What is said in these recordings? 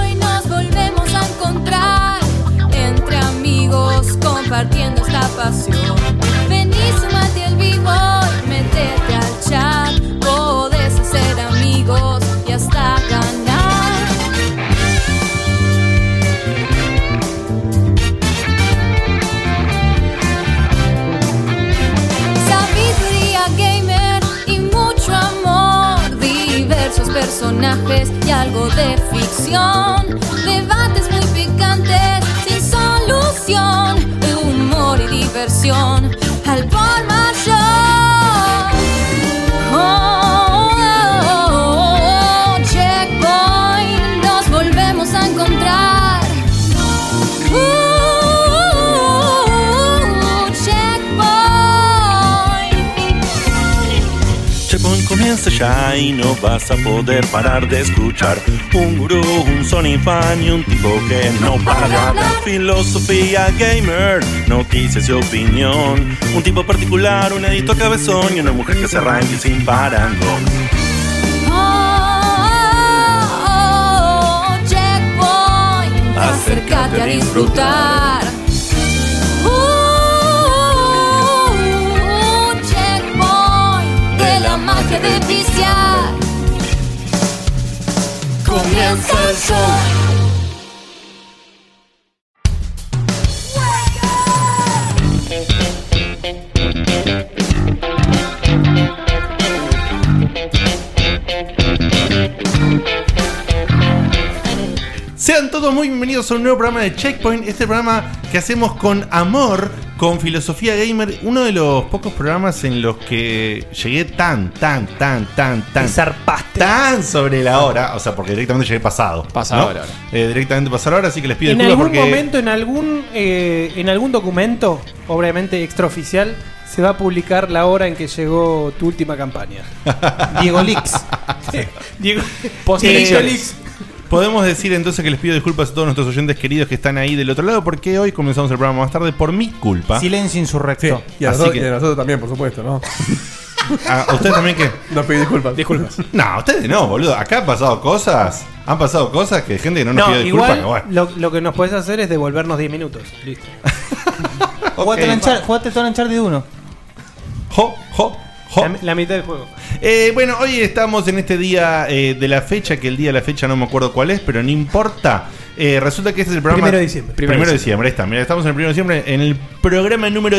Hoy nos volvemos a encontrar entre amigos compartiendo esta pasión. Vení, sumate al vivo y metete al chat. Podés hacer amigos y hasta ganar. Sabiduría gamer y mucho amor, diversos personajes y algo de ficción, debates muy picantes sin solución, humor y diversión al por mayor. Oh, oh, oh, oh, checkpoint, nos volvemos a encontrar. Uh, checkpoint. Checkpoint comienza ya y no vas a poder parar de escuchar Un gurú, un Sony fan y un tipo que no para de hablar Filosofía gamer, noticias y opinión Un tipo particular, un editor cabezón y una mujer que se arranque sin parangón Oh, oh, oh, oh, checkpoint. Acércate a disfrutar. Uh, uh, uh, checkpoint. De la magia de viciar. Comienza el show. Sean todos muy bienvenidos a un nuevo programa de Checkpoint, este programa que hacemos con amor, con filosofía gamer, uno de los pocos programas en los que llegué tan, tan, tan, tan, tan... zarpaste. Tan sobre la hora, o sea, porque directamente llegué pasado. Pasado ¿no? la hora. Eh, directamente pasado la hora, así que les pido En disculpas algún porque... momento, en algún, eh, en algún documento, obviamente extraoficial, se va a publicar la hora en que llegó tu última campaña. Diego Lix. Diego, Diego Lix. Post-elecciones. Eh, Podemos decir entonces que les pido disculpas a todos nuestros oyentes queridos que están ahí del otro lado, porque hoy comenzamos el programa más tarde por mi culpa. Silencio insurrecto. Y a, Así nosotros, que- y a nosotros también, por supuesto, ¿no? Ah, ¿A ustedes también qué? No pedí disculpas. Disculpas. No, ustedes no, boludo. Acá han pasado cosas. Han pasado cosas que gente que no nos No, pidió disculpas. igual que bueno. lo, lo que nos puedes hacer es devolvernos 10 minutos. Listo. Jugate la enchar- jugate toda la Uncharted 1. Jo, jo, jo. La, la mitad del juego. Eh, bueno, hoy estamos en este día eh, de la fecha, que el día de la fecha no me acuerdo cuál es, pero no importa. Eh, resulta que este es el programa. Primero de diciembre. Primero, de diciembre, ahí está. Mira, estamos en el primero de diciembre, en el programa número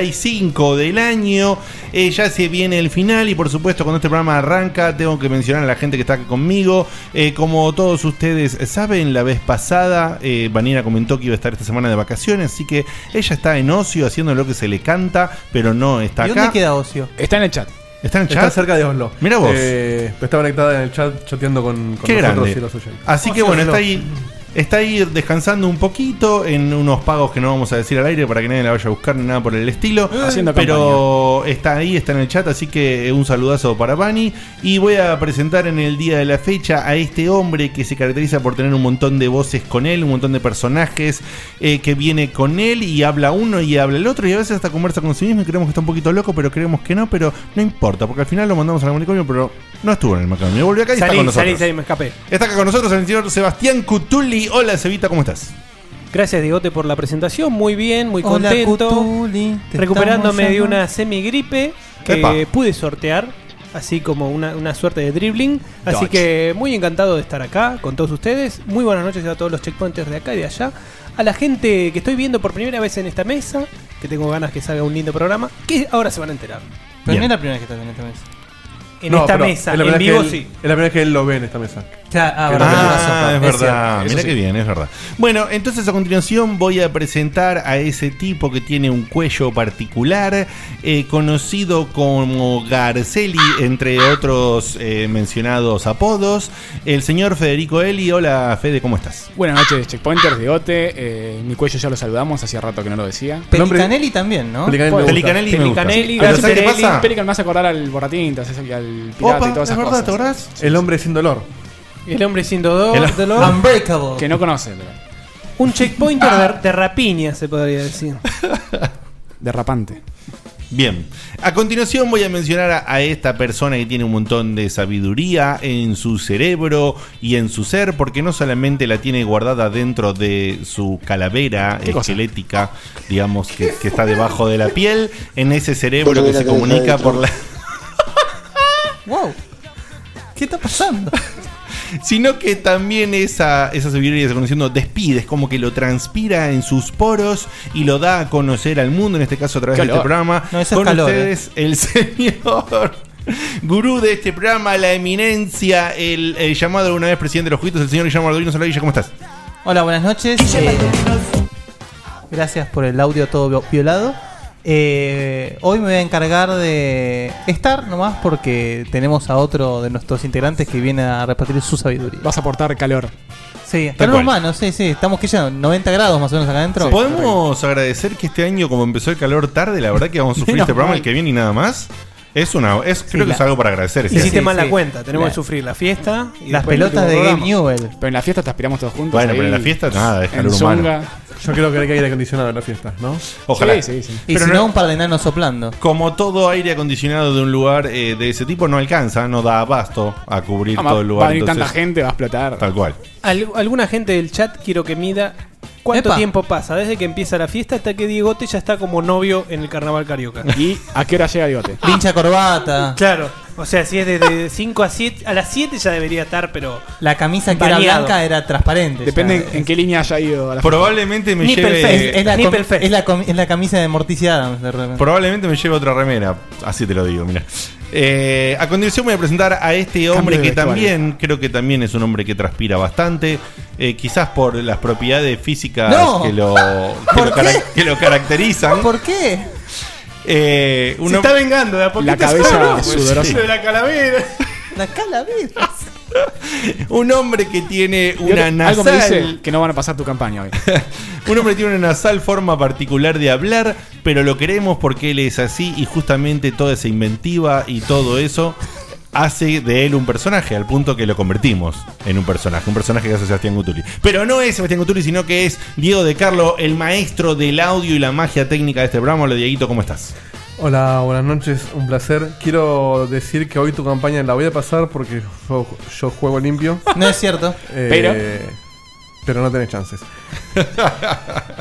35 del año. Eh, ya se viene el final y, por supuesto, cuando este programa arranca, tengo que mencionar a la gente que está acá conmigo. Eh, como todos ustedes saben, la vez pasada, eh, Vanina comentó que iba a estar esta semana de vacaciones, así que ella está en ocio haciendo lo que se le canta, pero no está ¿Y acá. dónde queda Ocio? Está en el chat. ¿Está en el Está chat? cerca de Oslo. Mira vos. Eh, está conectada en el chat chateando con, con Qué nosotros grande. y los oyentes. Así que Ocio bueno, Flow. está ahí, está ahí descansando un poquito en unos pagos que no vamos a decir al aire para que nadie la vaya a buscar ni nada por el estilo. Ah. Haciendo pero está ahí, está en el chat, así que eh, un saludazo para Bani. Y voy a presentar en el día de la fecha a este hombre que se caracteriza por tener un montón de voces con él, un montón de personajes eh, que viene con él y habla uno y habla el otro y a veces hasta conversa con sí mismo y creemos que está un poquito loco, pero creemos que no, pero no importa, porque al final lo mandamos al manicomio, pero no estuvo en el manicomio. Volvió acá y está con Salí, nosotros. salí, salí, me escapé. Está acá con nosotros el señor Sebastián Cutuli. Hola, Cevita, ¿cómo estás? Gracias, Diegote, por la presentación. Muy bien, muy Hola, contento. Cutuli, te recuperándome estamos de llamando. una semigripe que Epa. pude sortear, así como una, una suerte de dribbling. Así Dodge. que muy encantado de estar acá con todos ustedes. Muy buenas noches a todos los checkpointers de acá y de allá. A la gente que estoy viendo por primera vez en esta mesa, que tengo ganas que salga un lindo programa, que ahora se van a enterar. Pero Bien. no es la primera vez que estás en esta mesa. En No, esta pero mesa, es la en primera vez que vivo él- sí. Es la primera vez que él lo ve en esta mesa. ah, Qué verdad, grande. tenés razón, Ah, es Fran, verdad. cierto, Mira eso qué sí. bien, es verdad. Bueno, entonces a continuación voy a presentar a ese tipo que tiene un cuello particular, eh, conocido como Garceli, entre otros eh, mencionados apodos, el señor Federico Eli. Hola, Fede, ¿cómo estás? Buenas noches, checkpointers, Diegote. Eh, mi cuello ya lo saludamos, hacía rato que no lo decía. cierto. Nombre- Pelicanelli también, ¿no? Pelicanelli me gusta. Pelicanelli me gusta. Pelicanelli, Pero ¿sabes qué Garcerelli, pasa? Pelican me hace acordar al borratintas, ese- y al pirata Opa, y todas es esas verdad, cosas. ¿te acordás? El hombre sin dolor. El hombre sin dolor, El- dolor. Unbreakable. Que no conoce, pero. Un checkpointer de, de rapiña, se podría decir. Este Derrapante. Bien, a continuación voy a mencionar a, a esta persona que tiene un montón de sabiduría en su cerebro y en su ser, porque no solamente la tiene guardada dentro de su calavera ¿Qué cosa? esquelética, digamos, que, que está debajo de la piel, en ese cerebro Bueno, que mira se que me comunica está por la... ¡Wow! ¿Qué está pasando? sino que también esa, esa sabiduría que está conociendo despide, es como que lo transpira en sus poros y lo da a conocer al mundo, en este caso a través de este Calor. programa. No, eso es Con calor, eh. ustedes, el señor. Gurú de este programa, la eminencia, el, eh, llamado una vez presidente de los juitos, el señor Guillermo Arduino Solavilla, ¿cómo estás? Hola, buenas noches. Eh, gracias por el audio todo vi- violado. Eh, hoy me voy a encargar de estar nomás porque tenemos a otro de nuestros integrantes que viene a repartir su sabiduría. Vas a aportar calor. Sí, Tal calor cual. humano, sí, sí. Estamos que ya 90 grados más o menos acá adentro. ¿Podemos agradecer que este año, como empezó el calor tarde, la verdad que vamos a sufrir Menos este programa el mal. que viene y nada más? Es una, es, creo que la- es algo para agradecer. este sí. Hiciste sí, mal sí. la cuenta, tenemos La- que sufrir la fiesta. y Las después el pelotas de último Gabe programa. Newell. Pero en la fiesta te aspiramos todos juntos. Bueno, ahí, pero en la fiesta nada, es En calor humano. zunga. Yo creo que hay que aire acondicionado en la fiesta, ¿no? Ojalá. Sí, sí, sí. Y Pero si no- no, un par de enanos soplando. Como todo aire acondicionado de un lugar eh, de ese tipo no alcanza, no da abasto a cubrir Ah, todo el va a lugar. venir tanta entonces, gente, va a explotar. Tal cual. Al- alguna gente del chat quiero que mida cuánto Epa. tiempo pasa desde que empieza la fiesta hasta que Diegote ya está como novio en el carnaval carioca. ¿Y a qué hora llega Diote? Pincha corbata. claro, o sea, si es desde 5 a 7, a las 7 ya debería estar, pero La camisa que era Bañado. blanca era transparente. Depende ya. en, en qué línea haya ido a la Probablemente me Nipple lleve. face. Es, es la Nipple com- fest. es la com- es la camisa de Morticia Adams, de repente. Probablemente me lleve otra remera. Así te lo digo, mira. Eh, a continuación voy a presentar a este hombre de que vestuario. también, creo que también es un hombre que transpira bastante. eh, quizás por las propiedades físicas No. que, lo, que, ¿Por lo cara- qué? que lo caracterizan. ¿Por qué? Eh, un se hom- está vengando de a poquito. La cabeza se- sudorosa. de la calavera. La calavera. un hombre que tiene Diote, una Algo me nasal dice que no van a pasar tu campaña hoy. Un hombre tiene una nasal forma particular de hablar, pero lo queremos porque él es así y justamente toda esa inventiva y todo eso hace de él un personaje, al punto que lo convertimos en un personaje, un personaje que hace Sebastián Gutuli. Pero no es Sebastián Gutuli, sino que es Diego de Carlo, el maestro del audio y la magia técnica de este programa. Hola Dieguito, ¿cómo estás? Hola, buenas noches, un placer. Quiero decir que hoy tu campaña la voy a pasar porque yo, yo juego limpio. No es cierto. eh, Pero- pero no tenés chances.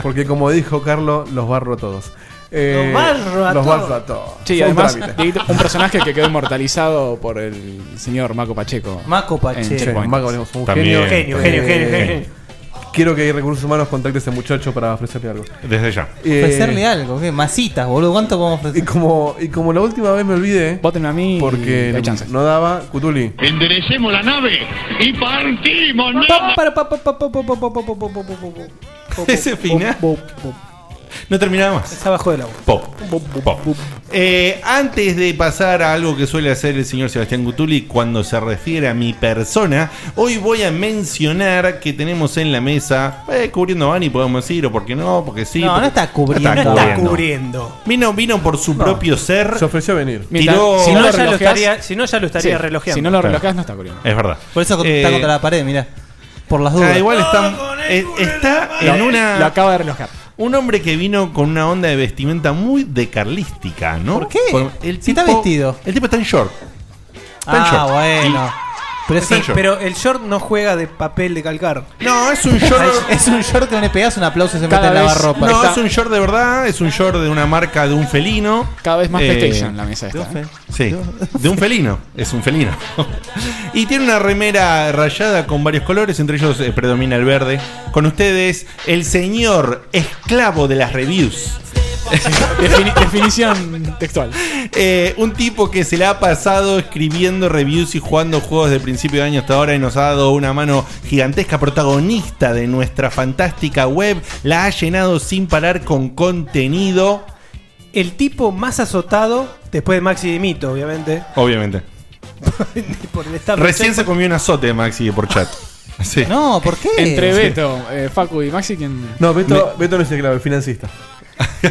Porque como dijo Carlos, los barro a todos. Eh, Los barro a los todos. barro a todos. Che, y Fue un además, trámite. Dieguito, un personaje que quedó inmortalizado por el señor Maco Pacheco. Maco En Sí, Pacheco. Checkpoint. Mago, tenemos un También. genio. Genio, Eh, genio, genio, genio. Quiero que Recursos Humanos contacte a ese muchacho para ofrecerle algo. Desde ya. Eh, Ofrecerle algo, ¿qué? Masitas, boludo. ¿Cuánto podemos Y ofrecer? como, y como la última vez me olvidé, Voten a mí y porque hay chances. no daba, Cutuli. Enderecemos la nave y partimos. ¿no? Pa, para, pa, pa, pa, pa, pa, pa, pa, pa, pa, pa, pa, pa, pa, pa. Ese final. Bo- bo- No terminaba más. Está abajo del agua. Pop. Pop. Eh, antes de pasar a algo que suele hacer el señor Sebastián Gutuli cuando se refiere a mi persona, hoy voy a mencionar que tenemos en la mesa, eh, cubriendo a Bani, podemos decir, o porque no, porque sí. No, porque- no está cubriendo. No está No Está cubriendo. cubriendo. Vino, vino por su propio ser. Se ofreció a venir. Mientras- Tiró- Si No no, lo ya lo relojeás- estaría, si no, ya lo estaría Sí, relojeando. Si no lo relojeas, no está cubriendo. Es verdad. Pues, Por eso Eh, está contra la pared, mirá. Por las dudas. ah, igual está, eh, está en Lo- una. Lo acaba de relojar. Un hombre que vino con una onda de vestimenta muy de carlística, ¿no? ¿Por qué? Por- el Si está tipo- vestido. El tipo está en short. Está en ah, short. bueno. Pero Está sí, en short. Pero el short no juega de papel de calcar. No, es un short. es un short que no le pegas un aplauso y se mete Cada en vez- lavarropa. No, Está- es un short de verdad, es un short de una marca de un felino. Cada vez más Eh, PlayStation la mesa esta. ¿eh? Sí, de un felino, es un felino. y tiene una remera rayada con varios colores, entre ellos eh, predomina el verde. Con ustedes, el señor esclavo de las reviews. Defini- definición textual. Eh, un tipo que se le ha pasado escribiendo reviews y jugando juegos de principio de año hasta ahora y nos ha dado una mano gigantesca, protagonista de nuestra fantástica web. La ha llenado sin parar con contenido. El tipo más azotado, después de Maxi y Mito, obviamente. Obviamente. por el estado Recién se comió un azote de Maxi por chat. Sí. No, ¿por qué? Entre Beto, eh, Facu y Maxi, quien. No, Beto, Ah, Beto no es el clave, el financista.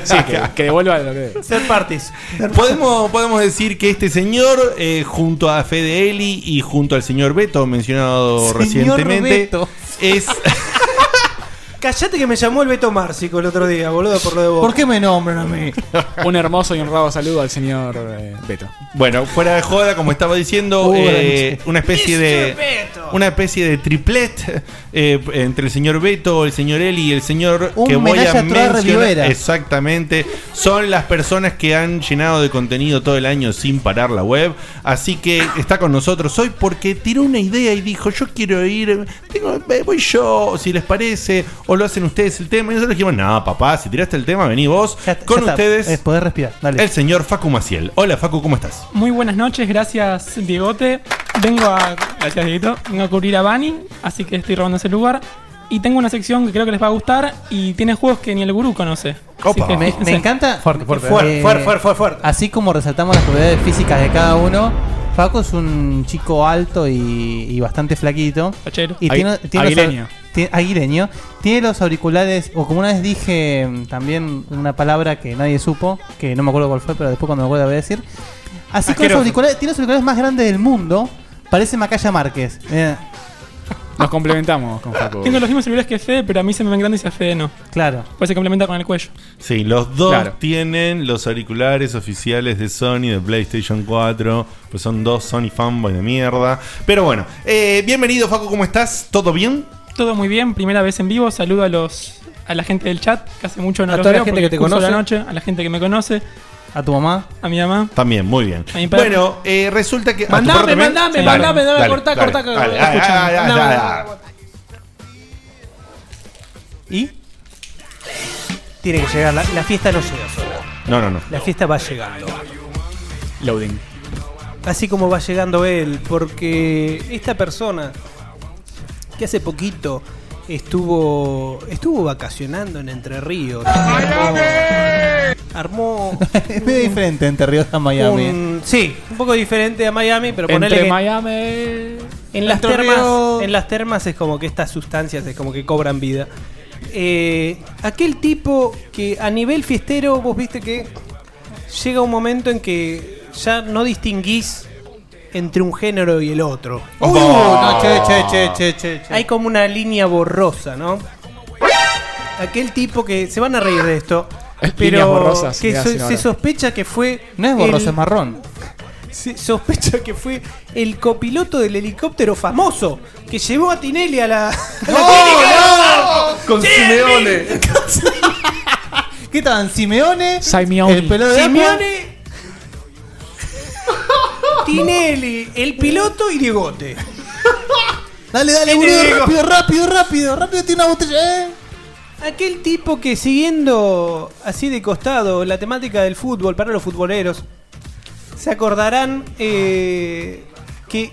Sí, que, que devuelva lo que debe. Third parties. Podemos, podemos decir que este señor, eh, junto a Fede Eli y junto al señor Beto, mencionado Señor recientemente, Beto. es. Callate que me llamó el Beto Márcico el otro día, boludo, por lo de vos. ¿Por qué me nombran a mí? Un hermoso y honrado saludo al señor eh, Beto. Bueno, fuera de joda, como estaba diciendo, Uh, eh, Beto. una especie de Mr. Beto. una especie de triplet eh, entre el señor Beto, el señor Eli y el señor Un que voy homenaje a a Troar Rivera. mencionar. Exactamente, son las personas que han llenado de contenido todo el año sin parar la web, así que está con nosotros hoy porque tiró una idea y dijo, "Yo quiero ir, tengo- voy yo, si les parece o lo hacen ustedes el tema." Y nosotros dijimos, "No, papá, si tiraste el tema, vení vos." Ya está- con ya está. ustedes Eh, podés respirar, dale. el señor Facu Maciel. Hola Facu, ¿cómo estás? Muy buenas noches, gracias Diegote. Vengo a. Gracias, Dieguito. Vengo a cubrir a Bani, así que estoy robando ese lugar. Y tengo una sección que creo que les va a gustar y tiene juegos que ni el gurú conoce. Así Opa. que Me, fíjense. me encanta. Fuerte, fuerte. eh, Fuerte, fuerte, fuerte, fuerte. Así como resaltamos las cualidades físicas de cada uno, Paco es un chico alto y, y bastante flaquito. Fachero. Y Agui- los au- aguileño. tiene- aguileño. Tiene los auriculares, o como una vez dije mm, también una palabra que nadie supo, que no me acuerdo cuál fue, pero después cuando me acuerdo la voy a decir. Así que los Asqueroso. auriculares, tiene los auriculares más grandes del mundo. Parece Macaya Márquez. Eh, Nos complementamos con Facu. Tengo los mismos celulares que Fede, pero a mí se me ven grandes y a Fede no. claro. Pues se complementa con el cuello. Sí, los dos Claro. tienen los auriculares oficiales de Sony, de PlayStation 4. Pues son dos Sony fanboy de mierda. Pero bueno, eh, bienvenido Facu, ¿cómo estás? ¿Todo bien? Todo muy bien, primera vez en vivo. Saludo a los a la gente del chat, que hace mucho no A los toda la veo gente porque que te curso a la conoce. noche, a la gente que me conoce, A tu mamá. a mi mamá. También, muy bien. A mi padre. Bueno, eh, resulta que. ¿a tu Mandame, perro también? mandame, Dale, mandame, dale, dale, cortá, dale, cortá, que- dale, ah, escuchame. ah, ah, Mandame, ah, mandame. ah. ¿Y? Tiene que llegar, la, la fiesta no llega sola. No, no, no. La fiesta va llegando. Loading. Así como va llegando él, porque esta persona que hace poquito estuvo estuvo vacacionando en Entre Ríos. Armó, armó es medio diferente entre Ríos a Miami. un- sí, un poco diferente a Miami, pero ponele Entre que- Miami. En las, Entre termas, Ríos. en las termas es como que estas sustancias es como que cobran vida. Eh, aquel tipo que a nivel fiestero vos viste que llega un momento en que ya no distinguís entre un género y el otro. Uh, no, che, che, che, che, che, che. Hay como una línea borrosa, ¿no? Aquel tipo que se van a reír de esto, Líneas pero borrosas, que mirá, so- señora. se sospecha que fue No es borroso, el- es marrón. se sospecha que fue el copiloto del helicóptero famoso que llevó a Tinelli a la, a la Con Simeone. ¿Qué estaban? ¿Simeone? Simeone. El pelado de clínica. Simeone. Simeone, Tinelli, el piloto y Diegote. Dale, dale, Diego. boludo, rápido, rápido, rápido, rápido, tiene una botella, eh. Aquel tipo que siguiendo así de costado la temática del fútbol para los futboleros, se acordarán eh, que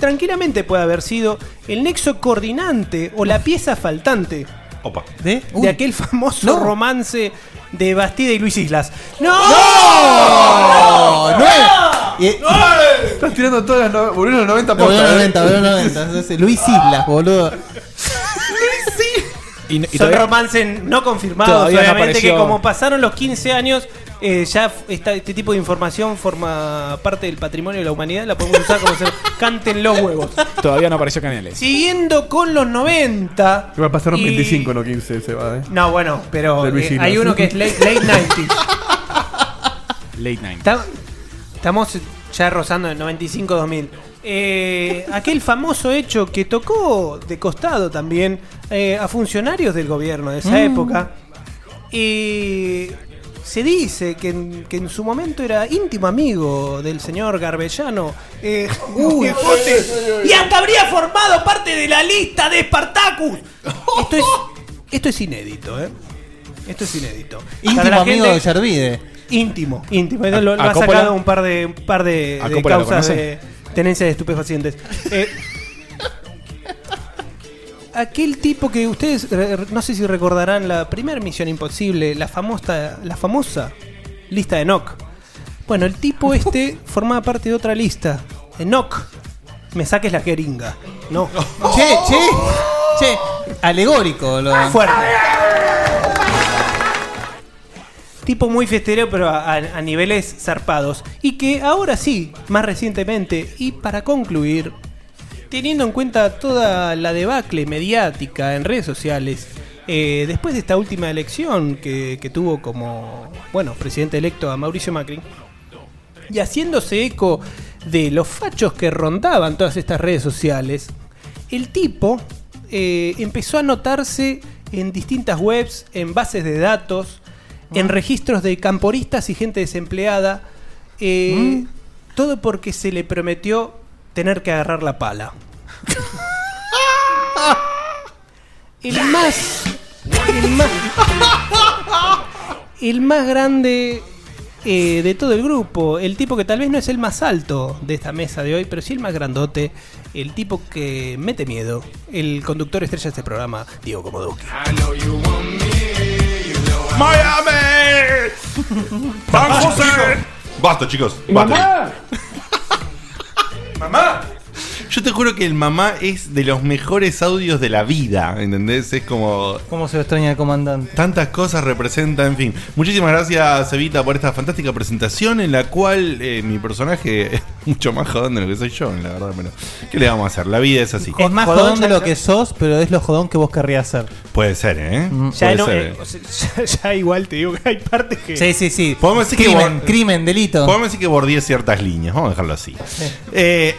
tranquilamente puede haber sido el nexo coordinante o la pieza faltante Opa. ¿De? de aquel famoso no. romance de Bastida y Luis Islas. ¡No! ¡No! ¡No! es- Y- Estás tirando todas las no- volviendo a los 90 Volvió a posta, los eh. 90, volvió a los 90. Entonces, Luis Islas, boludo. Y, y Son todavía- romances no confirmados, Todavía no obviamente, apareció. que como pasaron los 15 años, eh, ya f- esta- este tipo de información forma parte del patrimonio de la humanidad, la podemos usar como se canten los huevos. todavía no apareció Canales. Siguiendo con los 90. Que me pasaron y- 25, no 15, se va, eh. No, bueno, pero De Luis eh, Islas. hay uno que es late, late 90. Late Night. Ta- Estamos ya rozando el 95-2000. Eh, aquel famoso hecho que tocó de costado también eh, a funcionarios del gobierno de esa época. Y se dice que en, que en su momento era íntimo amigo del señor Garbellano. eh, Diegote, y hasta habría formado parte de la lista de Spartacus. Esto es, esto es inédito, ¿eh? Esto es inédito. Íntimo Para la amigo gente- de Yervide. Íntimo, íntimo. Lo, lo a ha Coppola- sacado un par de, un par de, ¿A de Coppola lo causas conocen? de tenencia de estupefacientes. Eh, aquel tipo que ustedes, re- re- no sé si recordarán la primera Misión Imposible, la famosa, la famosa lista de Nock. Bueno, el tipo este formaba parte de otra lista. De Nock. Me saques la jeringa. No. Che, che, che. Alegórico, lo. Fuerte. Tipo muy festero, pero a, a- a niveles zarpados. Y que ahora sí, más recientemente, y para concluir, teniendo en cuenta toda la debacle mediática en redes sociales, eh, después de esta última elección que, que tuvo como, bueno, presidente electo a Mauricio Macri, y haciéndose eco de los fachos que rondaban todas estas redes sociales, el tipo eh, empezó a notarse en distintas webs, en bases de datos, en registros de camporistas y gente desempleada, eh, todo porque se le prometió tener que agarrar la pala. El más. El más. El más grande eh, de todo el grupo. El tipo que tal vez no es el más alto de esta mesa de hoy, pero sí el más grandote. El tipo que mete miedo. El conductor estrella de este programa, Diego Comodoki. ¡Miami! ¡San José! Basta, chicos. ¡Mamá! ¡Mamá! Yo te juro que el mamá es de los mejores audios de la vida, ¿entendés? Es como... ¿Cómo se lo extraña el comandante? Tantas cosas representa, en fin. Muchísimas gracias, Evita, por esta fantástica presentación en la cual eh, mi personaje es mucho más jodón de lo que soy yo, la verdad. Pero, ¿Qué le vamos a hacer? La vida es así. Es más jodón de lo que sos, pero es lo jodón que vos querrías ser. Puede ser, ¿eh? Ya Puede no- ser, eh, ¿eh? o sea, Ya, ya igual te digo que hay partes que. Sí, sí, sí. Podemos decir que crimen, bon- crimen, delito. Podemos decir que bordeé ciertas líneas, vamos a dejarlo así. Eh,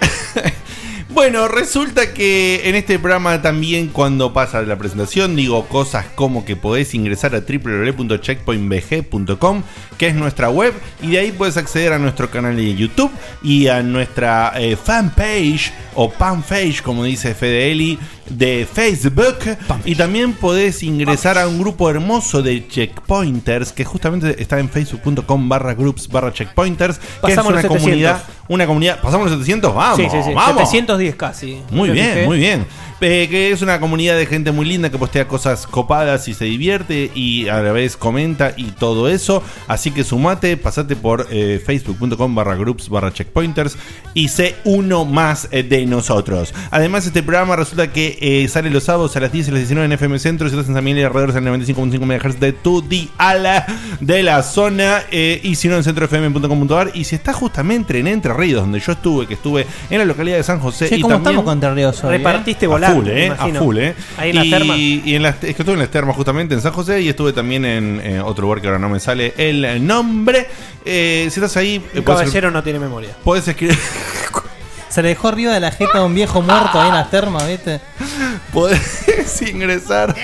bueno, resulta que en este programa también cuando pasa la presentación digo cosas como que podés ingresar a www.checkpointbg.com, que es nuestra web, y de ahí puedes acceder a nuestro canal de YouTube y a nuestra eh, fanpage o fanpage, como dice Fedeli, de Facebook. Y también podés ingresar a un grupo hermoso de checkpointers que justamente está en facebook.com barra groups barra checkpointers, que Pasamos los es una 700. comunidad, una comunidad, pasamos los 700, vamos, Sí, sí, sí. vamos. 710 casi. Muy Yo bien, dije. muy bien. Eh, que es una comunidad de gente muy linda que postea cosas copadas y se divierte y a la vez comenta y todo eso. Así que sumate, pasate por eh, facebook.com barra groups barra checkpointers y sé uno más eh, de nosotros. Además, este programa resulta que eh, sale los sábados a las 10 y las 19 en FM Centro y se hacen también alrededor del 95.5 MHz de tu dial de la zona eh, y si no en centrofm.com.ar y si está justamente en Entre Ríos, donde yo estuve, que estuve en la localidad de San José Che, y ¿cómo también- estamos con Entre Ríos hoy, eh? Repartiste a volando, full, me eh, a imagino. full, eh. Ahí en las y, termas. y en las, es que estuve en las termas justamente en San José y estuve también en eh, otro lugar que ahora no me sale el nombre. Eh, si estás ahí, eh, El podés- caballero no tiene memoria. podés escribir. Se le dejó arriba de la jeta a un viejo muerto ahí en las termas, ¿viste? Podés ingresar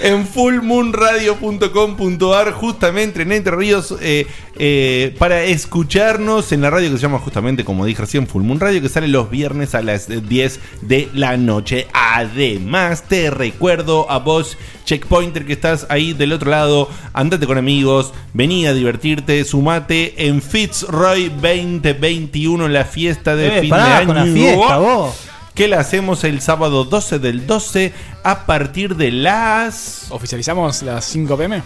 en fullmoonradio.com.ar, justamente en Entre Ríos, eh, eh, para escucharnos en la radio que se llama justamente, como dije recién, Full Moon Radio, que sale los viernes a las eh, 10 de la noche. Además, te recuerdo a vos, Checkpointer, que estás ahí del otro lado, andate con amigos, vení a divertirte, sumate en Fitzroy 2021, la fiesta de Eh, fin de pará año. con la fiesta, vos. Que la hacemos el sábado 12 del 12 a partir de las. ¿Oficializamos las 5 pm?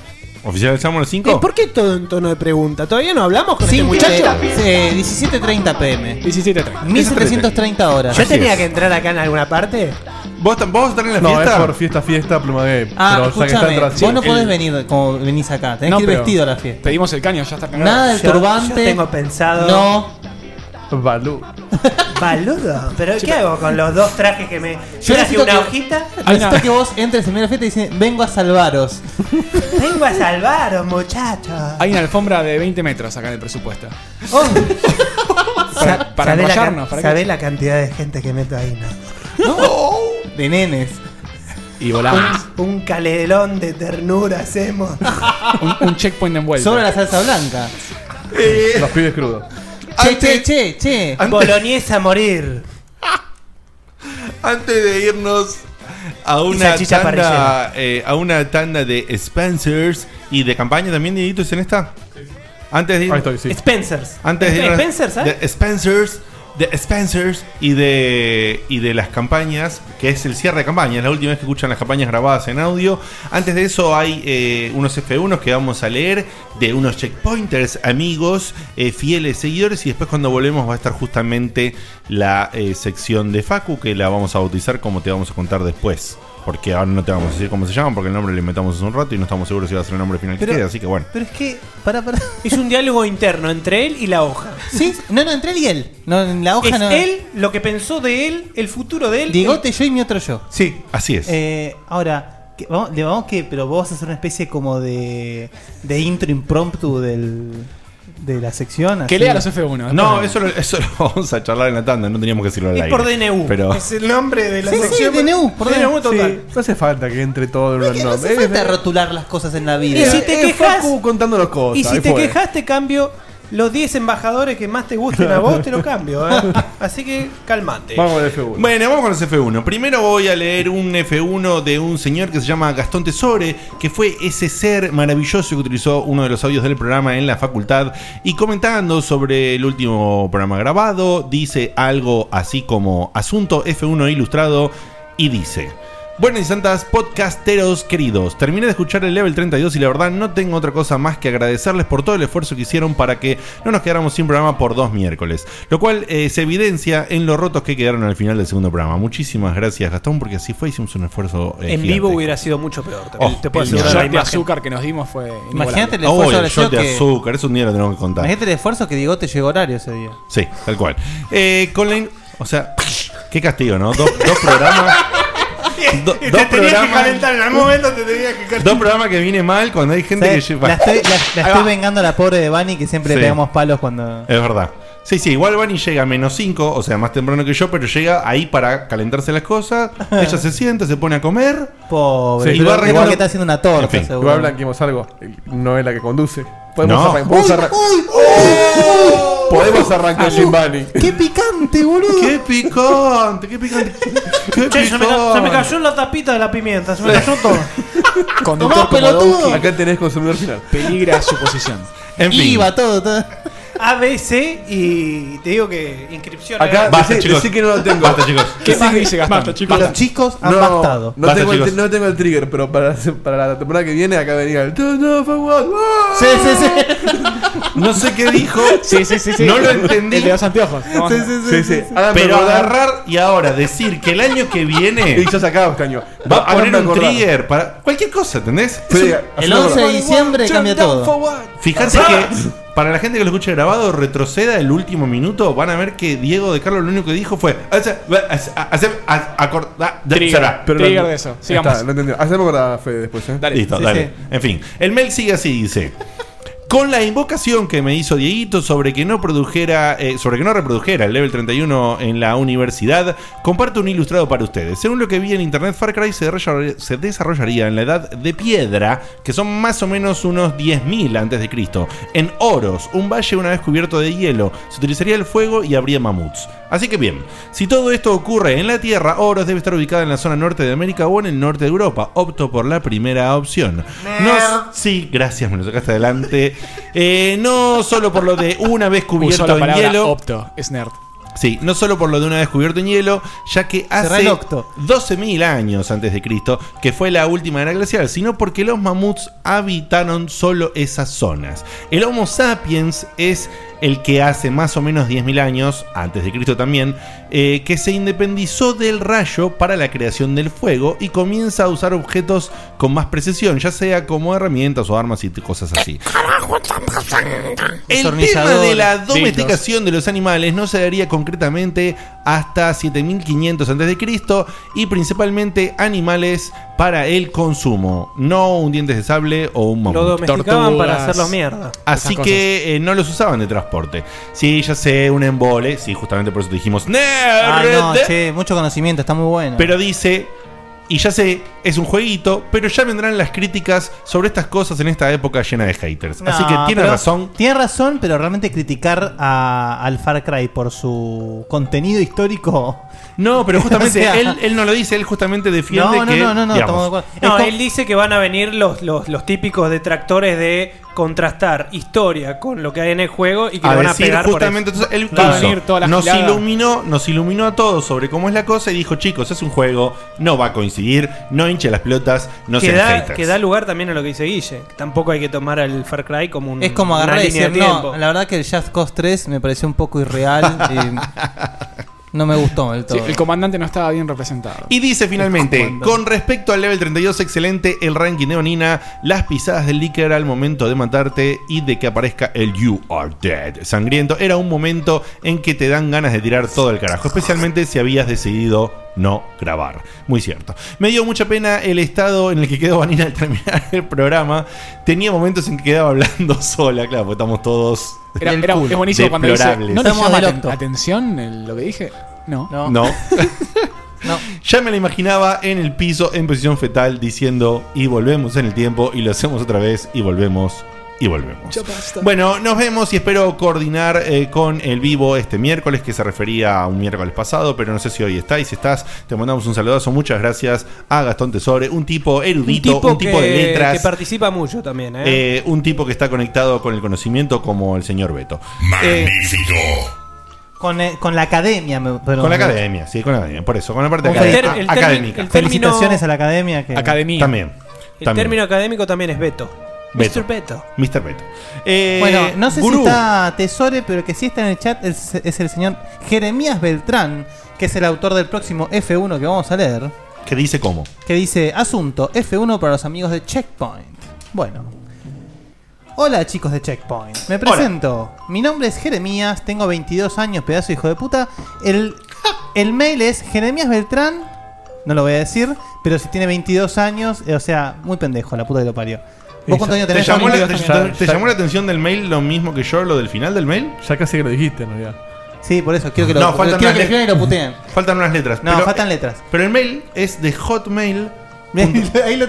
¿Oficializamos las Eh, 5? ¿Por qué todo en tono de pregunta? ¿Todavía no hablamos con este Cinco- muchacho? eh, eh, 17.30 pm. 17.30. 1730 horas. ¿Yo tenía que entrar acá en alguna parte? ¿Vos, tam- vos vas a estar en la No, fiesta? es por fiesta, fiesta, pluma gay. Ah, pero ya que está escúchame, atrás. vos no podés venir como venís acá, tenés No, que ir pero- vestido a la fiesta. Pedimos el caño, ya está. Nada del Yo- yo turbante. tengo pensado- No, Balú. Baludo. ¿Pero qué hago con los dos trajes que me. Yo traje necesito una que- hojita. necesito que vos entres en medio de la fiesta y dices, vengo a salvaros. Vengo a salvaros, muchachos. Hay una alfombra de 20 metros acá en el presupuesto. Oh. Para, para ¿Sabés la can- enrollarnos. para que- sabés la cantidad de gente que meto ahí, no? De nenes. Y volamos. Un calelón de ternura hacemos. un, un checkpoint envuelto. Sobre la salsa blanca. Los pibes crudos. Che, che, che, che. Boloñesa a morir. Antes de irnos a una salchicha tanda, eh, a una tanda de Spencers y de campaña también, Dieguito, ¿es en esta? Antes de ir- Ahí estoy, sí. Spencers. Antes de irnos- Spencer, ¿sabes? De Spencers. De Spencers y de, y de las campañas, que es el cierre de campaña, es la última vez que escuchan las campañas grabadas en audio. Antes de eso hay eh, unos F1 que vamos a leer de unos checkpointers, amigos, eh, fieles seguidores, y después cuando volvemos va a estar justamente la eh, sección de Facu, que la vamos a bautizar como te vamos a contar después. Porque ahora no te vamos a decir cómo se llaman, porque el nombre lo inventamos hace un rato y no estamos seguros si va a ser el nombre final que Pero- quede, así que bueno. Pero es que, para, para. Es un diálogo interno entre él y la hoja. Sí, no, no, entre él y él. No, en la hoja es no. él, lo que pensó de él, el futuro de él. Diegote, yo y mi otro yo. Sí, así es. Eh, ahora, que- vamos, le vamos que, pero vos vas a hacer una especie como de, de intro impromptu del, de la sección. Que así. lea los F1. Ah, No, eso, lo- eso lo vamos a charlar en la tanda, no teníamos que decirlo al Es aire. por DNU. Pero Es el nombre de la Sí, sí, sección. DNU, por DNU. total. No hace falta que entre todo en No es un que no hace nombre. falta Es- rotular las cosas en la vida. Y si te es quejas- Eh, Facu contando las cosas. Y si ahí te fue. quejas, te cambio los 10 embajadores que más te gusten a vos, te lo cambio. ¿eh? Así que calmate. Vamos al F1. Bueno, vamos con los F1. Primero voy a leer un F1 de un señor que se llama Gastón Tesore, que fue ese ser maravilloso que utilizó uno de los audios del programa en la facultad. Y comentando sobre el último programa grabado, dice algo así como Asunto F1 Ilustrado y dice... Buenas y santas podcasteros queridos, terminé de escuchar el level 32 y la verdad no tengo otra cosa más que agradecerles por todo el esfuerzo que hicieron para que no nos quedáramos sin programa por dos miércoles, lo cual eh, se evidencia en los rotos que quedaron al final del segundo programa. Muchísimas gracias Gastón porque así fue, hicimos un esfuerzo eh, en vivo gigante. hubiera sido mucho peor. Oh, te puedo el asegurar la El shot de imagen. azúcar que nos dimos fue. Imagínate el Oh, esfuerzo el agresivo shot de que- azúcar, eso un día lo tenemos que contar. Imagínate el esfuerzo que Diegote llegó horario ese día. Sí, tal cual. Eh, con la in- O sea, qué castigo, ¿no? Dos, dos programas. do- dos programas. en algún momento te tenías que Dos programas que viene mal cuando hay gente ¿Sabes? que lleva. La estoy, la- la Ahí estoy va. vengando a la pobre de Bani que siempre Sí. le pegamos palos cuando. Es verdad. Sí, sí, igual Vani llega a menos 5, o sea, más temprano que yo, pero llega ahí para calentarse las cosas. Ella se sienta, se pone a comer. Pobre. Sí, pero va es como arreglando- que está haciendo una torta, En fin, seguro. Igual blanqueamos algo. eh, No es la que conduce. Podemos, No. arran- podemos, arran- podemos arrancar sin Bani. ¡Qué picante, boludo! ¡Qué picante! ¡Qué picante! ¡Qué Che, se me, ca- se me picante! cayó la tapita de la pimienta, se me cayó todo. Conductor como Donkey Acá tenés consumidor final. peligra su posición. En fin, Iba todo, todo. ABC y te digo que inscripción. Acá era- Basta, decí, chicos. decí que no lo tengo. basta, chicos. ¿Qué más dice Gastón? Los chicos han No, bastado. no Basta, tengo el, chicos. no tengo el trigger, pero para, para la temporada que viene acá venía el. "No, no, fue guau". ¡Ah! Sí, sí, sí. No sé qué dijo, Sí, sí, sí, sí. No lo entendí. El de los anteojos. No, Sí, sí, sí, sí. Háganme pero acordar. agarrar y ahora decir que el año que Y viene ya sacaba este año. va a poner Háganme un acordar. trigger para cualquier cosa, ¿entendés? Sí, Es un- El haceme 11 de acordar. diciembre cambia todo. Fíjate que para la gente que lo escucha grabado, retroceda el último minuto, van a ver que Diego de Carlos lo único que dijo fue "Hace- a- hace- a- acorda- de- será". Pero Trigger no- de eso. Sigamos. Está, lo entendió. Hacemos acordar a Fede después, ¿eh? Dale. Listo, Sí, dale. sí. En fin, el mail sigue así, dice. Con la invocación que me hizo Dieguito sobre que no produjera, eh, sobre que no reprodujera el level 31 en la universidad, comparto un ilustrado para ustedes. Según lo que vi en internet, Far Cry se, desarrolla- se desarrollaría en la edad de piedra, que son más o menos unos 10.000 antes de Cristo, en Oros, un valle una vez cubierto de hielo. Se utilizaría el fuego y habría mamuts. Así que bien, si todo esto ocurre en la Tierra, Oros debe estar ubicada en la zona norte de América o en el norte de Europa. Opto por la primera opción. No, sí, gracias, me lo sacaste adelante. Eh, no solo por lo de una vez Usó cubierto la en palabra hielo. opto. Es nerd. Sí, no solo por lo de una vez cubierto en hielo, ya que hace relocto. 12.000 años antes de Cristo, que fue la última era glacial, sino porque los mamuts habitaron solo esas zonas. El Homo sapiens es el que hace más o menos 10.000 años, antes de Cristo también, eh, que se independizó del rayo para la creación del fuego y comienza a usar objetos con más precisión, ya sea como herramientas o armas y t- cosas así. El tema de la domesticación de los animales no se daría concretamente hasta 7500 a.C. y principalmente animales para el consumo, no un dientes de sable o un Lo mamut. domesticaban Tortugas. para hacerlos mierda. Así esas que eh, no los usaban de transporte. Sí, ya sé, un embole. Sí, justamente por eso te dijimos "Nerd". Ah, no, che, mucho conocimiento, está muy bueno. Pero dice, y ya sé, es un jueguito, pero ya vendrán las críticas sobre estas cosas en esta época llena de haters. Así No, que tiene pero- razón. Tiene razón, pero realmente criticar a, al Far Cry por su contenido histórico. No, pero justamente O sea- él, él no lo dice, él justamente defiende No, no, que. no, no, no, estamos digamos, de acuerdo. No, Es co- él dice que van a venir los, los, los típicos detractores de contrastar historia con lo que hay en el juego y que a lo van a decir pegar justamente entonces él Va a hizo, venir toda la nos gilada. iluminó nos iluminó a todos sobre cómo es la cosa y dijo chicos es un juego no va a coincidir no hinche las pelotas no por eso. Que sean da, haters que da lugar también a lo que dice Guille. Tampoco hay que tomar al Far Cry como un, es como una agarrar y línea decir, de tiempo. no, la verdad que el Just Cause 3 me pareció un poco irreal. eh, No me gustó del Sí, todo. el comandante no estaba bien representado. Y dice finalmente, con respecto al level 32, excelente el ranking de Onina, las pisadas del Licker al momento de matarte y de que aparezca el You Are Dead sangriento. Era un momento en que te dan ganas de tirar todo el carajo, especialmente si habías decidido no grabar. Muy cierto. Me dio mucha pena el estado en el que quedó Vanina al terminar el programa. Tenía momentos en que quedaba hablando sola, claro, porque estamos todos. Era, era- es buenísimo cuando dice. deplorables. ¿No le llama aten- atención el- lo que dije? No. No. Ya me la imaginaba en el piso, en posición fetal, diciendo, y volvemos en el tiempo, y lo hacemos otra vez, y volvemos, y volvemos. Bueno, nos vemos y espero coordinar eh, con el vivo este miércoles, que se refería a un miércoles pasado, pero no sé si hoy está, y si estás, te mandamos un saludazo, muchas gracias a Gastón Tesore, un tipo erudito, un tipo, que- de letras. que participa mucho también, ¿eh? Eh, un tipo que está conectado con el conocimiento como el señor Beto. Eh, Magnífico. Con, eh, con la academia, me, con la academia, sí, con la academia. Por eso, con la parte Con acadé- el ter- el a- término- académica. el término- Felicitaciones a la academia que- Academia. También. El también. término académico también es Beto. Beto. Mr. Beto. Mr. Beto. Eh, bueno, no sé gurú. si está Tesore, pero el que sí está en el chat es, es el señor Jeremías Beltrán, que es el autor del próximo F1 que vamos a leer, Que dice cómo. que dice, asunto, F1 para los amigos de Checkpoint. Bueno. Hola chicos de Checkpoint, me presento. Mi nombre es Jeremías, tengo 22 años, pedazo de hijo de puta. El, el mail es Jeremías Beltrán, no lo voy a decir, pero si tiene 22 años, eh, o sea, muy pendejo, la puta que lo parió. ¿Vos cuántos años ¿Te tenés? llamó, la, 22 te- también. te llamó la atención del mail lo mismo que yo, lo del final del mail? Ya casi que lo dijiste, ¿no? Ya. Sí, por eso, quiero que lo, No, faltan quiero unas que lo escriban y lo letras. puteen. Faltan unas letras. No, faltan letras. Pero el mail es de Hotmail. Ahí lo, terminé.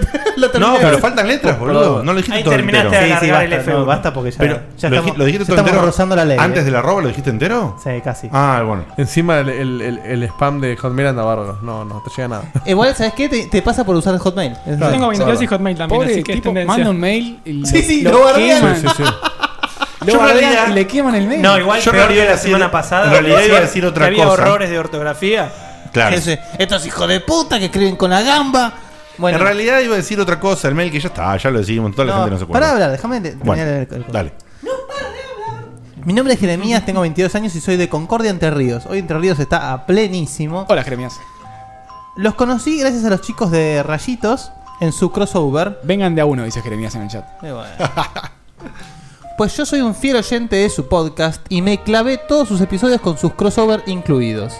No, pero faltan letras, boludo. No lo dijiste todo entero. sí, sí, basta, no, basta porque ya, Pero, ya ¿lo, dijiste- estamos, lo dijiste ya todo estamos entero? rozando la ley. ¿Antes eh. de la arroba lo dijiste entero? Sí, casi. Ah, bueno. Encima el, el, el, el spam de Hotmail anda bárbaro. No, no te llega nada. Igual, ¿sabes qué? Te, te pasa por usar el Hotmail. Es Yo tengo 22 y Hotmail también, Pobre así que es tipo, tendencia. manda un mail y Sí, sí, lo lo bardean. queman. Sí, sí, sí. Lo Yo en bardean realidad- y le queman el mail. No, igual Yo en peor realidad que iba a la decir- semana pasada. en realidad que iba a decir otra que había cosa. horrores de ortografía. Claro. Ese, Estos hijos de puta que escriben con la gamba. Bueno, En realidad iba a decir otra cosa, el mail que ya está, ya lo decidimos, toda la no, gente no se acuerda. Pará de hablar, déjame de- Bueno, terminar el- el- dale. Mi nombre es Jeremías, tengo 22 años y soy de Concordia, Entre Ríos. Hoy Entre Ríos está a plenísimo. Hola, Jeremías. Los conocí gracias a los chicos de Rayitos en su crossover. Vengan de a uno, dice Jeremías en el chat. Pues yo soy un fiel oyente de su podcast y me clavé todos sus episodios con sus crossover incluidos.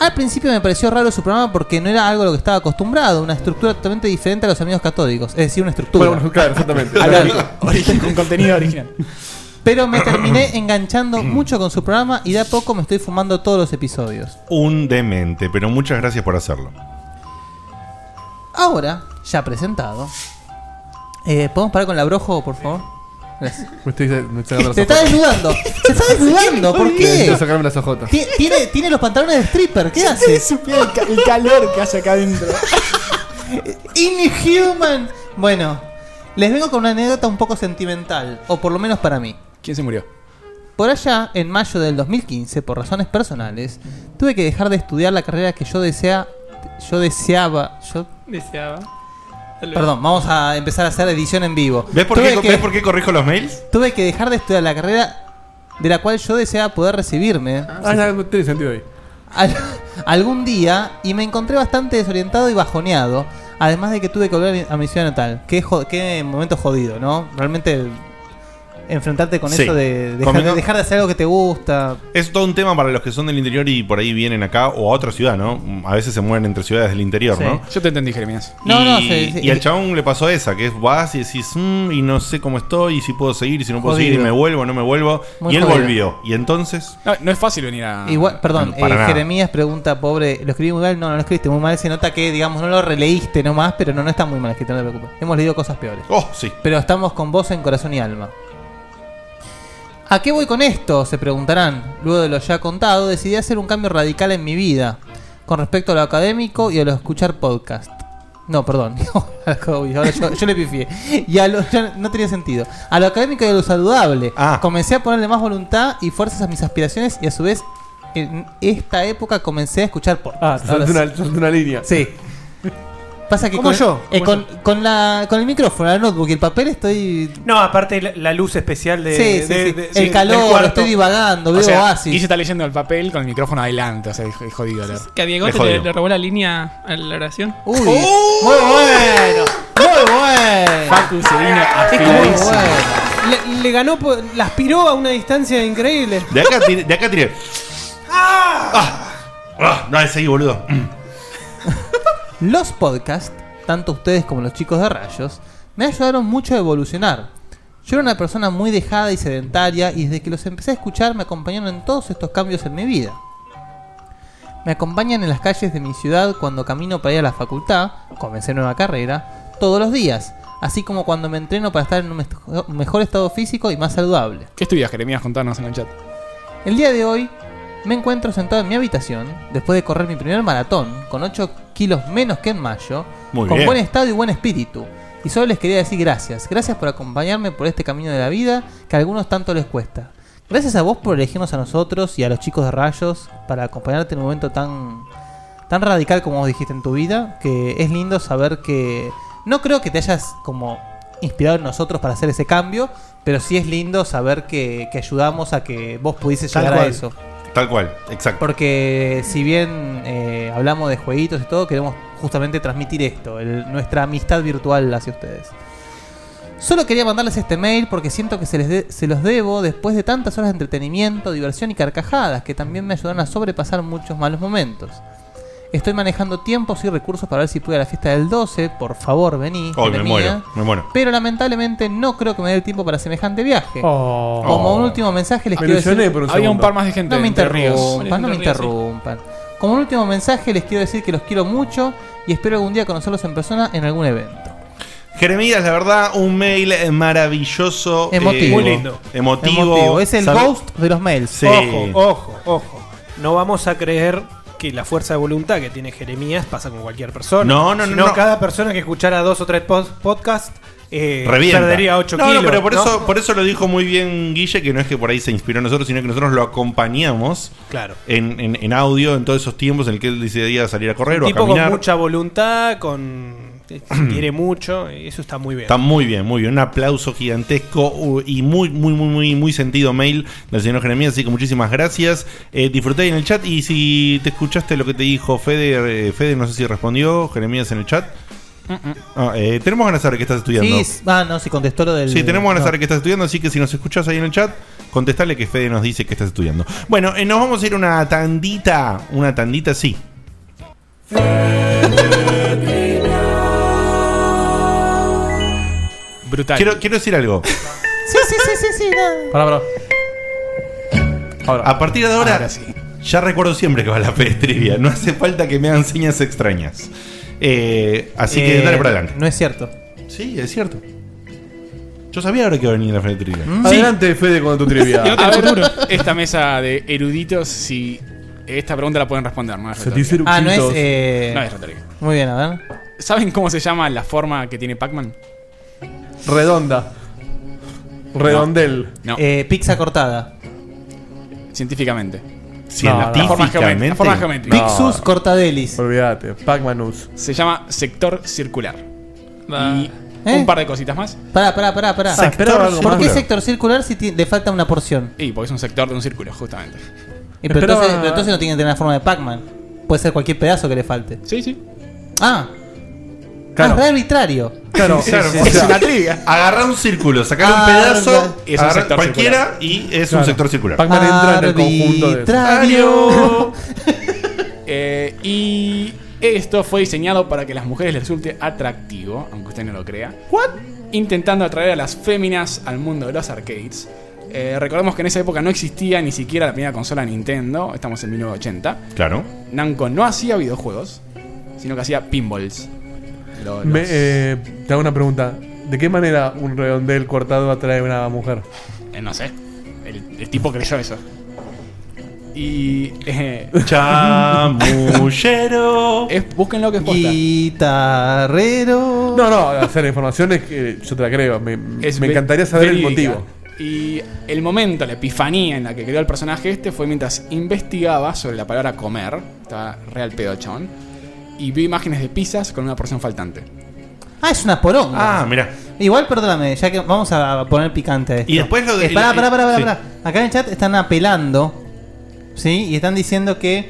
Al principio me pareció raro su programa porque no era algo a lo que estaba acostumbrado, una estructura totalmente diferente a los amigos catódicos, es decir, una estructura. Bueno, claro, exactamente. con contenido original. Pero me terminé enganchando mucho con su programa y de a poco me estoy fumando todos los episodios. Un demente, pero muchas gracias por hacerlo. Ahora, ya presentado. Eh, ¿Podemos parar con la brojo, por favor? Gracias. Me estoy, me estoy agarrando las Se está ojotas. desnudando. Se está desnudando. ¿Por qué? Necesito sacarme las ojotas. Ti- Tiene, tiene los pantalones de stripper. ¿Qué hace? el, calor que hace acá adentro. Inhuman. Bueno, les vengo con una anécdota un poco sentimental, o por lo menos para mí. ¿Quién se murió? Por allá, en mayo del 2015, por razones personales, tuve que dejar de estudiar la carrera que yo desea, yo deseaba, yo Deseaba. Perdón, vamos a empezar a hacer edición en vivo. ¿Ves por, Tuve qué, que- ¿Ves por qué corrijo los mails? Tuve que dejar de estudiar la carrera de la cual yo deseaba poder recibirme Ah, ya, no tiene sentido ahí. al- algún día y me encontré bastante desorientado y bajoneado. Además de que tuve que volver a mi- a mi ciudad natal. Qué, jo- qué momento jodido, ¿no? Realmente el- enfrentarte con Sí. eso de dejar, Convengamos- dejar de hacer algo que te gusta. Es todo un tema para los que son del interior y por ahí vienen acá o a otra ciudad, ¿no? A veces se mueven entre ciudades del interior, Sí. ¿no? Yo te entendí, Jeremías. No, y, no, sí, sí. y al chabón le pasó esa, que es vas y decís, "Mm, y no sé cómo estoy, y si puedo seguir, y si no puedo Jodido. seguir, y me vuelvo, no me vuelvo. Muy y él jodido. volvió. Y entonces, No, no es fácil venir a. Igual, perdón, no, para eh, nada. Jeremías pregunta, pobre, ¿lo escribí muy mal? No, no lo escribiste muy mal. Se nota que, digamos, no lo releíste nomás, pero no, no está muy mal escrito, no te preocupes. Hemos leído cosas peores. oh, sí. Pero estamos con vos en corazón y alma. ¿A qué voy con esto? Se preguntarán. Luego de lo ya contado, decidí hacer un cambio radical en mi vida con respecto a lo académico y a lo de escuchar podcast. No, perdón. Uy, Ahora yo, yo le pifié. Y a lo, ya no tenía sentido. A lo académico y a lo saludable. Ah. Comencé a ponerle más voluntad y fuerzas a mis aspiraciones y a su vez, en esta época comencé a escuchar podcast. Ah, Ahora salté sí. una, salté una línea. Sí. Pasa que Como con, yo, eh, como con, con la, con el micrófono, el notebook y el papel estoy. No, aparte la, la luz especial de. Sí, sí, de- sí. de- El del calor, cuarto. estoy divagando, O veo sea, oasis. Y se está leyendo el papel con el micrófono adelante, o sea, es es jodido leer. Que a Diego Me te jodió. le, le robó la línea a la oración. ¡Oh! Uy, muy bueno, muy bueno. Facu se vino Es como muy afiladísimo. bueno. Le, le ganó, por- la aspiró a una distancia increíble. De acá tiré. De acá tiré. Ah, no, seguí, boludo. Los podcasts, tanto ustedes como los chicos de Rayos, me ayudaron mucho a evolucionar. Yo era una persona muy dejada y sedentaria y desde que los empecé a escuchar me acompañaron en todos estos cambios en mi vida. Me acompañan en las calles de mi ciudad cuando camino para ir a la facultad, comencé nueva carrera, todos los días, así como cuando me entreno para estar en un mejo- mejor estado físico y más saludable. ¿Qué estudias, Jeremías? Contanos en el chat. El día de hoy me encuentro sentado en mi habitación después de correr mi primer maratón con 8 kilos menos que en mayo, Muy con bien. buen estado y buen espíritu. Y solo les quería decir gracias, gracias por acompañarme por este camino de la vida que a algunos tanto les cuesta. Gracias a vos por elegirnos a nosotros y a los chicos de Rayos para acompañarte en un momento tan tan radical como vos dijiste en tu vida, que es lindo saber que no creo que te hayas como inspirado en nosotros para hacer ese cambio, pero sí es lindo saber que, que ayudamos a que vos pudieses Tal llegar a cual. eso. Tal cual, exacto. Porque si bien eh, hablamos de jueguitos y todo, queremos justamente transmitir esto, el- nuestra amistad virtual hacia ustedes. Solo quería mandarles este mail porque siento que se, les de- se los debo después de tantas horas de entretenimiento, diversión y carcajadas que también me ayudaron a sobrepasar muchos malos momentos. Estoy manejando tiempos y recursos para ver si puedo ir a la fiesta del 12. Por favor, vení. Hoy me Jeremía. muero, me muero. Pero lamentablemente no creo que me dé el tiempo para semejante viaje. Oh. Como un último mensaje les Me quiero decir... ilusioné por un Ah, Había un segundo. par más de gente No me de Entre Ríos. interrumpan, no me Entre Ríos, sí. interrumpan. Como un último mensaje les quiero decir que los quiero mucho y espero algún día conocerlos en persona en algún evento. Jeremías, la verdad, un mail maravilloso. Emotivo. eh, Muy lindo. Emotivo. Emotivo. Es el Sabe- ghost de los mails. Sí. Ojo, ojo, ojo. No vamos a creer que la fuerza de voluntad que tiene Jeremías pasa con cualquier persona. No, no, no, Sino no. Cada persona que escuchara dos o tres pod- podcasts eh, Revienta. perdería 8 no, kilos. No, pero por, ¿no? Eso, por eso lo dijo muy bien Guille, que no es que por ahí se inspiró en nosotros, sino que nosotros lo acompañamos Claro. en, en- en audio en todos esos tiempos en el que él decidía salir a correr o a tipo con caminar. mucha voluntad, con que quiere mucho, y eso está muy bien. Está muy bien, muy bien. Un aplauso gigantesco uh, y muy, muy, muy, muy, muy sentido mail del señor Jeremías. Así que muchísimas gracias. Eh, disfruté en el chat y si te escuchaste lo que te dijo Fede, eh, Fede no sé si respondió Jeremías en el chat. Ah, eh, tenemos ganas de saber qué estás estudiando. Mm, Sí, s- ah, no, si contestó lo del. Sí, tenemos ganas de no. saber que estás estudiando, así que si nos escuchás ahí en el chat, contestale que Fede nos dice que estás estudiando. Bueno, eh, nos vamos a ir a una tandita. Una tandita, sí. Brutal. Quiero, quiero decir algo. Sí, sí, sí, sí, sí. no. Pará, pará. Ahora. A partir de ahora, Ahora sí. ya recuerdo siempre que va la Fede Trivia. No hace falta que me hagan señas extrañas. Eh, así que Eh, dale para adelante. No es cierto. Sí, es cierto. Yo sabía ahora que iba a venir la Fede Trivia. Mm. Adelante, Fede, con tu trivia. A ver, esta mesa de eruditos, si esta pregunta la pueden responder, no es Se te retórica. dice Ah, no es. eructitos. eh, No es retórica. Muy bien, a ver. ¿Saben cómo se llama la forma que tiene Pac-Man? Redonda. Redondel. No, Eh, pizza cortada. científicamente. Científicamente. La forma geométrica. La forma geométrica. No. Pixus cortadelis. Olvídate. Pac-Manus. Se llama sector circular. Y ¿Eh? un par de cositas más. Pará, pará, pará, pará. Ah, esperaba algo ¿Por más. qué sector circular si ti- le falta una porción? Y porque es un sector de un círculo, justamente. Y pero, Esperaba- entonces, pero entonces no tiene que tener la forma de Pac-Man. Puede ser cualquier pedazo que le falte. Sí, sí. Ah, Claro. ah, re arbitrario. Claro. Claro, Sí, o sí, sea, sí. Agarrá un círculo, sacá un Ah, pedazo, verdad. Y es un agarrá sector cualquiera y es un Claro. sector circular. Pac-Man entra en el conjunto de. eso. Arbitrario. Eh, y esto fue diseñado para que las mujeres les resulte atractivo, aunque usted no lo crea. ¿What? Intentando atraer a las féminas al mundo de los arcades. Eh, recordemos que en esa época no existía ni siquiera la primera consola Nintendo, estamos en 1980. Claro. Namco no hacía videojuegos, sino que hacía pinballs. Lo- Me, los- eh, te hago una pregunta. ¿De qué manera un redondel cortado atrae a una mujer? eh, no sé, el, el tipo creyó eso. Y eh, Chamullero. es, busquen lo que es posta. Guitarrero. No, no, o sea, la información es que yo te la creo. Me, Es me ve- encantaría saber el verídica. motivo. Y el momento, la epifanía en la que creó el personaje este fue mientras investigaba sobre la palabra comer. Estaba real pedo, chabón. y vi imágenes de pizzas con una porción faltante. Ah, es una poronga. Ah, mirá. Igual, perdóname, ya que vamos a poner picante a esto. Y después lo de- Eh, pará, pará, pará, Sí. pará. Acá en el chat están apelando. ¿Sí? Y están diciendo que.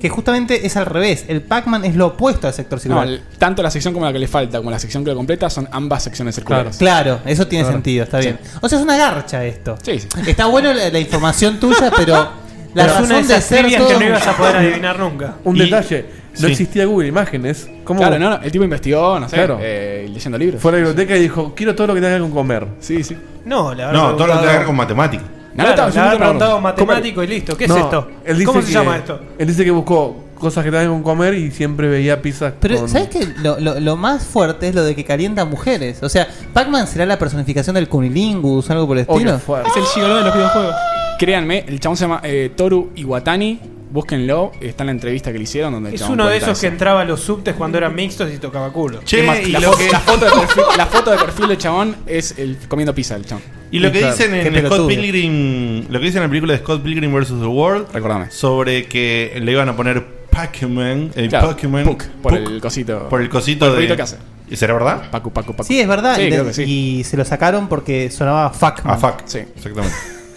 Que justamente es al revés. El Pac-Man es lo opuesto al sector No, circular. el- tanto la sección como la que le falta, como la sección que lo completa, son ambas secciones circulares. Claro, eso tiene Claro. sentido, está Sí. bien. O sea, es una garcha esto. Eh, Sí, sí. Está bueno la, la información tuya, pero la Pero es una razón de de esas ser trivias todo... que no ibas a poder adivinar nunca. Un Y- detalle, sí. no existía Google Imágenes. ¿Cómo? Claro, no, no, el tipo investigó, no sé, Claro. eh, leyendo libros. Fue a la biblioteca y dijo, quiero todo lo que tenga que ver con comer. Sí, sí. No, la No, todo lo que tenga que ver con matemáticas. Claro, le habrá preguntado matemático y listo. ¿Qué es esto? ¿Cómo se llama esto? Él dice que buscó cosas que tengan que ver con comer y siempre veía pizzas Pero, con... ¿sabes qué? Lo, lo- lo más fuerte es lo de que calienta mujeres. O sea, Pac-Man será la personificación del cunilingus, algo por el estilo. Es el gigolo de los videojuegos. Créanme, el chabón se llama eh, Toru Iwatani. Búsquenlo, está en la entrevista que le hicieron. Donde el Es chabón uno de cuenta esos que eso. entraba a los subtes cuando eran mixtos y tocaba culo. Es más, la, fo- la foto de perfil, la foto de perfil del chabón es el comiendo pizza del chabón. Y lo que dicen en Scott Pilgrim, lo que dicen en la película de Scott Pilgrim vs. the World, sobre que le iban a poner Pac-Man, eh, Claro, Pac-Man, Puck, por Puck, el cosito. por el cosito por el ruido de que hace. ¿Y será verdad? Pacu, pacu, pacu. Sí, es verdad. Sí, y, creo que sí. y se lo sacaron porque sonaba Fuckman. Ah, fuck. Sí. Exactamente.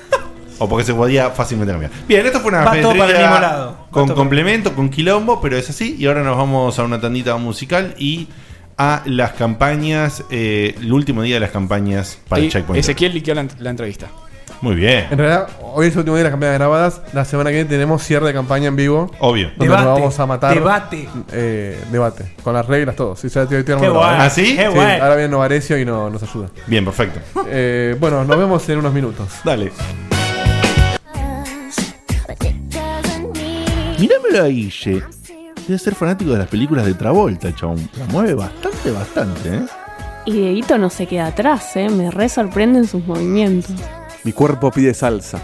o porque se podía fácilmente cambiar. Bien, esto fue una Va todo fetrilla para el mismo lado. Va con todo complemento, con quilombo, pero es así. Y ahora nos vamos a una tandita musical y a las campañas, eh, el último día de las campañas para Ahí, el checkpoint. Ezequiel liqueó la, la entrevista. Muy bien. En realidad, hoy es el último día de las campañas grabadas. La semana que viene tenemos cierre de campaña en vivo. Obvio. Donde Debate, nos vamos a matar. debate. Eh, debate. Con las reglas, todo. Sí, ya te- te- te- Qué guay, ¿Ah, sí? qué Sí, guay. ahora viene Novarecio y no, nos ayuda. Bien, perfecto. Eh, bueno, nos vemos en unos minutos. Dale. Mirámelo a Guille. Debe ser fanático de las películas de Travolta, chabón. La mueve bastante, bastante, ¿eh? Y Dieguito no se queda atrás, ¿eh? Me re sorprenden sus movimientos. Mi cuerpo pide salsa.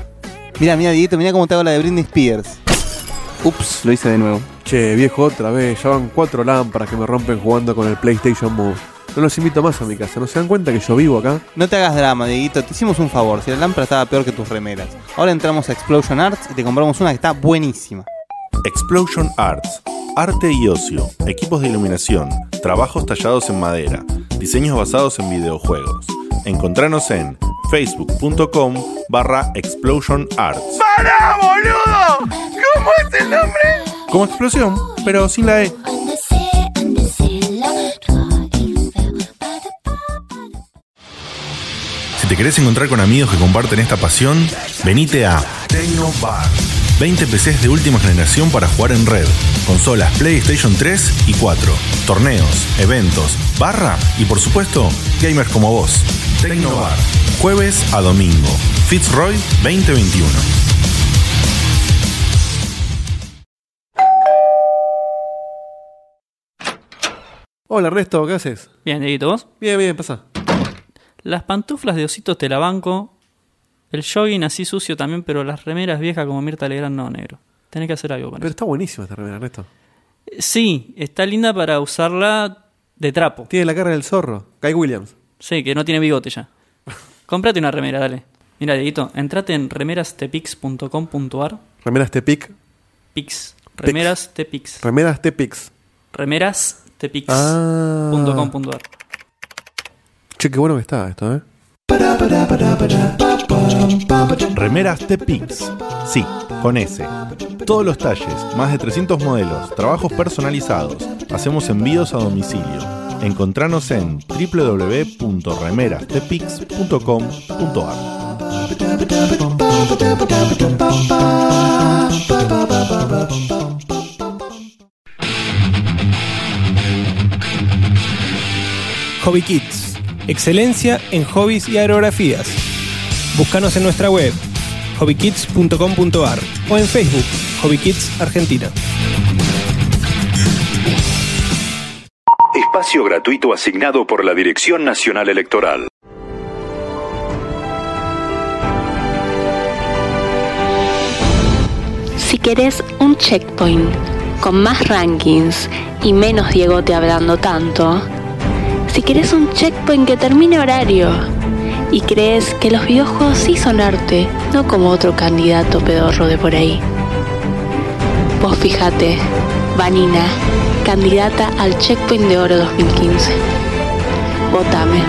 Mira, mira, Dieguito, mira cómo te hago la de Britney Spears. Ups, lo hice de nuevo. Che, viejo, otra vez. Ya van cuatro lámparas que me rompen jugando con el PlayStation Move. No los invito más a mi casa. ¿No se dan cuenta que yo vivo acá? No te hagas drama, Dieguito. Te hicimos un favor. Si la lámpara estaba peor que tus remeras. Ahora entramos a Explosion Arts y te compramos una que está buenísima. Explosion Arts. Arte y ocio, equipos de iluminación, trabajos tallados en madera, diseños basados en videojuegos. Encontranos en facebook.com barra Explosion Arts. ¡Para, boludo! ¿Cómo es el nombre? Como explosión, pero sin la E. Si te querés encontrar con amigos que comparten esta pasión, venite a Tecnobar. 20 PCs de última generación para jugar en red. Consolas PlayStation 3 y 4. Torneos, eventos, barra y por supuesto, gamers como vos. Tecnobar. Jueves a domingo. Fitzroy 2021. Hola, Ernesto, ¿qué haces? Bien, Dieguito, ¿vos? Bien, bien, pasa. Las pantuflas de ositos te la banco. El jogging así sucio también, pero las remeras viejas como Mirta Legrand no, negro. Tenés que hacer algo con Pero está buenísima esta remera, Ernesto. eso. Sí, está linda para usarla de trapo. Tiene la cara del zorro. Kai Williams. Sí, que no tiene bigote ya. Cómprate una remera, dale. Mira, Dieguito, entrate en remerastepix.com.ar. Remeras Tepic. Pix. Remeras Tepix. Remeras Tepix. Remeras Tepix. Ah. punto com punto ar. Che, qué bueno que está esto, ¿eh? Remeras Tepix. Sí, con S. Todos los talles, más de 300 modelos, trabajos personalizados. Hacemos envíos a domicilio. Encontranos en www.remerastepix.com.ar. Hobby Kids, excelencia en hobbies y aerografías. Búscanos en nuestra web hobbykids.com.ar o en Facebook Hobby Kids Argentina. Espacio gratuito asignado por la Dirección Nacional Electoral. Si querés un checkpoint con más rankings y menos Diegote hablando tanto, si querés un checkpoint que termine horario y crees que los videojuegos sí son arte, no como otro candidato pedorro de por ahí. Vos fíjate, Vanina, candidata al Checkpoint de Oro 2015. Votame.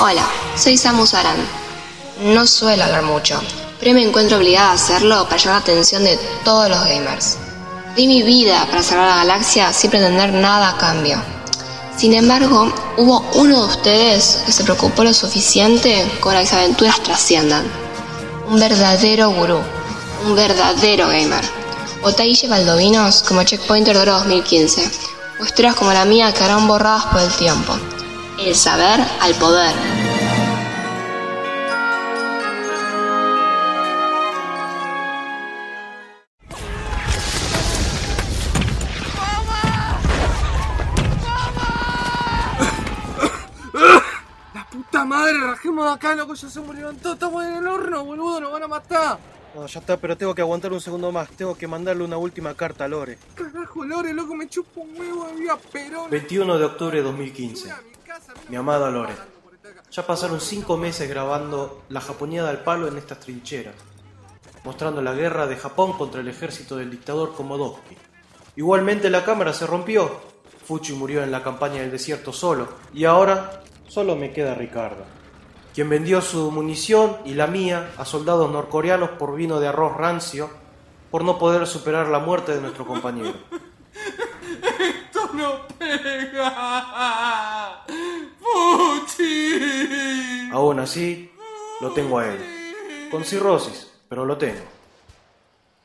Hola, soy Samu Saran. No suelo hablar mucho, pero me encuentro obligada a hacerlo para llamar la atención de todos los gamers. Di mi vida para salvar la galaxia sin pretender nada a cambio. Sin embargo, hubo uno de ustedes que se preocupó lo suficiente con que las aventuras trasciendan. Un verdadero gurú, un verdadero gamer. Otaille Baldovinos como Checkpointer de Oro 2015, o historias como la mía quedarán borradas por el tiempo. El saber al poder. ¡Ah! La puta madre, rajemos de acá, loco, ya se murieron todos, estamos en el horno, boludo, nos van a matar. No, ya está, pero tengo que aguantar un segundo más. Tengo que mandarle una última carta a Lore. Carajo, Lore, loco, me chupo un huevo de vida, pero... 21 de octubre de 2015. Mi amada Lore. Ya pasaron 5 meses grabando La Japoneada al Palo en estas trincheras, mostrando la guerra de Japón contra el ejército del dictador Komodowski. Igualmente la cámara se rompió. Fuchi murió en la campaña del desierto solo, y ahora solo me queda Ricardo, quien vendió su munición y la mía a soldados norcoreanos por vino de arroz rancio, por no poder superar la muerte de nuestro compañero. ¡Esto no pega! ¡Puchi! Aún así, lo tengo a él. Con cirrosis, pero lo tengo.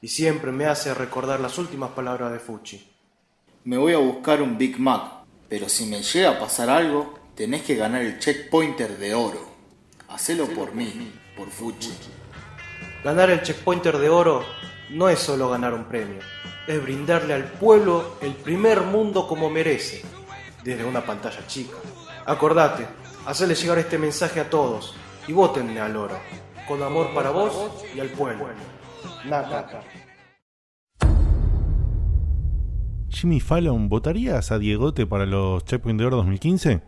Y siempre me hace recordar las últimas palabras de Fuchi. Me voy a buscar un Big Mac, pero si me llega a pasar algo, tenés que ganar el checkpointer de oro. Hacelo por mí, por Fuchi. Ganar el checkpointer de oro no es solo ganar un premio, es brindarle al pueblo el primer mundo como merece, desde una pantalla chica. Acordate, hacele llegar este mensaje a todos y votenle al oro, con amor para vos y al pueblo. Naka. Jimmy Fallon, ¿votarías a Diegote para los Checkpoint de Oro 2015?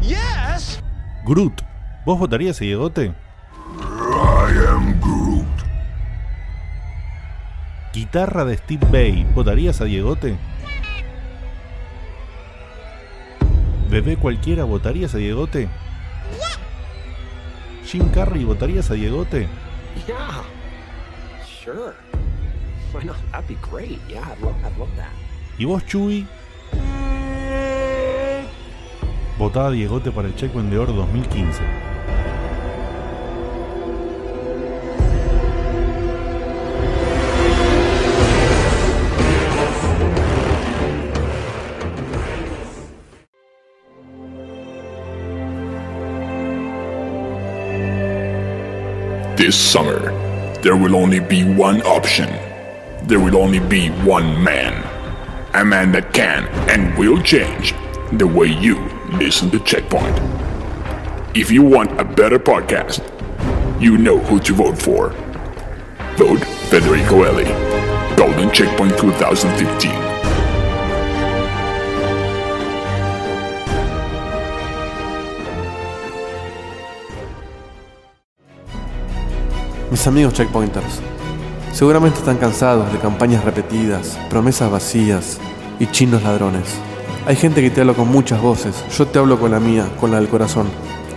Yes. Groot, ¿vos votarías a Diegote? Guitarra de Steve Bay, ¿votarías a Diegote? Bebé cualquiera, ¿votarías a Diegote? Jim Carrey, ¿votarías a Diegote? Yeah. Sure. Why not? That'd be great. Yeah, I'd love, I'd love that. ¿Y vos, Chuy? Votá a Diegote para el Checkpoint de Oro 2015. This summer, there will only be one option. There will only be one man. A man that can and will change the way you listen to Checkpoint. If you want a better podcast, you know who to vote for. Vote Federico Eli, Golden Checkpoint 2015. Mis amigos checkpointers, seguramente están cansados de campañas repetidas, promesas vacías y chinos ladrones. Hay gente que te habla con muchas voces, yo te hablo con la mía, con la del corazón,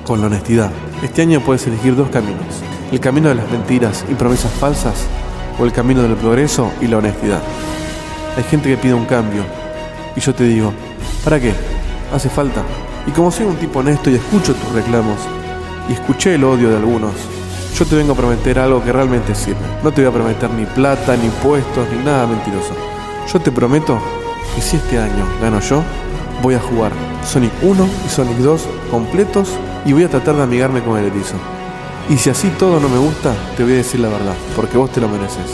con la honestidad. Este año puedes elegir dos caminos, el camino de las mentiras y promesas falsas o el camino del progreso y la honestidad. Hay gente que pide un cambio y yo te digo, ¿para qué? Hace falta. Y como soy un tipo honesto y escucho tus reclamos y escuché el odio de algunos, yo te vengo a prometer algo que realmente sirve. No te voy a prometer ni plata, ni puestos, ni nada mentiroso. Yo te prometo que si este año gano yo, voy a jugar Sonic 1 y Sonic 2 completos y voy a tratar de amigarme con el erizo. Y si así todo no me gusta, te voy a decir la verdad, porque vos te lo mereces.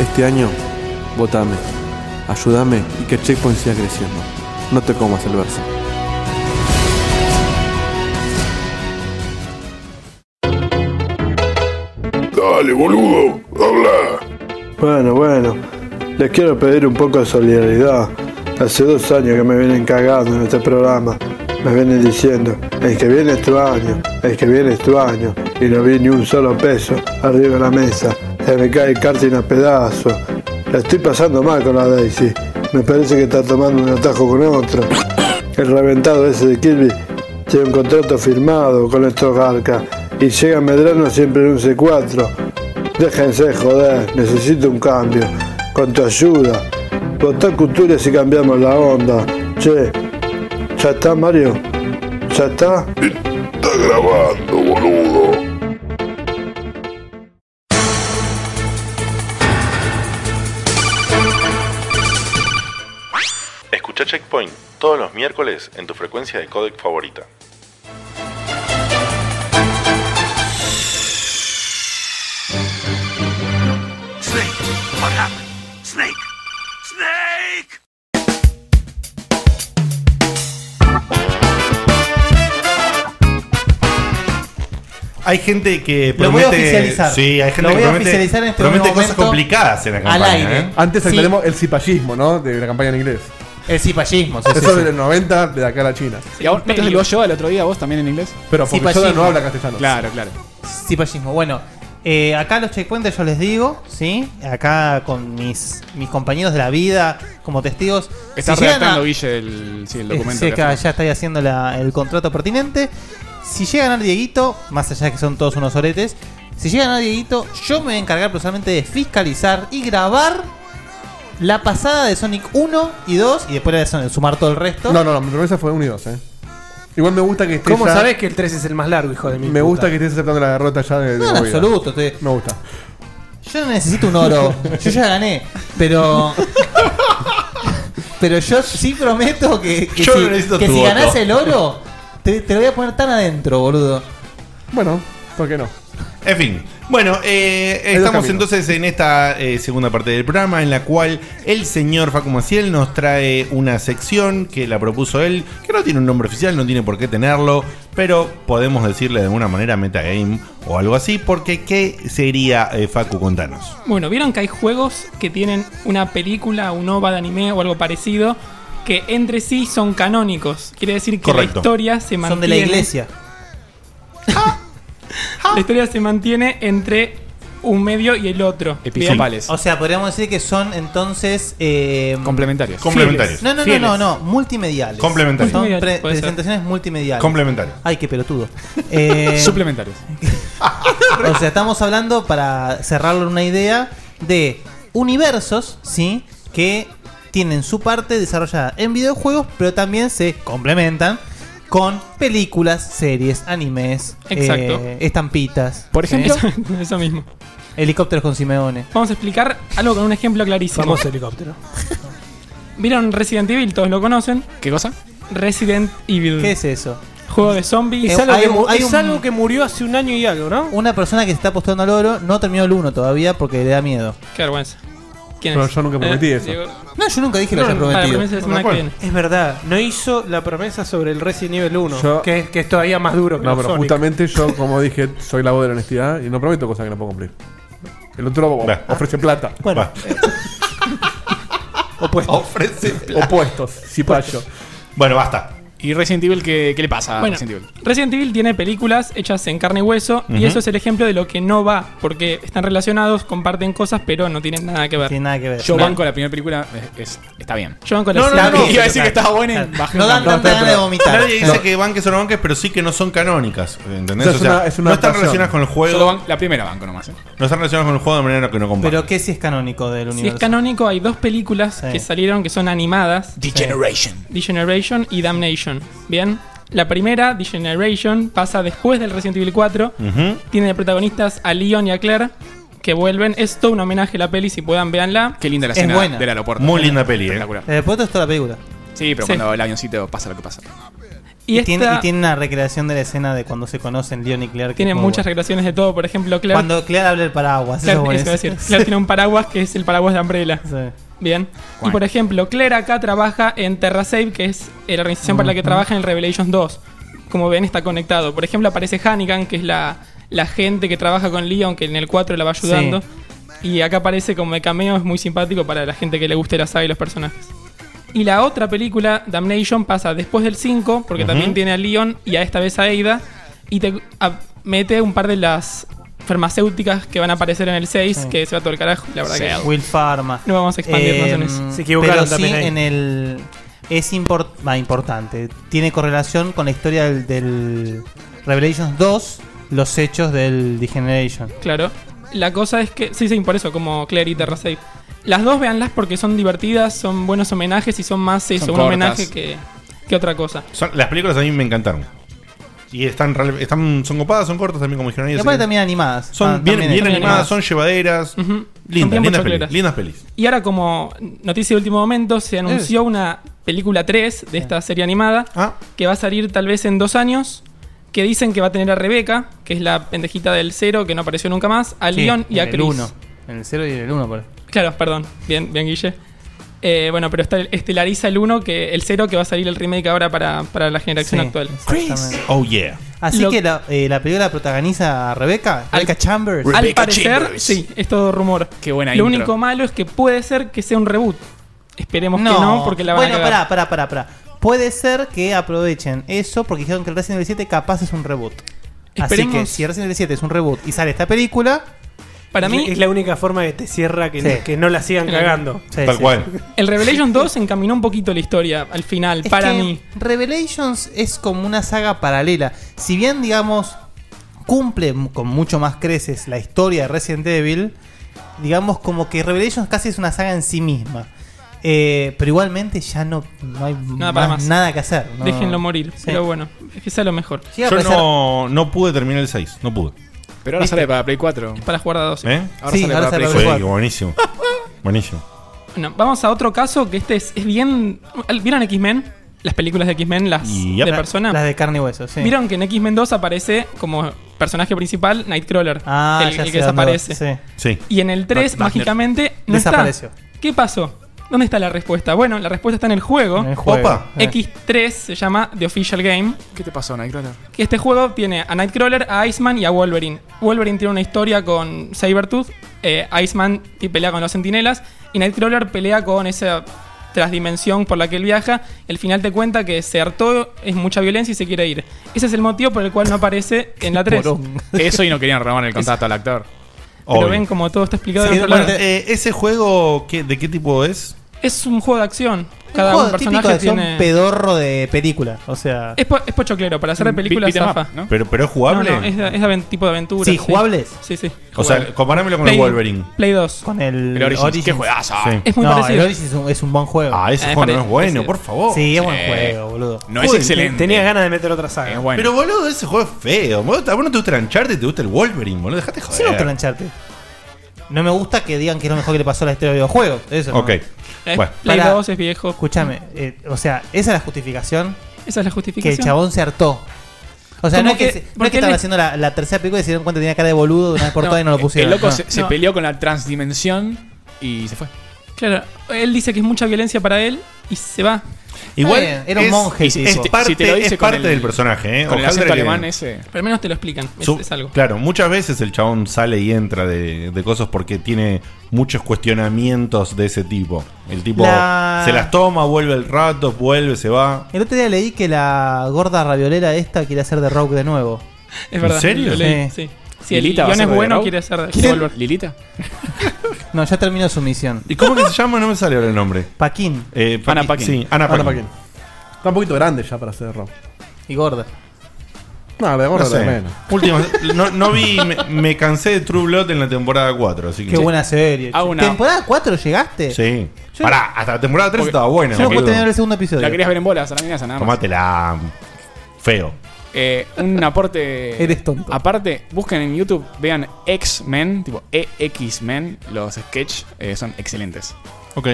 Este año, votame, ayúdame y que Checkpoint siga creciendo. No te comas el verso. The Dale, boludo, habla. Bueno, bueno, les quiero pedir un poco de solidaridad. Hace dos años que me vienen cagando en este programa. Me vienen diciendo, el que viene es tu año, el que viene es tu año. Y no vi ni un solo peso arriba de la mesa. Se me cae el karting a pedazos. La estoy pasando mal con la Daisy. Me parece que está tomando un atajo con otro. El reventado ese de Kirby tiene un contrato firmado con estos garcas. Y llega Medrano siempre en un C4. Déjense joder, necesito un cambio. Con tu ayuda. Votá cultura si cambiamos la onda. Che, ¿ya está Mario? ¿Ya está? Está grabando, boludo. Escucha Checkpoint todos los miércoles en tu frecuencia de codec favorita. Snake, what happened? Snake! Snake! Hay gente que Lo voy promete. a oficializar. Sí, hay gente Lo voy que a promete, oficializar en este promete momento cosas complicadas en la campaña. ¿eh? Antes Sí. aclaremos el cipallismo, ¿no? De la campaña en inglés. El cipallismo, sí, Eso sí, de sí. los 90, de acá a la China. ¿Y a vos no te lo yo el otro día, vos también en inglés? Pero porque Cipallismo. Yoda no habla castellano. Claro, claro. Cipallismo. Bueno, eh, acá los checkpointers yo les digo, ¿sí? Acá con mis, mis compañeros de la vida como testigos. Está Si llegan redactando a- Guille el, sí, el Eh, documento. sí, que acá hace. ya estáis haciendo la- el contrato pertinente. Si llega a ganar Dieguito, más allá de que son todos unos oretes, si llega a ganar Dieguito, yo me voy a encargar personalmente de fiscalizar y grabar la pasada de Sonic 1 y 2 y después de son- sumar todo el resto. No, no, no, mi promesa fue 1 y 2, eh. Igual me gusta que estés. ¿Cómo ya- sabés que el 3 es el más largo, hijo de mi Me puta? gusta que estés aceptando la derrota ya de. de No, en movida. absoluto, te- Me gusta. Yo no necesito un oro, yo ya gané, pero... Pero yo sí prometo que, que Yo si, no necesito que tu si voto. ganás el oro, te, te lo voy a poner tan adentro, boludo. Bueno, ¿por qué no? En fin. Bueno, eh, dos estamos caminos. entonces en esta eh, segunda parte del programa en la cual el señor Facu Maciel nos trae una sección que la propuso él, que no tiene un nombre oficial, no tiene por qué tenerlo, pero podemos decirle de alguna manera metagame o algo así, porque ¿qué sería eh, Facu? Contanos. Bueno, ¿vieron que hay juegos que tienen una película, un OVA de anime o algo parecido que entre sí son canónicos? Quiere decir que Correcto. la historia se mantiene. Son de la iglesia. La historia se mantiene entre un medio y el otro. O sea, podríamos decir que son entonces. eh, Complementarios. Complementarios. No, no, Fieles. no, no, no, multimediales. Complementarios. Son Multimediales, pre- puede ser. presentaciones multimediales. Complementarios. Ay, qué pelotudo. Eh, Suplementarios. o sea, estamos hablando, para cerrarlo en una idea, de universos, ¿sí? Que tienen su parte desarrollada en videojuegos, pero también se complementan con películas, series, animes, Exacto. eh, estampitas. Por ejemplo, ¿sí? eso mismo. helicópteros con Simeone. Vamos a explicar algo con un ejemplo clarísimo. Vamos, helicóptero. ¿Vieron Resident Evil? Todos lo conocen. ¿Qué cosa? Resident Evil. ¿Qué es eso? Juego de zombies. Es algo Hay que mu- un- hay es un- algo que murió hace un año y algo, ¿no? Una persona que se está apostando al oro no terminó el 1 todavía porque le da miedo. Qué vergüenza. ¿Quién Pero es? Eh, yo nunca prometí eso. No, yo nunca dije lo No, haya no, para, prometido. promesa de No me semana que acuerdo. viene. Es verdad, no hizo la promesa sobre el Resident Evil 1, Yo- que, es- que es todavía más duro que No, los pero Sonic. justamente yo, como dije, soy la voz de la honestidad y no prometo cosas que no puedo cumplir. El otro o- ofrece plata. Bueno. Va. Opuestos. Ofrece Opuestos. Cipayo. Bueno, basta. ¿Y Resident Evil qué, qué le pasa a Bueno, Ah, Resident Evil? Resident Evil tiene películas hechas en carne y hueso y Ujú. eso es el ejemplo de lo que no va, porque están relacionados, comparten cosas, pero no tienen nada que ver. Tiene nada que ver. Yo Claro. banco la primera película, es- es- está bien. Yo banco la no, no, primera no, no, película. Iba a decir que estaba buena y Ah, Claro. bajé No un dan cambio. tanta ganas de vomitar. Nadie dice No. que banques o no banques, pero sí que no son canónicas. ¿Entendés? O sea, es O sea, una- es una no están adaptación. relacionadas con el Yo lo juego. ban- la primera banco nomás. ¿eh? No están relacionadas con el juego de manera que no comparten. Pero ¿qué si es canónico del Si es universo? canónico, hay dos películas que salieron que son animadas. Degeneration. Degeneration y Damnation. Bien. La primera, Degeneration, pasa después del Resident Evil 4. Tiene de protagonistas a Leon y a Claire, que vuelven. Es todo un homenaje a la peli, si puedan, véanla. Qué linda la Es escena buena. del aeropuerto. Muy linda peli, ¿eh? Espectacular. El aeropuerto es toda la película. Sí, pero Sí. cuando el avioncito pasa lo que pasa. Y, Y tiene, esta- y tiene una recreación de la escena de cuando se conocen Leon y Claire. que Tiene es muy muchas buena. relaciones de todo. Por ejemplo, Claire. Cuando Claire habla el paraguas. Claire, eso es eso iba a decir. buenísimo. Claire tiene un paraguas que es el paraguas de Umbrella. Bien. Y Guay. por ejemplo, Claire acá trabaja en TerraSafe, que es eh, la organización para la que Ujú. trabaja en el Revelations 2. Como ven, está conectado. Por ejemplo, aparece Hannigan, que es la, la gente que trabaja con Lee, aunque en el 4 la va ayudando. Y acá aparece como de cameo, es muy simpático para la gente que le guste la saga y los personajes. Y la otra película, Damnation, pasa después del 5, porque Ujú. también tiene a Leon y a esta vez a Ada, y te a- mete un par de las farmacéuticas que van a aparecer en el 6, Sí. que se va todo el carajo, la verdad que... Will Pharma. No vamos a expandirnos en Eh, eso. pero sí en el es import- va, importante. Tiene correlación con la historia del, del Revelations 2, los hechos del Degeneration. Claro. La cosa es que. Sí, sí, por eso, como Claire y Terra Safe. Las dos véanlas porque son divertidas, son buenos homenajes y son más eso, Son un cortas. homenaje que, que otra cosa. Son- las películas a mí me encantaron. Y están, real- están son copadas, son cortas también, como dijeron Y ellos. aparte también animadas. Son Ah, bien, también bien están animadas, son llevaderas. Lindas, bien lindas pochocleras. pelis, lindas pelis. Y ahora, como noticia de último momento, se anunció una película 3 de esta serie animada Ah. que va a salir tal vez en dos años. Que dicen que va a tener a Rebeca, que es la pendejita del cero que no apareció nunca más, a Sí, Leon y en a el Chris. uno. En el 0 y en el 1, por Claro, perdón. Bien, bien, Guille. Eh, bueno, pero está, estelariza el 1, que, el 0, que va a salir el remake ahora para, para la generación Sí, actual. exactamente. Oh, yeah. Así Lo- que la, eh, la película protagoniza a Rebecca, Rebecca Chambers. Al parecer, sí, es todo rumor. Qué buena Lo intro. único malo es que puede ser que sea un reboot. Esperemos No, que no, porque la van bueno, a cagar. pará, pará, pará, pará. Puede ser que aprovechen eso porque dijeron que el Resident Evil 7 capaz es un reboot. Esperemos. Así que si Resident Evil 7 es un reboot y sale esta película, Para mí- es la única forma que te cierra que, Sí. no, que no la sigan Claro. cagando. Sí, Tal sí. cual. El Revelation 2 encaminó un poquito la historia al final, Es para que mí. Revelations es como una saga paralela. Si bien, digamos, cumple m- con mucho más creces la historia de Resident Evil, digamos como que Revelations casi es una saga en sí misma. Eh, pero igualmente ya no, no hay Nada nada, para más. nada que hacer. no. Déjenlo morir. Sí. Pero bueno, es que sea lo mejor. Yo no, no pude terminar el 6, no pude. Pero ahora ¿Viste? sale para Play 4. Es para jugar a dos. ¿Eh? Ahora Sí, sale ahora para sale Play para Sí, Play buenísimo. buenísimo. Bueno, vamos a otro caso que este es, es bien. ¿Vieron X-Men? Las películas de X-Men, las Yep. de persona. Las de carne y hueso, sí. Vieron que en X-Men 2 aparece como personaje principal Nightcrawler. Ah, el, ya el sé que dónde va, desaparece. Sí. Y en el 3, Bat- Batner. mágicamente, no Desapareció. está. ¿Qué pasó? ¿Dónde está la respuesta? Bueno, la respuesta está en el juego. el juego. Eh. Opa. X3 se llama The Official Game. ¿Qué te pasó, Nightcrawler? Que este juego tiene a Nightcrawler, a Iceman y a Wolverine. Wolverine tiene una historia con Sabertooth, eh, Iceman y pelea con los Centinelas y Nightcrawler pelea con esa transdimensión por la que él viaja. El final te cuenta que se hartó, es mucha violencia y se quiere ir. Ese es el motivo por el cual no aparece en la 3. Eso y no querían robar el contrato al actor. Pero Obvio. ven como todo está explicado en otro lado. Eh, ¿Ese juego qué- de qué tipo es? Es un juego de acción. Un Cada juego un típico personaje de acción tiene. pedorro de película. O sea. Es, po- es pochoclero, para hacer de Mm, película beat- beat 'em up, zafa. ¿no? ¿Pero, pero es jugable? No, no, es, de- es de aven- tipo de aventura. Sí, ¿jugables? Sí, sí. O sea, comparámelo con Play- el Wolverine. Play 2. Con el, El Origins. Qué juegazo. Sí. Es muy no, parecido. el Origins es un, es un buen juego. Ah, ese Eh, juego no pare- es bueno, parecido. por favor. Sí, es buen Sí. juego, boludo. No es Joder, excelente. Tenías ganas de meter otra saga. Pero boludo, ese juego es feo. Vos, a vos no te gusta el Uncharted, te gusta el Wolverine, boludo. Dejate joder. Sí, me gusta el Uncharted. No me gusta que digan que es lo mejor que le pasó a la historia de videojuegos. Eso. Ok. Eh, Bueno. Play 2 es viejo. Escúchame, eh, o sea, esa es la justificación. Esa es la Que justificación. el chabón se hartó. O sea, no Como es que, que- se- no es que porque estaban él- haciendo la, la tercera película y se dieron cuenta que tenía cara de boludo de una vez por No, eh, todas y no lo pusieron. Ah. El loco No. se, se No. peleó con la transdimensión y se fue. Claro, él dice que es mucha violencia para él y se va. Igual Está bien, es- Es, tipo. es parte, es parte del personaje, ¿eh? Ojalá le- Pero al menos te lo explican. Es, Su- es algo. Claro, muchas veces el chabón sale y entra de, de cosas porque tiene muchos cuestionamientos de ese tipo. El tipo La- se las toma, vuelve el rato, vuelve, se va. El otro día leí que la gorda raviolera esta quiere hacer de Rogue de nuevo. Es verdad, serio? lo leí, sí. Si el Lilita va a guión ser es de bueno, Raúl. quiere hacer de Eh. ¿Quién? Wolverine. ¿Lilita? No, ya terminó su misión. ¿Y cómo que se llama? No me sale ahora el nombre. Paquín. Eh, Paquín. Ana Paquín. Sí, Ana Ana Paquín. Paquín. Está un poquito grande ya para ser rock. Y gorda. No, la gorda No sé. la menos. Última- no, no vi, me, me cansé de True Blood en la temporada 4. Así que Qué buena serie. Ah, che. ¿Temporada 4 llegaste? Sí. Yo- Pará, hasta la temporada 3 Porque- estaba buena. Yo no puedo boludo. terminar el segundo episodio. La querías ver en bolas, a la amenaza, nada más. Tomátela. Feo. Eh, un aporte. Eres tonto. Aparte, busquen en YouTube, vean X-Men, tipo EX-Men. Los sketch eh, son excelentes. Ok.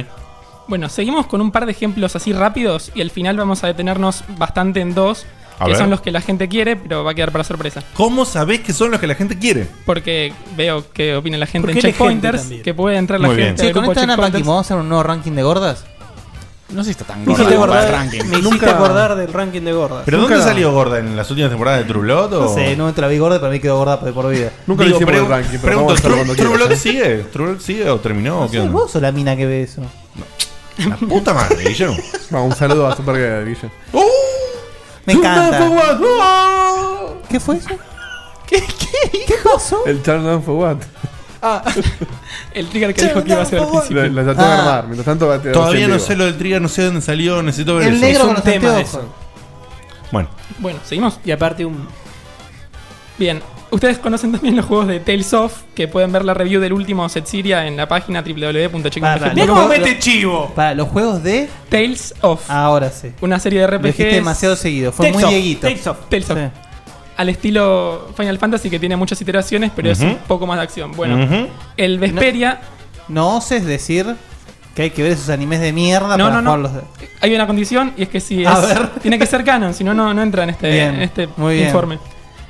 Bueno, seguimos con un par de ejemplos así rápidos y al final vamos a detenernos bastante en dos, A que ver. son los que la gente quiere, pero va a quedar para sorpresa. ¿Cómo sabés que son los que la gente quiere? Porque veo que opina la gente Porque en hay gente Checkpointers, también. que puede entrar la Muy bien. gente. Che, del con grupo esta Ana Paquín, Checkpointers. ¿vamos a hacer un nuevo ranking de gordas? No sé si está tan Me gorda hiciste como para el acordar, ranking. me hiciste acordar del ranking de gordas. ¿Pero Nunca- dónde salió gorda? ¿En las últimas temporadas de True Blood? O? No sé, no me la vi gorda, pero me quedó gorda de por vida. Nunca Digo, pregun- Pregunto, ¿True, True Blood sigue? ¿True Blood sigue o terminó? o qué ¿Sos onda? vos o la mina que ve eso? La puta madre, Guillermo. un saludo a Super Guillermo. Oh, Me encanta. Ah. ¿Qué fue eso? ¿Qué, pasó? El Turn Down for What. Ah. El trigger que dijo que iba a ser al principio. La, la Ah. tengo que armar. Mientras tanto, va a tener Todavía no en vivo. sé lo del trigger, no sé dónde salió, necesito ver El eso. negro Es un con los tema anteojos. eso. Bueno, Bueno, seguimos. Y aparte un... Bien, ustedes conocen también los juegos de Tales of, que pueden ver la review del último Setziria en la página www.checkpoint.com. Mirá cómo mete chivo! Para los juegos de Tales of. Ahora sí. Una serie de Lo RPGs. dijiste demasiado seguido, fue muy dieguito. Tales of. Tales of. Al estilo Final Fantasy, que tiene muchas iteraciones, pero es Ujú. un poco más de acción. Bueno, Ujú. el Vesperia... No oses decir que hay que ver esos animes de mierda No, para no, no. jugarlos. de- Hay una condición y es que si A es- ver. tiene que ser canon, si no, no no entra en este, Bien, en este muy bien. informe.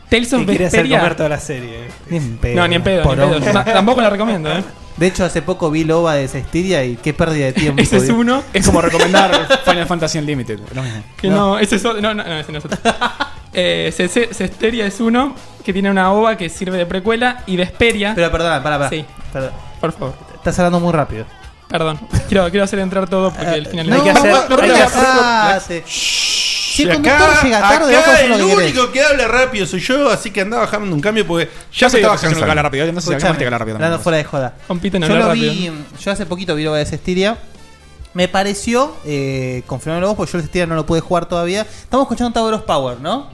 Tales of Te quiere hacer Vesperia- comer toda la serie. Ni en pedo. No, ni en pedo, ni en Porongo. pedo. No, tampoco la recomiendo, ¿eh? De hecho, hace poco vi Loba de Cestiria y qué pérdida de tiempo. Ese es uno. Es como recomendar Final Fantasy Unlimited. Lo mismo. Que no, ese es otro. No, no, no, ese no es otro. Eh, Ce- Ce- Cesteria es uno que tiene una ova que sirve de precuela y Vesperia. Pero perdona, para, para. Sí, Perdón. por favor. Estás hablando muy rápido. Perdón. Quiero, quiero hacer entrar todo porque al final Eh, no, no, no, no, ah, Si el conductor llega tarde, vos acá podés hacer el lo que querés. único que habla rápido soy yo, así que andaba bajando un cambio porque ya Yo me soy estaba el que no cansando. habla rápido, no sé si Escuchame, alguien más que habla rápido también. hablando fuera de joda. Compiten en yo hablar lo vi, rápido. yo hace poquito vi Loba de Cestiria. Me pareció, eh, confirmame vos, porque yo el Cestiria no lo pude jugar todavía. Estamos escuchando Tower of Power, ¿no?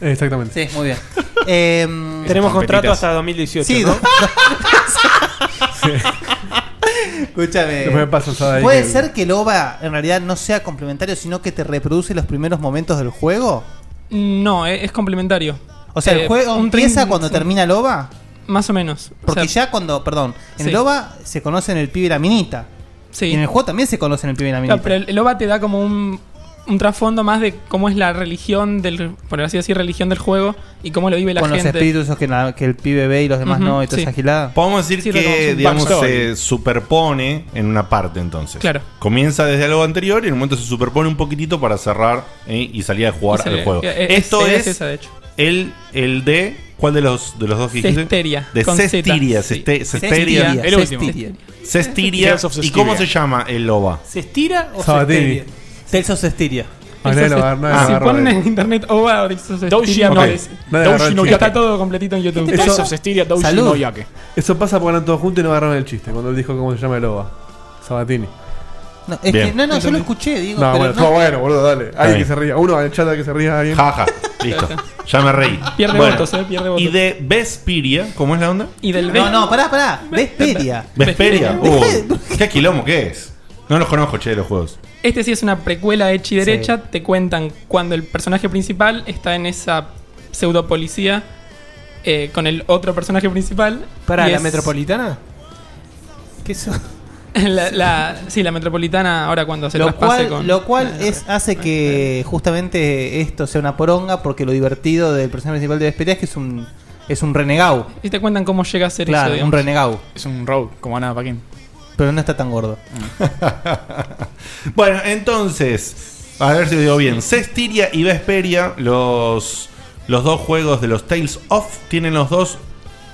Exactamente. Sí, muy bien. Em, Tenemos contrato hasta 2018. Sí, ¿no? do- Escúchame. Después me paso el sábado ahí ¿Puede que- ser que el OVA en realidad no sea complementario, sino que te reproduce los primeros momentos del juego? No, eh, es, es complementario. O sea, Eh, ¿el juego un empieza tren- cuando termina el OVA? Más o menos. Porque ya cuando, perdón, en Sí. el OVA se conocen el pibe y la minita. Sí. Y en el juego también se conocen el pibe y la minita. Claro, pero el, el OVA te da como un, un trasfondo más de cómo es la religión del. Por así decir, religión del juego y cómo lo vive la con los gente. espíritus esos que, na- que el pibe ve y los demás Ujú, no, y toda sí. esa gilada. Podemos decir Sí, que, reconozco un digamos, eh, backstory. se superpone en una parte entonces. Claro. Comienza desde algo anterior y en un momento se superpone un poquitito para cerrar ¿eh? y salir a Y jugar salir- al juego. eh, eh, Esto es es, esa, de hecho. El, el de. ¿Cuál de los, de los dos que dijiste? Cesteria, De con Cestiria. Z, sí. Cesteria. Cesteria, El último. Cesteria. Cestiria. Tales of ¿Y Cestiria. cómo se llama el loba? ¿Se estira o se Sabatini. estira? Tales of Cestiria. Nadie lo Eso agarró, se- nadie ah, si agarró ponen nadie. en internet OVA o Tales of Cestiria, Doushi no no Yake. es- Nadie agarró Doushi el no chiste. Está todo completito en YouTube. Tales of Cestiria, Doushi Salud. no Yake. Eso pasa porque eran todos juntos y no agarraron el chiste. Cuando él dijo cómo se llama el loba. Sabatini. No, es que, no, no, yo lo escuché, digo. No, pero bueno, no- estuvo bueno, boludo, dale. Está Alguien bien. que se ría. Uno en el chat que se ría alguien. Jaja. Listo. Ya me reí. Pierde Bueno, votos, eh, pierde votos. Y de Vesperia, ¿cómo es la onda? Y del No, no, pará, pará. Vesperia. Vesperia. Uh, ¿Qué quilombo que es? No los conozco, che, de los juegos. Este sí es una precuela hecha y derecha. Te cuentan cuando el personaje principal está en esa pseudo policía eh, con el otro personaje principal. ¿Para y la es- metropolitana? ¿Qué eso? la, la- sí, la metropolitana ahora cuando se lo traspase cual, con. lo cual es, hace que justamente esto sea una poronga, porque lo divertido del personaje principal de Vesperia es que es un, es un renegado. Y te cuentan cómo llega a ser Claro, un eso. digamos. renegado. Es un rogue, como Ana Paquín. Pero no está tan gordo. Mm. Bueno, entonces, a ver si lo digo bien. Cestiria y Vesperia, los, los dos juegos de los Tales of, tienen los dos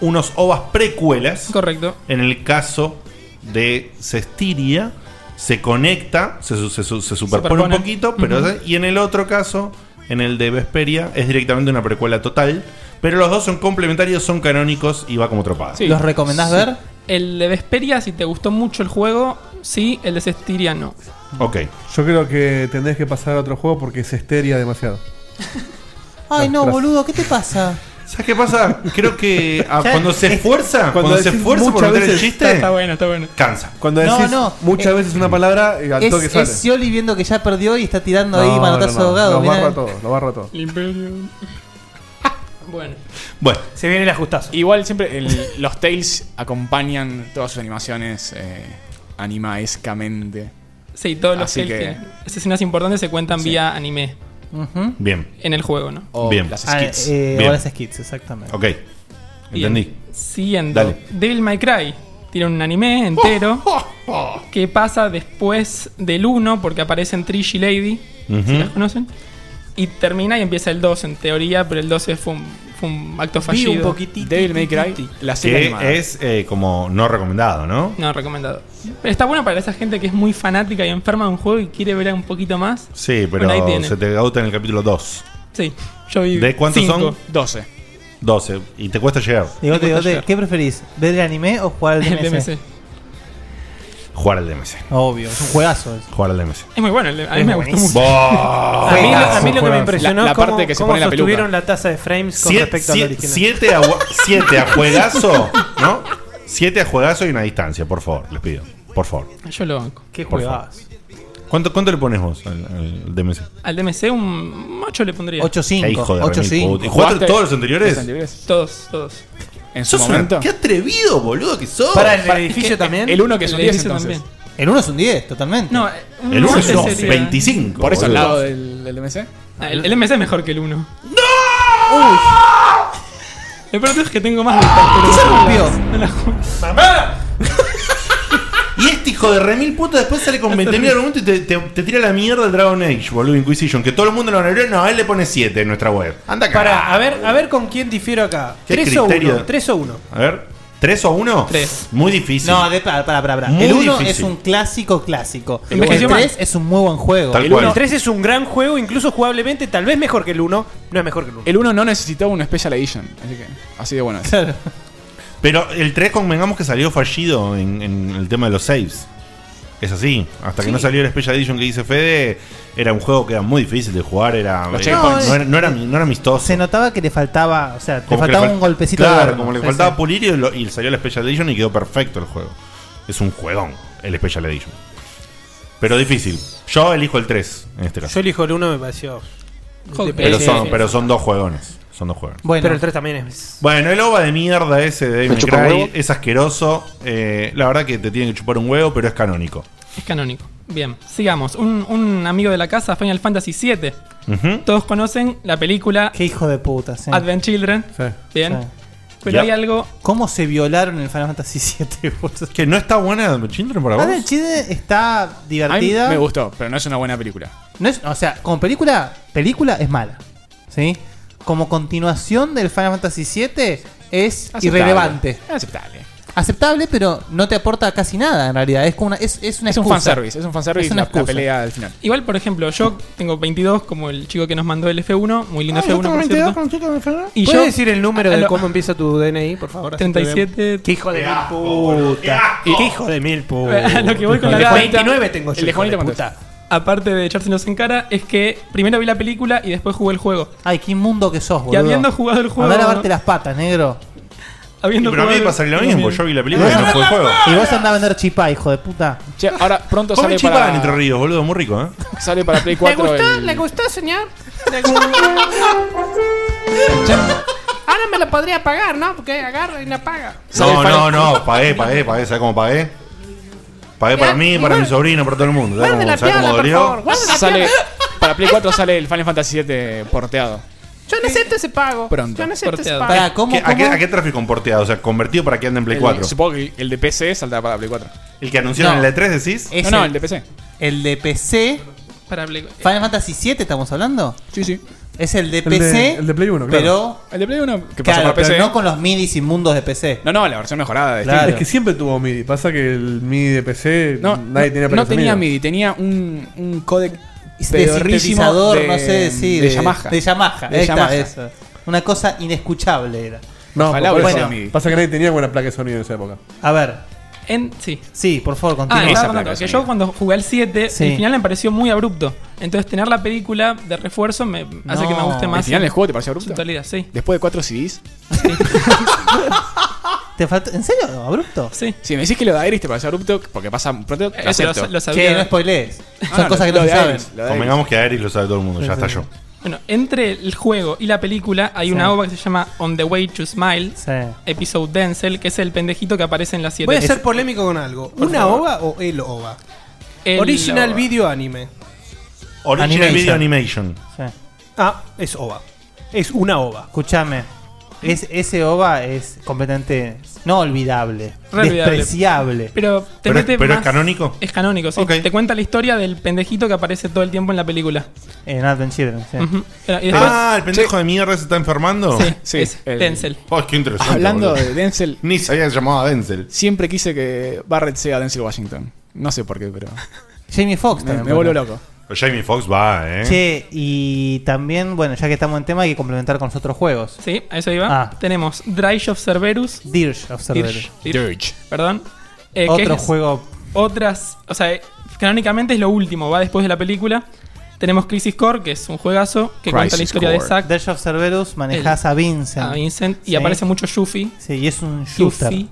unos ovas precuelas. Correcto. En el caso de Cestiria, se conecta, se, su- se su- se superpone, Superpone. un poquito, pero Ujú. y en el otro caso, en el de Vesperia, es directamente una precuela total. Pero los dos son complementarios, son canónicos y va como tropada. Sí. Sí. El de Vesperia, si te gustó mucho el juego, sí. El de Cestiria, no. Ok. Yo creo que tendrías que pasar a otro juego porque se esteria demasiado. Ay, no, Gracias. boludo, ¿qué te pasa? ¿Sabes qué pasa? Creo que ah, Ya, cuando se es- esfuerza, cuando, cuando se decís esfuerza por muchas meter el veces, chiste, está- está bueno, está bueno. Cansa. Cuando No, decís no, muchas eh, veces una palabra, y al toque Es, sale. es Scioli viendo que ya perdió y está tirando ahí manotazo no, ahogado. Lo mirá. barro a todo, lo barro a todo. bueno. Bueno. Se viene el ajustazo. Igual siempre el- los Tales acompañan todas sus animaciones eh, animaescamente. Sí, todos los Así Tales que- tienen- Las escenas importantes se cuentan vía anime. Ujú. Bien. En el juego, ¿no? O Bien. las Ah, skits. eh, Bien. o las skits, exactamente. Ok. Entendí. Siguiendo. Dale. Devil May Cry. Tienen un anime entero que pasa después del 1 porque aparecen Trish y Lady, si Ujú. las conocen. Y termina y empieza el 2 en teoría, pero el 2 es- fue un, fue un acto fallido. Devil May Cry, la serie que animada. es eh, como no recomendado, ¿no? No, recomendado. Pero está bueno para esa gente que es muy fanática y enferma de un juego y quiere ver un poquito más. Sí, pero Bueno, ahí tiene. se te agota en el capítulo 2. Sí, yo vi. ¿De cuántos cinco. son? 12. 12. Y te cuesta llegar. Digote, Digote, ¿qué preferís? ¿Ver el anime o jugar al El DMC? DMC. Jugar al DMC. Obvio, es un juegazo. eso. Jugar al DMC. Es muy bueno, el- a mí Es me gustó buenísimo. mucho. Bah. A mí, lo- a mí lo que me impresionó La- la es cómo, parte que se cómo pone la peluca. sostuvieron la tasa de frames con Siete- respecto al sie- original. siete a gua- siete a juegazo, ¿no? 7 a juegazo y una distancia, por favor, les pido. Por favor. Yo lo banco. ¿Qué Por favor. ¿Cuánto, ¿Cuánto le pones vos al, al DMC? Al DMC un 8 le pondría. Qué hijo de remil puta. ¿Y jugaste todos los anteriores? Todos, todos. En su Sos una- momento. qué atrevido, boludo, que sos. Para, ¿en el edificio también? El El edificio edificio también. El 1 es un 10, totalmente. No, El uno es un 25. Por eso al boludo. lado del, del MC. ¿eh? Ah, El, el MC es mejor que el 1. ¡No! Uy. El problema es que tengo más vistas, pero se rompió? No la ju- Y este hijo de remil puta después sale con 20.000 argumentos y te, te- te tira la mierda el Dragon Age, boludo, Inquisition. Que todo el mundo lo analiza. No, él le pone 7 en nuestra web. Anda acá. Pará, a ver, a ver con quién difiero acá. ¿Qué 3 o criterio? 1. 3 o 1. A ver, ¿3 o 1? Tres. Muy difícil. No, de, para, para, para. Muy el 1 difícil. es un clásico clásico. El Envejeció 3 mal. es un muy buen juego. Tal el cual. 1 3 es un gran juego, incluso jugablemente, tal vez mejor que el 1. No es mejor que el 1. El 1 no necesitaba una Special Edition. Así que, así de bueno. es. Pero el 3 convengamos que salió fallido en, en el tema de los saves. Es así. Hasta que Sí. no salió el Special Edition que dice Fede, era un juego que era muy difícil de jugar, era, Los era- checkpoints. no, era, no, era, no era amistoso. Se notaba que le faltaba, o sea, le Como que faltaba fal- un golpecito de Claro, verbo. como le Sí, faltaba sí. pulir y, lo- y salió el Special Edition y quedó perfecto el juego. Es un juegón el Special Edition. Pero difícil. Yo elijo el 3 en este caso. Yo elijo el 1, me pareció. de Pero PC. son, pero son dos juegones. Son dos juegones. Bueno. Pero el 3 también es. Bueno, el OVA de mierda ese de ¿Me David chupa un huevo? es asqueroso. Eh, la verdad que te tiene que chupar un huevo, pero es canónico. Es canónico. Bien, sigamos. Un, un amigo de la casa, Final Fantasy VII. Ujú. Todos conocen la película Qué hijo de puta, sí. Advent Children. Sí. Bien. Sí. Pero hay algo. ¿Cómo se violaron en el Final Fantasy VII? Que no está buena Children para vos. Advent Children Ah, está divertida. A mí me gustó, pero no es una buena película. No es- o sea, como película, película es mala. ¿Sí? Como continuación del Final Fantasy VII es Aceptable. irrelevante. Aceptable. Aceptable, pero no te aporta casi nada en realidad. Es como una, es, es una Es un excusa. fanservice, es un fanservice una la- la excusa. pelea al final. Igual, por ejemplo, yo tengo 22, como el chico que nos mandó el F1. Muy lindo Ah, yo F1, tengo por 22 cierto. con Y ¿Puedes yo- decir el número a de lo- cómo empieza tu DNI, por favor? Así te vemos. 37. Qué hijo de mil puta. Qué hijo de mil puta. A lo que voy con El la de data- 29 tengo yo. El de hijo de Juanito puta. Aparte de echárselos en cara, es que primero vi la película y después jugué el juego. Ay, qué inmundo que sos, boludo. habiendo jugado el juego- Andá a lavarte las patas, negro. Habiendo Pero a mí me pasaría lo mismo. Yo vi la película y no fue el juego. Y vos andás a vender chipá, hijo de puta. Che, ahora pronto Come sale chipán para, Entre Ríos, boludo, muy rico, ¿eh? sale para Play 4. el- gustó, señor? Ahora me lo podría pagar, ¿no? Porque agarro y la paga. Sale No, para- no, no, pagué, pagué, pagué. ¿Sabes cómo pagué? Pagué para mí, para mi sobrino, para todo el mundo. ¿Sabes cómo, sabés cómo dolió? Sale, para Play 4 sale el Final Fantasy VII porteado. Yo no acepto ese pago. Pronto. Yo no acepto ese pago. Pará, ¿cómo, ¿Qué- ¿A, qué, cómo? ¿A qué tráfico comporteado? O sea, convertido para que ande en Play El- 4. Supongo que el de PC saldrá para Play 4. ¿El que anunciaron en la E3 decís? Es No, no, el de PC. El de PC. Para Play- ¿Final Fantasy VII estamos hablando? Sí, sí. Es el de El de- PC. el de Play 1, Pero. claro. El de Play 1 que claro, pasa para pero PC. no con los midis inmundos de PC. No, no, la versión mejorada de Claro. Steam. Es que siempre tuvo MIDI. Pasa que el MIDI de PC No, nadie no- tenía no para tenía sonido. MIDI, tenía un, un codec de pedorrísimo sintetizador, no sé, sí, de, Yamaha. De Yamaha, De ahí está, Yamaha. eso. Una cosa inescuchable era. No, Ojalá por hubiese eso. MIDI. Pasa que nadie tenía buena placa de sonido en esa época. A ver. En, sí. Sí, por favor, Ah, continúa. estaba contando que yo cuando jugué al 7, Sí. el final me pareció muy abrupto. Entonces tener la película de refuerzo me hace que me guste más. ¿El final en del juego te pareció abrupto? su totalidad, sí. Después de 4 CDs. ¿Te faltó- ¿En serio? ¿Abrupto? Sí. Eh, Si me decís que lo de Iris te pareció abrupto, porque pasa pronto, lo eso acepto. lo- lo sabía. Che, no spoilees. Ah, Son no, cosas que lo no se de saben. Iris, lo de Iris. Convengamos que Aeris lo sabe todo el mundo, ya está yo. Bueno, entre el juego y la película hay una obra que se llama On the Way to Smile, Episode Denzel, que es el pendejito que aparece en la 7. Voy a ser polémico con algo. ¿Una favor. OVA o el OVA? El Original OVA. Video Anime. Original Animation. Video Animation. Sí. Ah, es OVA. Es una OVA. Escúchame. Es, ese OVA es completamente no olvidable, Re olvidable. despreciable. Pero, te Pero es- mete pero es más- canónico. Es canónico, sí. Te cuenta la historia del pendejito que aparece todo el tiempo en la película. En Advent Children, sí. Ujú. Y después- Ah, el pendejo de mierda se está enfermando. Sí, Sí, es el- Denzel. Oh, qué interesante. Hablando boludo. de Denzel. Ni se había llamado a Denzel. Siempre quise que Barrett sea Denzel Washington. No sé por qué, pero. Jamie Foxx Me, también. me vuelvo loco. Pero Jamie Foxx va, ¿eh? Che, y también, bueno, ya que estamos en tema, hay que complementar con los otros juegos. Sí, a eso iba. Ah. Tenemos Drive of Cerberus. Dirge of Cerberus. Dirge, Dirge, Perdón. Eh, Otro que es- juego. Otras. O sea, eh, canónicamente es lo último, va después de la película. Tenemos Crisis Core, que es un juegazo que cuenta la Crisis historia de Core. Zack. Dirge of Cerberus manejás El- a Vincent. a Vincent, y Sí. aparece mucho Yuffie. Sí, y es un shooter. Yuffie.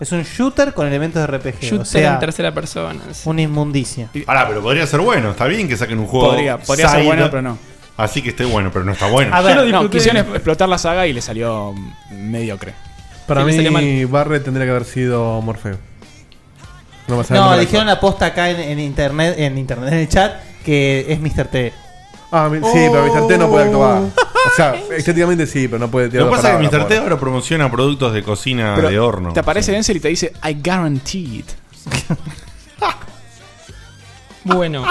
Es un shooter con elementos de RPG. o Shooter sea, en tercera persona. sí. una inmundicia. Ahora, pero podría ser bueno. Está bien que saquen un juego. Podría- podría ser bueno, pero no. Así que esté bueno, pero no está bueno. Yo lo no, quisieron es- explotar la saga y le salió mm, mediocre. Para Sí, le salió mí, Barret tendría que haber sido Morfeo. No vas a No, ver. dijeron la posta acá en, en internet, en internet, en el chat, que es Mr. T. Ah, mi- sí, pero Mr. T no puede actuar. O sea, estéticamente sí, pero no puede tirar Lo que la pasa es que palabra, Mr. T pobre. ahora promociona productos de cocina Pero Ah, de horno. Te aparece Denzel y te dice, I guarantee it. Bueno,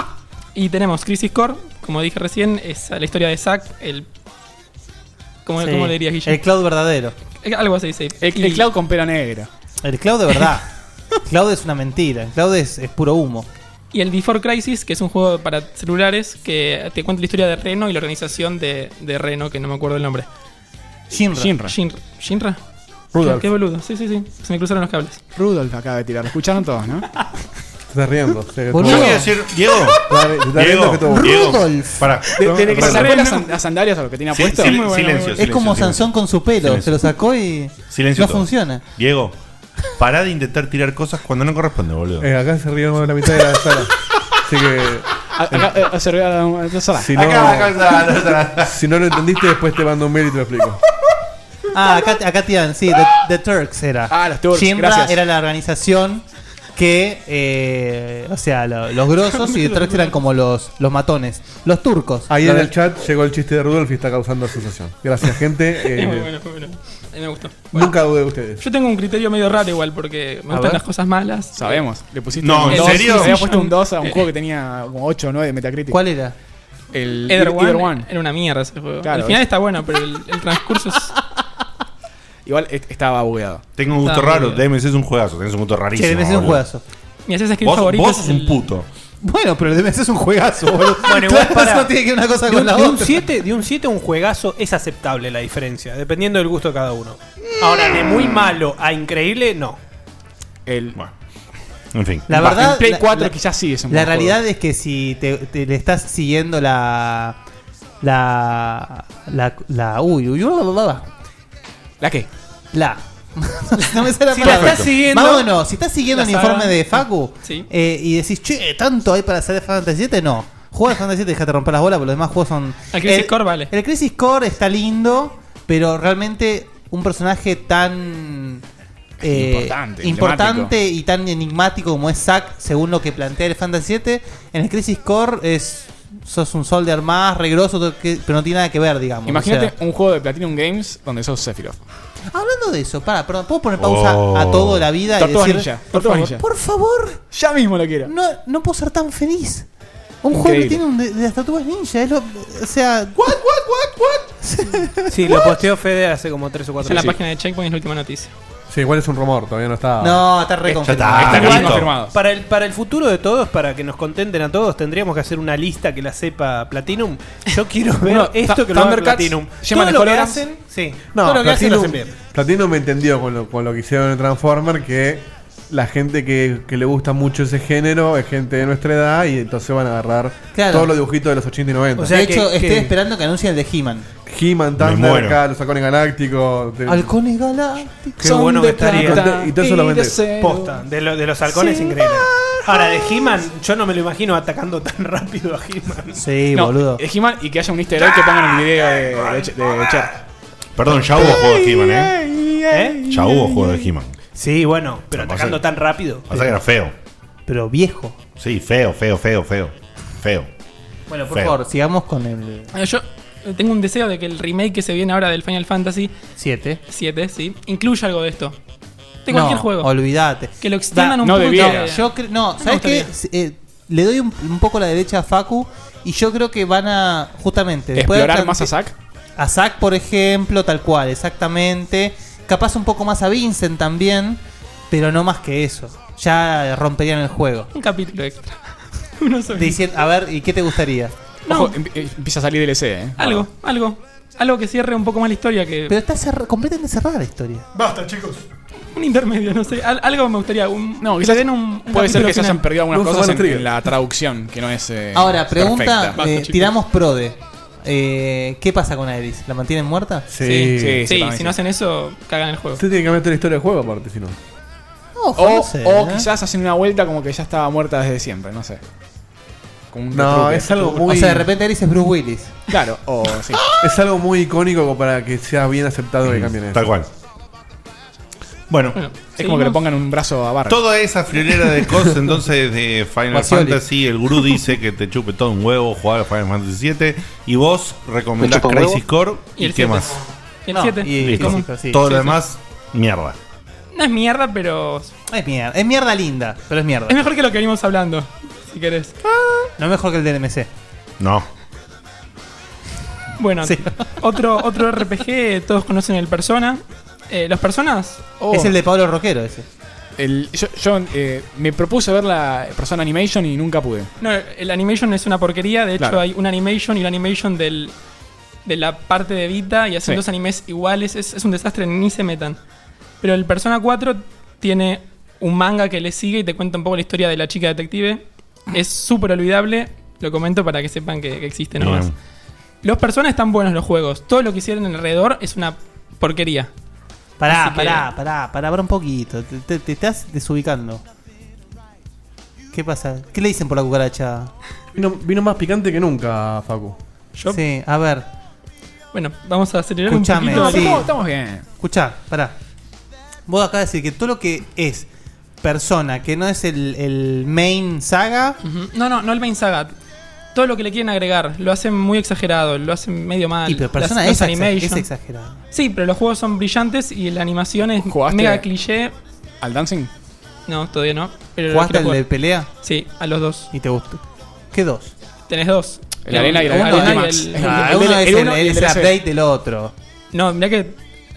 y tenemos Crisis Core, como dije recién, es la historia de Zack, el. ¿Cómo, Sí. cómo le dirías, Guille? El Cloud verdadero. Eh, Algo así, sí. El, Y- el Cloud con pera negra. El Cloud de verdad. El Cloud es una mentira. El Cloud es, es puro humo. Y el Before Crisis, que es un juego para celulares que te cuenta la historia de Reno y la organización de, de Reno, que no me acuerdo el nombre. Shinra. Shinra. Shinra. Shinra. Rudolph. Qué boludo. Sí, sí, sí. Se me cruzaron los cables. Rudolf acaba de tirar. ¿Lo escucharon todos, no? Estás riendo. Sí, que- Boludo. Yo quería decir, Diego. Diego, Diego, Rudolf. Pará. De- Desde que se Perdón. sacó las, san- las sandalias a lo que tenía Sí, puesto. sí, Muy bueno, silencio, muy bueno. Es como silencio. Sansón con su pelo. Silencio. Se lo sacó y Silencio no todo. funciona. Diego, pará de intentar tirar cosas cuando no corresponde, boludo. Eh, acá se rieron la mitad de la sala. Así que. Acá, eh, se ríe la- la sala. Si no, Acá, acá, acá, acá, acá. si no lo entendiste, después te mando un mail y te lo explico. Ah, acá, acá tiran, sí, The, The Turks era. Ah, los Turks, Shinra gracias. era la organización que, eh, o sea, lo- los grosos y The Turks eran como los, los matones. Los turcos. Ahí Los- en el chat llegó el chiste de Rudolf y Este está causando sensación. Gracias, gente. Es muy Eh, bueno, muy bueno. A mí me gustó. Nunca dudé de ustedes. Yo tengo un criterio medio raro igual, porque me A gustan ver. las cosas malas. Sabemos. Le pusiste No, un ¿en dos, serio? Le había puesto un 2 a un Eh. juego que tenía como 8 o 9 de Metacritic. ¿Cuál era? El Either Either One One. era una mierda ese juego. Claro, Al final es- está bueno, pero el, el transcurso es... Igual eh, estaba bugueado. Tengo un gusto Está raro. bien. DMC es un juegazo. Tenés un gusto rarísimo. DMC es un boludo. juegazo. Mi asesino Vos, favorito vos es sos un el- puto. Bueno, pero el DMC es un juegazo, boludo. Bueno, igual Claro, para- eso no tiene que ver una cosa de con un- la de un otra. 7, de un 7 a un juegazo es aceptable la diferencia, dependiendo del gusto de cada uno. Ahora, de muy malo a increíble, no. El. En fin. La Va, verdad, en Play la- 4 la- quizás sí es un La buen juego. realidad es que si te, te- le estás siguiendo la la la la uy, uy, uy, la, la, la. ¿La qué? La. no me sale Si la la palabra. estás siguiendo- Vámonos, si estás siguiendo La el saga. informe de Facu Sí. eh, y decís, "Che, tanto hay para hacer de Final Fantasy VII", no. Juega de Final Fantasy VII, déjate romper las bolas, porque los demás juegos son El Crisis el- Core vale. el Crisis Core está lindo, pero realmente un personaje tan eh, Importante, importante y tan enigmático como es Zack, según lo que plantea el Fantasy VII, en el Crisis Core es sos un soldier más regroso, todo que- pero no tiene nada que ver, digamos. Imagínate O sea, un juego de Platinum Games donde sos Sephiroth. hablando de eso, para, perdón, ¿puedo poner pausa Oh. a todo la vida y Tortugas decir, Oh, Ninja, por, Tortugas favor, Ninja. por favor, ya mismo lo quiero. No, no puedo ser tan feliz. Un juego Increíble. que tiene un de, de las tortugas ninja, es lo, o sea, Sí, lo posteó Fede hace como 3 o 4 En la página de Checkpoint es la última noticia. Sí, igual es un rumor, todavía no Eh, está. No, está reconfirmado. Ah. Está Igual- igual, Para el, para el futuro de todos, para que nos contenten a todos, tendríamos que hacer una lista que la sepa Platinum. Yo quiero ver Bueno, esto Th- que lo haga Thundercats, Platinum. Yemen Todo lo que Holograms. hacen, sí. No, todo lo que hacen lo Platinum, hacen bien. Platinum me entendió con lo, con lo que hicieron en Transformer que la gente que, que le gusta mucho ese género es gente de nuestra edad y entonces van a agarrar Claro. todos los dibujitos de los 80 y 90. O sea, de hecho, estoy esperando que anuncien el de He-Man. He-Man, Thunder, muero. acá, los halcones galácticos. te- Halcones galácticos. Qué bueno que estaría. Y todo eso lo vende. Posta, de, lo- de los halcones Sí. increíble. Ahora, de He-Man, yo no me lo imagino atacando tan rápido a He-Man. Sí, No, boludo. Es He-Man y que haya un easter egg que pongan en el video de, de, Ch- de Char. Perdón, ya hubo juego de He-Man, ¿eh? ¿Eh? Ya hubo juego de He-Man. Sí, bueno, pero atacando tan rápido. Pasa que era feo. Pero viejo. Sí, feo, feo, feo, feo. Feo. Bueno, por Feo. favor, sigamos con el. Ah, Yo tengo un deseo de que el remake que se viene ahora del Final Fantasy 7. 7, sí, incluya algo de esto. De cualquier no, juego. Olvídate. Que lo extiendan Da- Este un poco. yo cre- no, Me ¿sabes gustaría. qué? Eh, le doy un, un poco la derecha a Facu y yo creo que van a justamente después de ¿Explorar tan- más a Zack? A Zack, por ejemplo, tal cual, exactamente. Capaz un poco más a Vincent también, pero no más que eso. Ya romperían el juego. Un capítulo extra. Uno solo. Dicien- a ver, ¿y qué te gustaría? No. Ojo, em, Empieza a salir DLC, ¿eh? Algo, algo. Algo que cierre un poco más la historia que. Pero está cerra- completamente cerrada la historia. Basta, chicos. Un intermedio, no sé. Al- algo me gustaría. Un, no, quizás Puede ser capítulo que se hayan final. perdido algunas Vamos a cosas en, jugar al en la traducción, que no es. eh, Ahora, pregunta, perfecta. eh, tiramos prode. Eh, ¿Qué pasa con Aeris? ¿La mantienen muerta? Sí, sí, si no hacen eso, cagan el juego. Usted tiene que cambiar toda la historia del juego, aparte, si no. Ojo, O, no sé, o ¿eh? quizás hacen una vuelta como que ya estaba muerta desde siempre, no sé. Como un recrute. O sea, de repente Aeris es Bruce Willis. Claro, o sí. Es algo muy icónico como para que sea bien aceptado que cambien eso. Tal cual. Bueno, Es como que le pongan un brazo a barra. Toda esa friolera de cosas entonces de Final Marcioli. Fantasy, el gurú dice que te chupe todo un huevo jugar a Final Fantasy VII y vos ¿Me recomendás chupa un Crisis huevo? Core Y y, el qué siete. más. Y el siete. y- Listo. ¿cómo? Sí, todo sí, lo sí. demás, mierda. No es mierda, pero. Es mierda. Es mierda linda, Ah, pero es mierda. Es mejor que lo que venimos hablando, si querés. No mejor que el DMC. No. Bueno, Sí. otro, otro RPG, todos conocen el Persona. Eh, ¿Los Personas? Oh. Es el de Pablo Roquero ese. El- yo yo, eh, me propuse ver la persona animation y nunca pude. No, el animation es una porquería. De hecho, Claro. hay un animation y un animation del, de la parte de Vita y hacen Sí. dos animes iguales. Es, es un desastre, ni se metan. Pero el Persona 4 tiene un manga que le sigue y te cuenta un poco la historia de la chica detective. Es súper olvidable. Lo comento para que sepan que, que existe Bien. nomás. Los Personas están buenos los juegos. Todo lo que hicieron alrededor es una porquería. Pará, Así que- pará, pará, pará, pará un poquito. Te, te- te estás desubicando. ¿Qué pasa? ¿Qué le dicen por la cucaracha? Vino, vino más picante que nunca, Facu. Sí, a ver. Bueno, vamos a acelerar Escuchame, un poquito. sí. bien. Escuchá, pará. Vos acá decís que todo lo que es persona, que no es el, el main saga, Ujú. No, no, no el main saga. Todo lo que le quieren agregar, lo hacen muy exagerado, lo hacen medio mal. y pero Las- persona los es, exa- animation. es exagerado. Sí, pero los juegos son brillantes y la animación es ¿Jugaste mega cliché. ¿Al Dancing? No, todavía no. Pero lo ¿Jugaste quiero el jugar. de pelea? Sí, a los dos. ¿Y te gustó? ¿Qué dos? Tenés dos. El Arena y el- uno el y Ultimax. el- El- Ah, el- uno el- es el el, uno y el es el DLC. update del otro. No, mirá que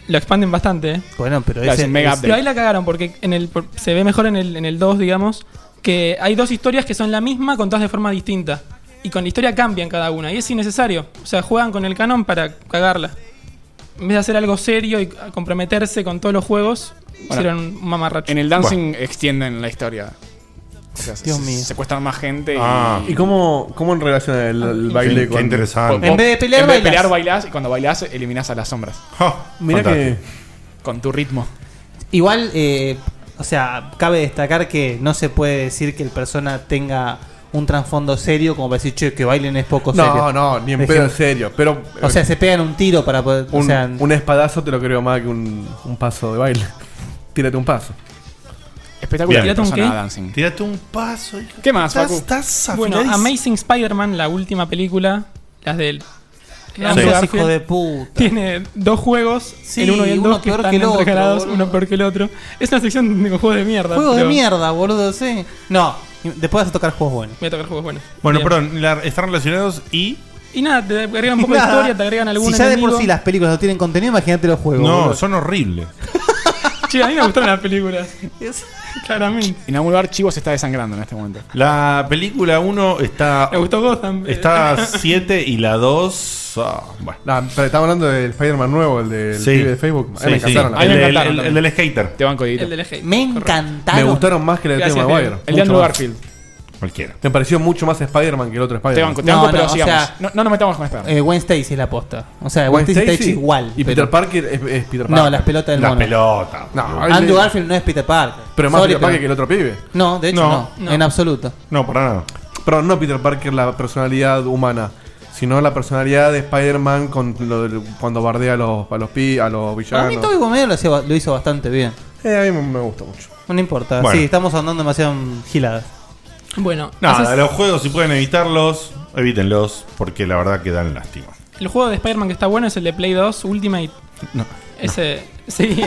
lo expanden bastante, eh. Bueno, pero Claro, ese es un mega es- update. Pero ahí la cagaron porque en el por- se ve mejor en el, en el 2, digamos, que hay dos historias que son la misma contadas de forma distinta. Y con la historia cambian cada una y es innecesario. O sea, juegan con el canon para cagarla. En vez de hacer algo serio y c- comprometerse con todos los juegos, Bueno, hicieron un mamarracho. En el Dancing extienden la historia. O sea, se- Dios se- mío. Secuestran más gente. Ah. ¿Y cómo, cómo en relación el, el baile qué con. interesante. Vos- En vez de pelear, en bailás. bailás, y cuando bailás eliminás a las sombras. Mirá que. Con tu ritmo. Igual, eh, o sea, cabe destacar que no se puede decir que el persona tenga un trasfondo serio como para decir, che, que bailen es poco No, serio. no, ni en Por pedo ejemplo. en serio, pero- eh, O sea, se pegan un tiro para poder. o Un, sea, un espadazo te lo creo más que un, un paso de baile. Tírate un paso. Espectacular. Bien. Tírate un Persona qué? Dancing. Tírate un paso. hijo. ¿Qué más, Estás- Facu? estás Bueno, afiladísimo. Amazing Spider-Man, la última película, las del. No Andrew seas Garfield, hijo de puta. Tiene dos juegos, Sí, el uno y el uno dos, que peor están que el otro, entrelazados, boludo. uno peor que el otro. Es una sección de juegos de mierda. Juegos de pero mierda, boludo, sí. No, y después vas a tocar juegos buenos. Voy a tocar juegos buenos. Bueno, Bien. perdón, la- están relacionados y. Y nada, te agregan un poco de Nada. historia, te agregan algún Si ya de por enemigo. sí las películas no tienen contenido, imagínate los juegos. No, boludo. son horribles. Che, a mí me gustaron las películas. Claramente. En algún lugar Chivo se está desangrando en este momento. La película 1 está. Me gustó Gotham. Está 7 y la 2. bueno. No, pero estamos hablando del Spider-Man nuevo, el del Sí. pibe de Facebook. Sí, sí. El del- el- el del skater. Te banco, Dieguito. El del skate. Me encantaron. Me gustaron más que el de Tobey Maguire. El de Andrew Mucho más. Garfield. Cualquiera. Me pareció mucho más Spider-Man que el otro Spider-Man. Te banco, te banco, pero sigamos. no, no nos metamos con esta. Eh, Gwen Stacy es la posta. O sea, Gwen Stacy está hecho igual. Y pero- Peter Parker es, es Peter Parker. No, las pelotas del mono. No, Andrew el- Garfield no es Peter Parker. Pero más Sorry, Peter Parker que el otro pibe. No, de hecho no, en absoluto. No, para nada. Pero no Peter Parker la personalidad humana, sino la personalidad de Spider-Man con lo del- cuando bardea a los, a los, pi- a los Para mí villanos. Tobey Maguire lo, hacía- lo hizo bastante bien. Eh, a mí me- me gusta mucho. No importa. Bueno. Sí, estamos andando demasiado en giladas. Bueno, Nada, haces- los juegos, si pueden evitarlos, evítenlos, porque la verdad que dan lástima. El juego de Spider-Man que está bueno es el de Play 2 Ultimate. No. Ese. Sí.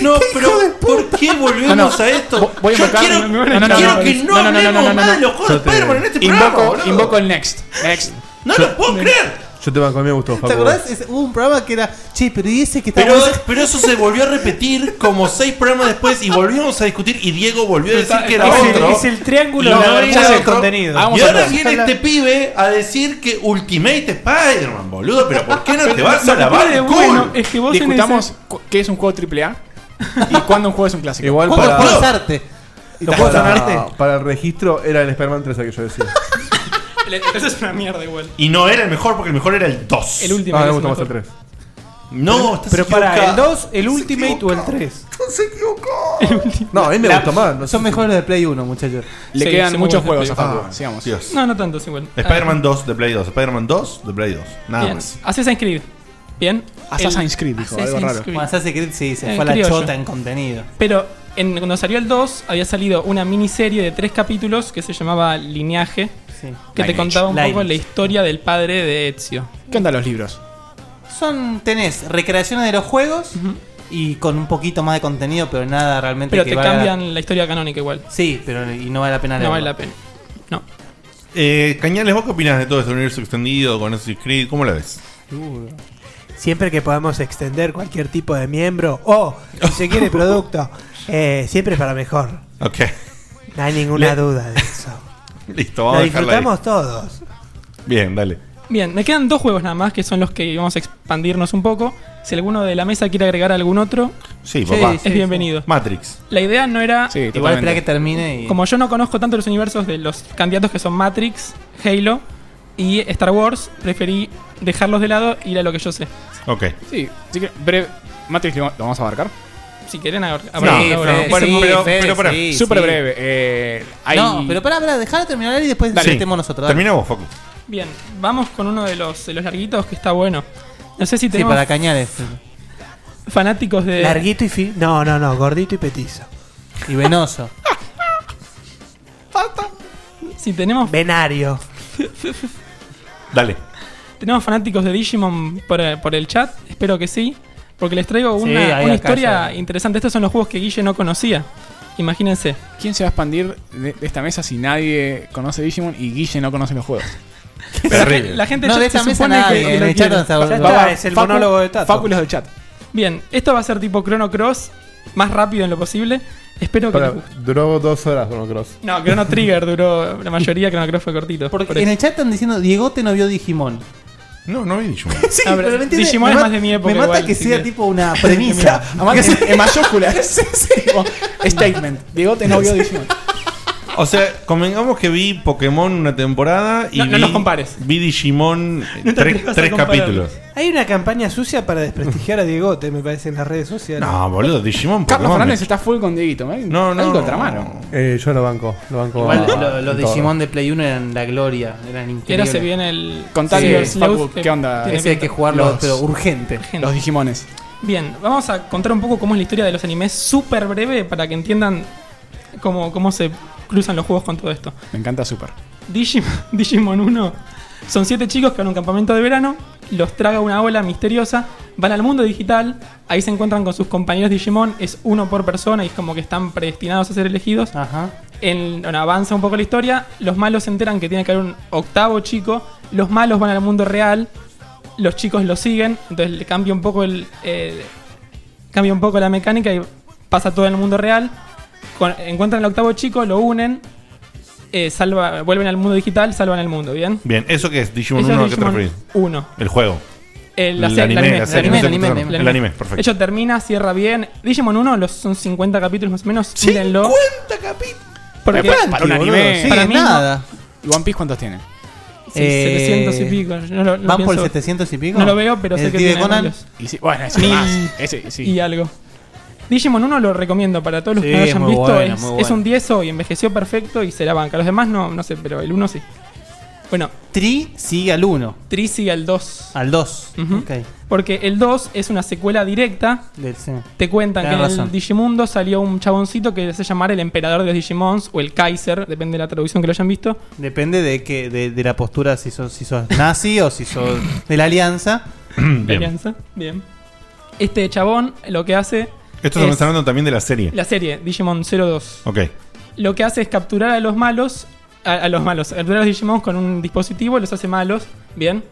No, pero ¿por qué volvemos a esto? Voy a Yo invocar. quiero, quiero que no, hablemos más de los juegos de Spider-Man en este invoco, programa. boludo. Invoco el next. Next. No lo puedo creer. Yo te banco a mí, me gustó, ¿Te Facu. acordás? Es- hubo un programa que era, che, pero y ese que está Pero, bueno". pero eso se volvió a repetir como seis programas después y volvimos a discutir y Diego volvió a decir que era Es el- otro. es el triángulo Y de la ahora brecha era de otro. contenido. Y Vamos a ahora hablar. viene este pibe a decir que Ultimate Spider-Man, boludo. Pero ¿por qué no te Pero vas lo a que lavar tiene el de culo? bueno es que vos Discutamos cu- qué es un juego AAA y cuándo un juego es un clásico. Igual ¿Cuándo para- un juego- Para, ¿Los juegos son arte? para el registro era el Spider-Man 3 el que yo decía. Esa es una mierda igual. Y no era el mejor porque el mejor era el 2. El último Ah, me es gusta el más el mejor. 3. No, estás Pero para, equivocado. ¿el 2, el Ultimate o el 3? No, a mí me La- gustó más. Son mejores de Play 1, muchachos. Le Sí, quedan sí, muchos muy buenos juegos de a Play. Facu. Sigamos. Ah, Dios. No, no tanto, es igual. Ah. Spider-Man 2 de Play 2. Spider-Man 2 de Play 2. Nada Bien. más. Assassin's Creed. Bien. Assassin's Creed, dijo, algo raro. Bueno, Assassin's Creed sí, Eh, se fue a la chota en contenido. Pero en- cuando salió el 2, había salido una miniserie de tres capítulos que se llamaba Lineaje, Sí. que Lineage. te contaba un poco Lineage. la historia del padre de Ezio. ¿Qué onda los libros? Son, tenés recreaciones de los juegos y con un poquito más de contenido, pero nada realmente Pero que te valga- cambian la historia canónica igual. Sí, pero y no vale la pena No vale leerlo. la pena. Eh, Cañales, ¿vos qué opinás de todo este universo extendido con Assassin's Creed? ¿Cómo la ves? Siempre que podamos extender cualquier tipo de miembro o, si se quiere, producto, eh, siempre es para mejor. Ok. No hay ninguna Le- duda de eso. Listo, vamos Lo a dejarla ahí. disfrutamos todos. Bien, dale. Bien, me quedan dos juegos nada más que son los que vamos a expandirnos un poco. Si alguno de la mesa quiere agregar algún otro, Sí, Sí, papá. sí, sí. bienvenido. Matrix. la idea no era. Sí, Igual totalmente. espera que termine y- Como yo no conozco tanto los universos de los candidatos que son Matrix, Halo y Star Wars, preferí dejarlos de lado y ir a lo que yo sé. Ok. Sí, así que breve. Matrix, ¿lo lo vamos a abarcar? Si quieren, abar- No, abarcamos ahora. Fede, Bueno, sí, pero- Fede, pero pará. sí, Súper breve. eh, hay- No, pero pará, pará, dejala terminar y después Dale. metemos nosotros. dale. Terminamos, Facu. Bien, vamos con uno de los, de los larguitos que está bueno. No sé si Sí, tenemos para cañales. fanáticos de. Larguito y fi- No, no, no, gordito y petizo. Y venoso. Si tenemos. Venario. Dale. ¿Tenemos fanáticos de Digimon por, eh, por el chat? Espero que sí. Porque les traigo Sí, una, ahí acá una historia ya. interesante. Estos son los juegos que Guille no conocía. Imagínense. ¿Quién se va a expandir de, de esta mesa si nadie conoce Digimon y Guille no conoce los juegos? Terrible. Eh, La gente No, ya de esta se mesa supone nadie, que- en que el lo chat quiere. no está- Ya está, Va- es el monólogo de Tato. Fáculos del chat. Bien, esto va a ser tipo Chrono Cross, más rápido en lo posible. Espero que... Pará, les guste. duró dos horas Chrono Cross. No, Chrono Trigger duró la mayoría, Chrono Cross fue cortito. por En eso. el chat están diciendo, Diegote no vio Digimon. No, no vi Digimon. sí, Ah, pero pero, ¿me entiendes? Digimon Me es ma- más de mi época Me mata igual, que así sea que- tipo una premisa. Además, en, en mayúsculas. Tipo, Statement. Diego te no vio Digimon. O sea, convengamos que vi Pokémon una temporada y No, no vi, los compares. vi Digimon eh, No te tres, atrevas a tres compararlos. capítulos. Hay una campaña sucia para desprestigiar a Diegote, me parece, en las redes sociales. No, boludo, Digimon Carlos Pokémon. Fernández está full con Dieguito. ¿eh? No, no, En contramano. Eh, yo lo banco, lo banco. Igual, en lo- los todo. Digimon de Play 1 eran la gloria, eran increíbles. se viene el- Contale, Contagio Facu, ¿qué onda? Ese hay que jugarlo, pero urgente. Los Digimones. Bien, vamos a contar un poco cómo es la historia de los animes súper breve para que entiendan cómo, cómo se cruzan los juegos con todo esto. Me encanta Super. Digimon, Digimon 1. Son siete chicos que van a un campamento de verano, los traga una ola misteriosa, van al mundo digital, ahí se encuentran con sus compañeros Digimon, es uno por persona y es como que están predestinados a ser elegidos. En, bueno, avanza un poco la historia, los malos se enteran que tiene que haber un octavo chico, los malos van al mundo real, los chicos lo siguen, entonces le cambia un poco el, eh, cambia un poco la mecánica y pasa todo en el mundo real. Con- encuentran al octavo chico, lo unen, eh, salva, vuelven al mundo digital, salvan el mundo, ¿bien? Bien, ¿eso qué es? Digimon Eso es 1 a qué te Digimon referís? uno. El juego. El, la El serie- el anime, anime, la el serie, anime, no el sé anime, cómo se llama. El anime, perfecto. De hecho, termina, cierra bien. Digimon 1 los, son 50 capítulos más o menos. 50 Porque para, para un anime. para mí, no. ¿Y One Piece cuántos tiene? Sí, 700 y pico. Yo no lo- no Eh, ¿Van por el pienso- 700 y pico? No lo veo, pero sé ¿El que pibe tiene Conan? varios. Y sí, bueno, ese Y- más. Ese, sí. Y algo. Digimon 1 lo recomiendo para todos los Sí, que no lo es hayan muy visto. bueno, es, muy es un bueno. 10 y envejeció perfecto y se la banca. Los demás no, no sé, pero el 1 sí. Bueno. Tri sigue al 1. Tri sigue al 2. Al 2. Ujú. Porque el 2 es una secuela directa. Te cuentan Tenés que en razón. el Digimundo salió un chaboncito que se llamara el emperador de los Digimons o el Kaiser, depende de la traducción que lo hayan visto. Depende de que de, de la postura si sos, si sos nazi o si sos de la alianza. Alianza. Bien. Este chabón lo que hace. Esto es estamos hablando también de la serie. La serie, Digimon 02. Ok. Lo que hace es capturar a los malos. A, a los malos. Capturar a los Digimon con un dispositivo, los hace malos. Bien.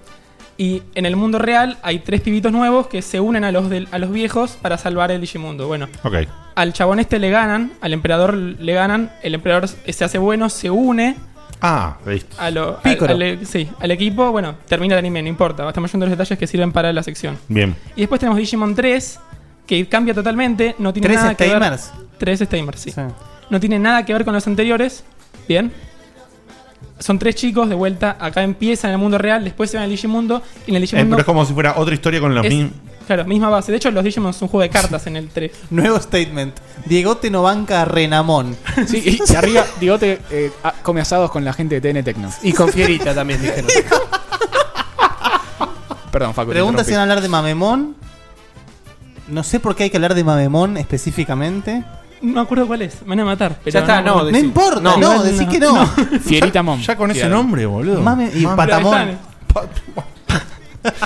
Y en el mundo real hay tres pibitos nuevos que se unen a los, del- a los viejos para salvar el Digimundo. Bueno, Ok. al chabón este le ganan, al emperador le ganan, el emperador se hace bueno, se une Ah, listo. a lo, al- Pícaro. al, sí, al equipo. Bueno, termina el anime, no importa. Estamos yendo a los detalles que sirven para la sección. Bien. Y después tenemos Digimon 3, que cambia totalmente, no tiene ¿Tres nada que ver... Steamers? Tres Steamers, sí. No tiene nada que ver con los anteriores, ¿bien? Son tres chicos, de vuelta, acá empiezan en el mundo real, después se van al Digimundo, y en el Eh, Digimundo... pero es como si fuera otra historia con los es- mismos. Claro, misma base. De hecho, los Digimon son un juego de cartas en el 3. Nuevo statement. Diegote no banca a Renamón. Sí, Y arriba, Digote eh, a- come asados con la gente de TN Tecno. Y con Fierita también, dijeron. Perdón, Facu. te Pregunta si van a interrumpí. hablar de Mamemón. No sé por qué hay que hablar de Mamemón específicamente. No me acuerdo cuál es, me van a matar. pero Ya está, no, me acuerdo. decí. No importa, no, decí que no. Fierita Mom. Ya con ese nombre, boludo. Mame- y Mame- Patamón.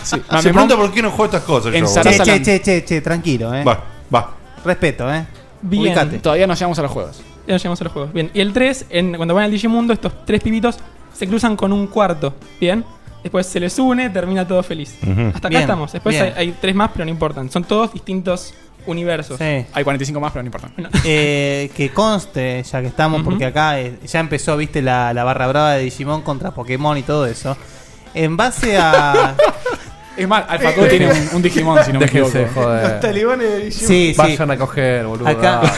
Sí, Se pregunta por qué no juego estas cosas. yo, boludo. che, che, che, che, che, tranquilo, eh. Va, va. Respeto, eh. Bien. Ubicate. Todavía no llegamos a los juegos. Ya llegamos a los juegos. Bien. Y el 3, en, cuando van al Digimundo, estos tres pibitos se cruzan con un cuarto. Bien. Después se les une, termina todo feliz. Ujú. Hasta acá Bien, estamos. Después bien. hay, hay tres más, pero no importan. Son todos distintos universos. Sí. Hay 45 más, pero no importa. Eh, que conste, ya que estamos, porque acá eh, ya empezó, viste, la, la barra brava de Digimon contra Pokémon y todo eso. En base a. Eh, Es más, Alfacu tiene un, un Digimon, si no me equivoco. Déjense, joder. Los talibanes de Digimon. Sí, sí. Vayan a coger, boludo. Acá- dale.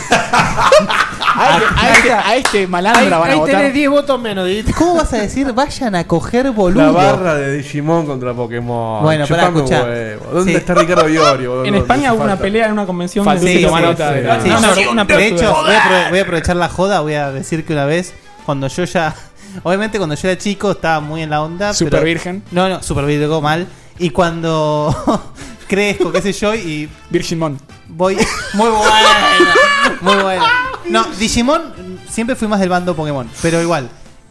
A este, Ah, a este- a este malandra van a votar. 10 votos menos, ¿Cómo vas a decir vayan a coger boludo? La barra de Digimon contra Pokémon. Bueno, pará, Chupame un escuchá. huevo. ¿Dónde Sí. está Ricardo Iorio? boludo? En España No hubo hace una falta. pelea en una convención. Faltu de sí, Digimon. sí, Nota, sí, era- sí. No, Sí, Ah, una- sí. una De hecho, pelotuda. voy a, aprove- voy a aprovechar la joda, voy a decir que una vez, cuando yo ya, obviamente cuando yo era chico estaba muy en la onda. Super pero- virgen. No, no, super virgo mal. Y cuando crezco, qué sé yo, y... Virgimon. Voy... Muy bueno. Muy bueno. No, Digimon siempre fui más del bando Pokémon, pero igual.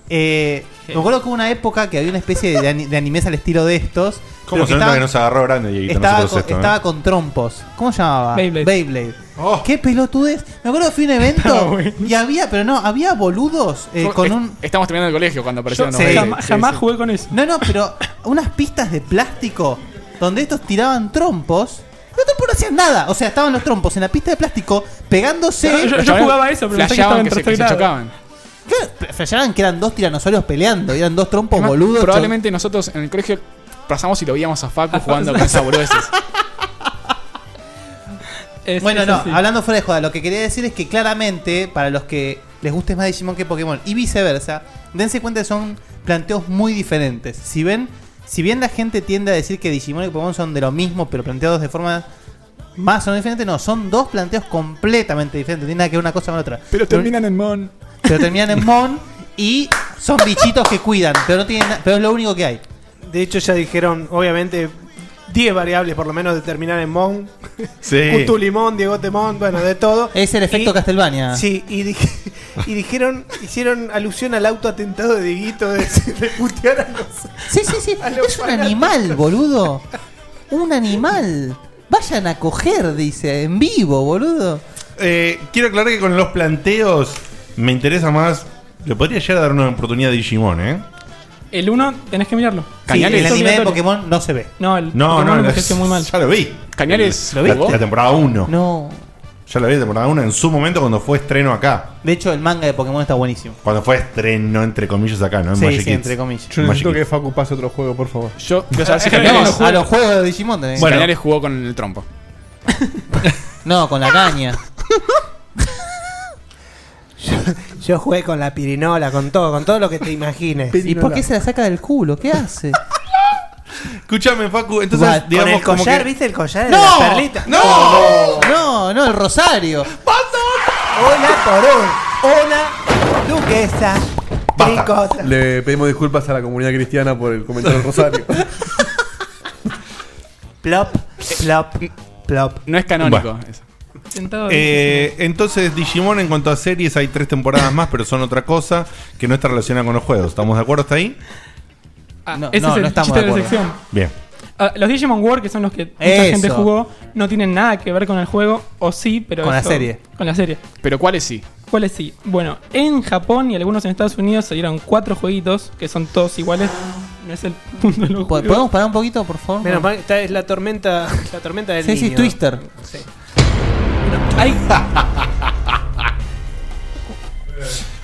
eh, me acuerdo que hubo una época que había una especie de, ani- de animes al estilo de estos. ¿Cómo pero se nota estaban- que nos agarró grande, Dieguito? estaba, nosotros con, esto, eh? estaba con trompos. ¿Cómo se llamaba? Beyblade. ¡Qué pelotudez! Me acuerdo que fui a un Estaba evento bueno. y había, pero no, había boludos eh, Yo- con es- un. Estamos terminando el colegio cuando aparecieron los Beyblade. jamás, Sí, sí. jugué con eso. No, no, pero unas pistas de plástico donde estos tiraban trompos. Los trompos no hacían nada. O sea, estaban los trompos en la pista de plástico pegándose. Yo- yo- yo Los jugaba eso, pero pensé que flasheaban estaban se- se trastornados. chocaban. Claro, flasheaban que eran dos tiranosaurios peleando. y eran dos trompos boludos. Probablemente nosotros en el colegio pasamos y lo veíamos a Facu jugando con esas boludeces. Es- bueno, es no, así. hablando fuera de joda, lo que quería decir es que claramente, para los que les guste más Digimon que Pokémon y viceversa, dense cuenta que son planteos muy diferentes. Si ven, si bien la gente tiende a decir que Digimon y Pokémon son de lo mismo, pero planteados de forma más o menos diferente, no, son dos planteos completamente diferentes, no tiene nada que ver una cosa con la otra. Pero terminan en Mon. Pero terminan en Mon y son bichitos que cuidan, pero no tienen na- pero es lo único que hay. De hecho, ya dijeron, obviamente, 10 variables por lo menos de terminar en Mon. Sí. Cutu Limón, Diego Temón, bueno, de todo. Es el efecto Y- Castlevania. Sí, y, dij- y dijeron, hicieron alusión al autoatentado de Dieguito de, de putear a los. Sí, sí, sí. Es un animal, boludo. Un animal. Vayan a coger, dice, en vivo, boludo. Eh, quiero aclarar que con los planteos me interesa más. Le podría llegar a dar una oportunidad a Digimon, ¿eh? El 1 tenés que mirarlo. Cañales. Sí, El es anime de obligatorio. Pokémon no se ve. No, el No, Pokémon no, envejeció la- muy mal. ya lo vi. Cañales, la, ¿lo viste? la temporada 1. No. Ya la vi la temporada 1 en su momento cuando fue estreno acá. De hecho, el manga de Pokémon está buenísimo. Cuando fue estreno, entre comillas, acá, ¿no? En Sí, Magic sí, Kids. entre comillas. Yo En Magic necesito que Facu pase otro juego, por favor. Yo, yo sabía si cambiamos- A los juegos de Digimon tenés. Bueno. Bueno. Cañales jugó con el trompo. No, con la caña. Yo jugué con la pirinola, con todo, con todo lo que te imagines. ¿Y por qué se la saca del culo? ¿Qué hace? Escúchame, Facu, entonces, Va, Con digamos, el como collar, que- ¿viste el collar de ¡No! las perlitas? Oh, ¡No! No, no, el rosario. Hola por un. Hola, duquesa. Ricota. Le pedimos disculpas a la comunidad cristiana por el comentario del Rosario. Plop, plop, plop. No es canónico eso. Sentado Eh, entonces, Digimon en cuanto a series, hay tres temporadas más, pero son otra cosa que no está relacionada con los juegos. ¿Estamos de acuerdo hasta ahí? no, ese es el chiste de la sección. Bien. Ah, los Digimon War, que son los que mucha Eso. gente jugó, no tienen nada que ver con el juego, o sí, pero. Con la eso- serie. Con la serie. Pero ¿cuáles sí? ¿Cuáles sí? Bueno, en Japón y algunos en Estados Unidos salieron cuatro jueguitos que son todos iguales. No es el punto de los juegos. ¿Podemos parar un poquito, por favor? Menos mal, esta es la tormenta, la tormenta del Sí, sí, niño. Twister. Sí. Hay-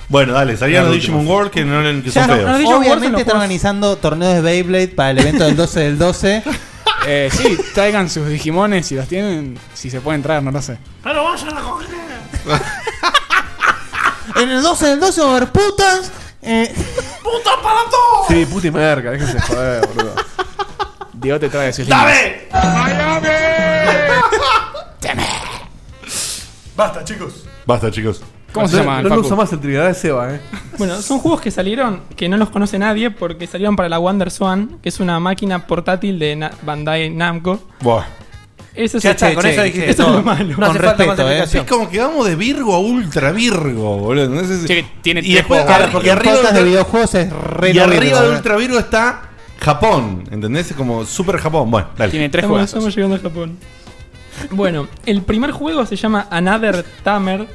Bueno, dale, salían Claro, los Digimon World que, no, que Ya, son no, feos. no, Obviamente están organizando torneos de Beyblade para el evento del 12 del 12. Eh, sí, traigan sus Digimones si los tienen, si se pueden traer, no lo sé. Pero vayan a coger. En el 12 del 12 va a haber putas. eh, ¡Puta para todo! Sí, puta y merca, déjense joder, boludo. Dios te trae sus ¡Dame! ¡Dame! Basta, chicos. Basta, chicos. ¿Cómo se No- llama, No lo Facu? uso más el trigger de Seba, eh. Bueno, son juegos que salieron, que no los conoce nadie, porque salieron para la Wonder Swan, que es una máquina portátil de Na- Bandai Namco. Buah. Eso Ya es- este, está, con eso dijiste eso es todo. lo malo. No hace Con falta respeto, más ¿eh? explicación. Es como que vamos de Virgo a Ultra Virgo, boludo. No sé si- tiene y después, claro, porque y el arriba, podcast de ah, de videojuegos es re y aburrido, arriba de boludo. Ultra Virgo está Japón. ¿Entendés? Es como Super Japón. Bueno, dale. Tiene tres Estamos, estamos llegando a Japón. Bueno, el primer juego se llama Another Tamer,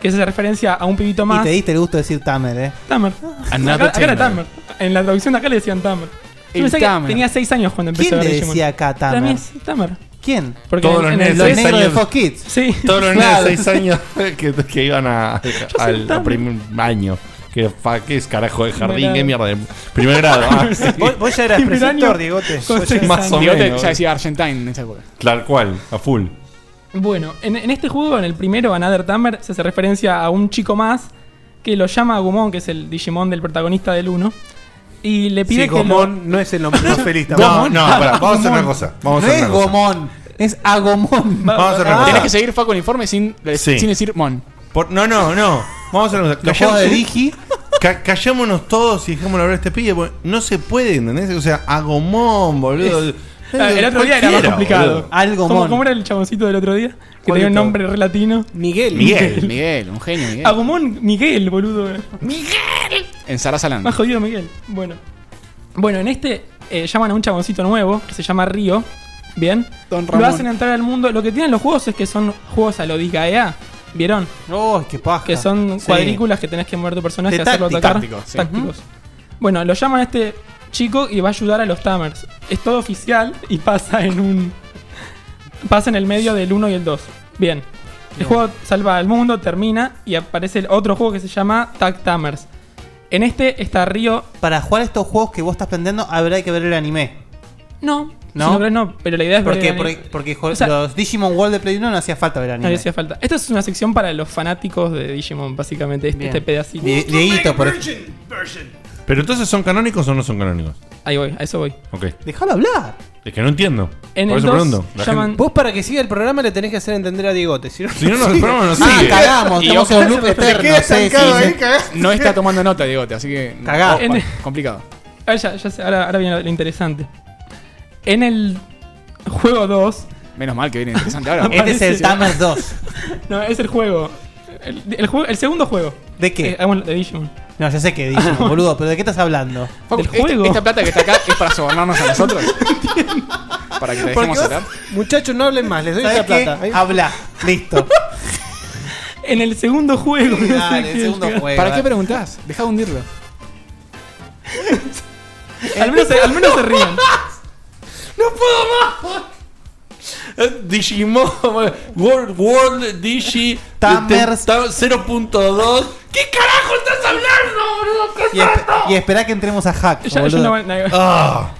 que es referencia a un pibito Y más. te diste el gusto de decir Tamer, eh. Tamer. Another Acá, acá era Tamer. Tamer. En la traducción de acá le decían Tamer. Yo El pensé que Tamer. tenía 6 años cuando empecé ¿Quién a ver le Digimon. decía acá Tamer? Para mí es Tamer. ¿Quién? Porque en- en el los seis negros de años- Fox Kids. Sí. Todos los niños Claro. de 6 años que, que iban a, al a primer año. Que fa, ¿qué es carajo de jardín, Primer qué mierda. de- Primer grado. ah, sí. Vos, vos ya eras Primer preceptor, año. Diegote. Con Vos ya- seis Más o Digote menos. ya decía Argentine en esa época. Tal cual, a full. Bueno, en, en este juego, en el primero, Another Tamer, se hace referencia a un chico más que lo llama Agumon, que es el Digimon del protagonista del 1. Y le pide Sí, que. lo- Gomón no es el nombre más feliz No, no, pará, vamos a hacer una cosa. Vamos a no hacer es una cosa. Gomón, es Agomón. Vamos a hacer una cosa. Tenés que seguir Facu en informe sin, Eh, Sí. sin decir mon. Por- no, no, no. Vamos a hacer una cosa. Los juegos de Digi. Ca- callémonos todos y dejémoslo hablar a este pibe. porque No se puede, ¿entendés? O sea, Agomón, boludo. Eh, Ah, el otro día era más Cualquiera, complicado. boludo. ¿Cómo, cómo era el chaboncito del otro día? Que ¿Cuál tenía un de todos? nombre re latino. Miguel. Miguel, Miguel, un genio, Miguel. Agumon Miguel, boludo. En Sarasalán. Más jodido Miguel. Bueno. Bueno, en este eh, llaman a un chaboncito nuevo que se llama Río. Bien. Ramón. Lo hacen entrar al mundo. Lo que tienen los juegos es que son juegos a lo Disgaea. ¿Vieron? Oh, qué paja. Que son Sí. cuadrículas que tenés que mover tu personaje y De hacerlo táctico. atacar. Táctico, sí. Tácticos. Bueno, lo llaman a este chico y va a ayudar a los Tamers. Es todo oficial y pasa en un. Pasa en el medio del 1 y el 2. Bien. El juego salva al mundo, termina y aparece el otro juego que se llama Tag Tamers. En este está Río. Para jugar estos juegos que vos estás aprendiendo, habrá que ver el anime. No, ¿No? si ves, no, pero la idea es ¿Por ver qué? el anime. Porque, porque jo- O sea, los Digimon World de Play 1 no hacía falta ver no anime. le hacía falta. Esta es una sección para los fanáticos de Digimon, básicamente, este, Bien. este pedacito. Die- Dieguito, por ej- Pero entonces, ¿son canónicos o no son canónicos? Ahí voy, a eso voy. Ok. Déjalo hablar. Es que no entiendo. En Por el eso dos pregunto. La gente- Vos para que siga el programa le tenés que hacer entender a Diegote. Si no, Si no, no, el programa no Ah, sigue. cagamos, Y estamos vos en un quedás loop en la- eterno. te quedás sí, zancado sí, ahí, sí. cagás. No está tomando nota, Digote, así que. Cagá. Opa, En- complicado. Ah, ya, ya sé, ahora, ahora viene lo, lo interesante. En el juego 2. Menos mal que viene interesante ahora. Este aparece- no, es el juego. El, el juego- el segundo juego. ¿De qué? Eh, ah, bueno, de Digimon. No, ya sé que Digimon, boludo, pero ¿de qué estás hablando? Del este- juego. Esta plata que está acá es para sobornarnos a nosotros. para que te Porque dejemos vos- hablar. Muchachos, no hablen más, les doy ¿Sabés esta plata. ¿eh? qué? Habla, listo. En el segundo juego. no sé Dale, qué el segundo llegar. juego. ¿Para qué preguntás? Deja de hundirlo. al, menos, se- al menos se ríen. ¡No puedo más! Eh, Digimon World, World Digi Tamers. te- ta- 0.2 ¿Qué carajo estás hablando, boludo? ¿Qué Y, espe- y espera que entremos a hack. Ya- ya boludo. no van- no- Ah.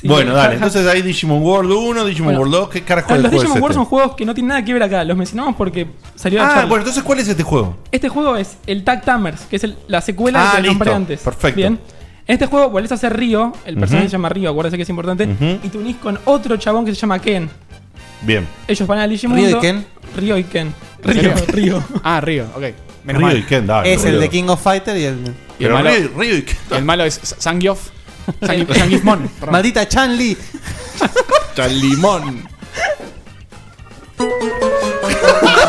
Sí. Bueno, dale, entonces hay Digimon World 1, Digimon Bueno. World 2, ¿qué carajo Ah, es el los juego Digimon es Wars son este? juegos que no tienen nada que ver acá. Los mencionamos porque salió la Ah, charla. bueno, entonces ¿cuál es este juego? Este juego es el Tag Tamers, que es el- la secuela Ah, que nombré listo. antes. Perfecto. Bien. En este juego volvés a ser Río, el personaje Ujú. se llama Río, acuérdense que es importante, Ujú. y te unís con otro chabón que se llama Ken. Bien. Ellos van al Digimundo. ¿Río y Ken? Río y Ken. ¿En Río, serio? Río. Ah, Río, ok. Menos Ryu mal. y Ken, dale, es el boludo. de King of Fighter y el. Y el malo, el malo es Sangyof. Sang- Sangyofmon, perdón. Maldita Chan Li. Chan Limón.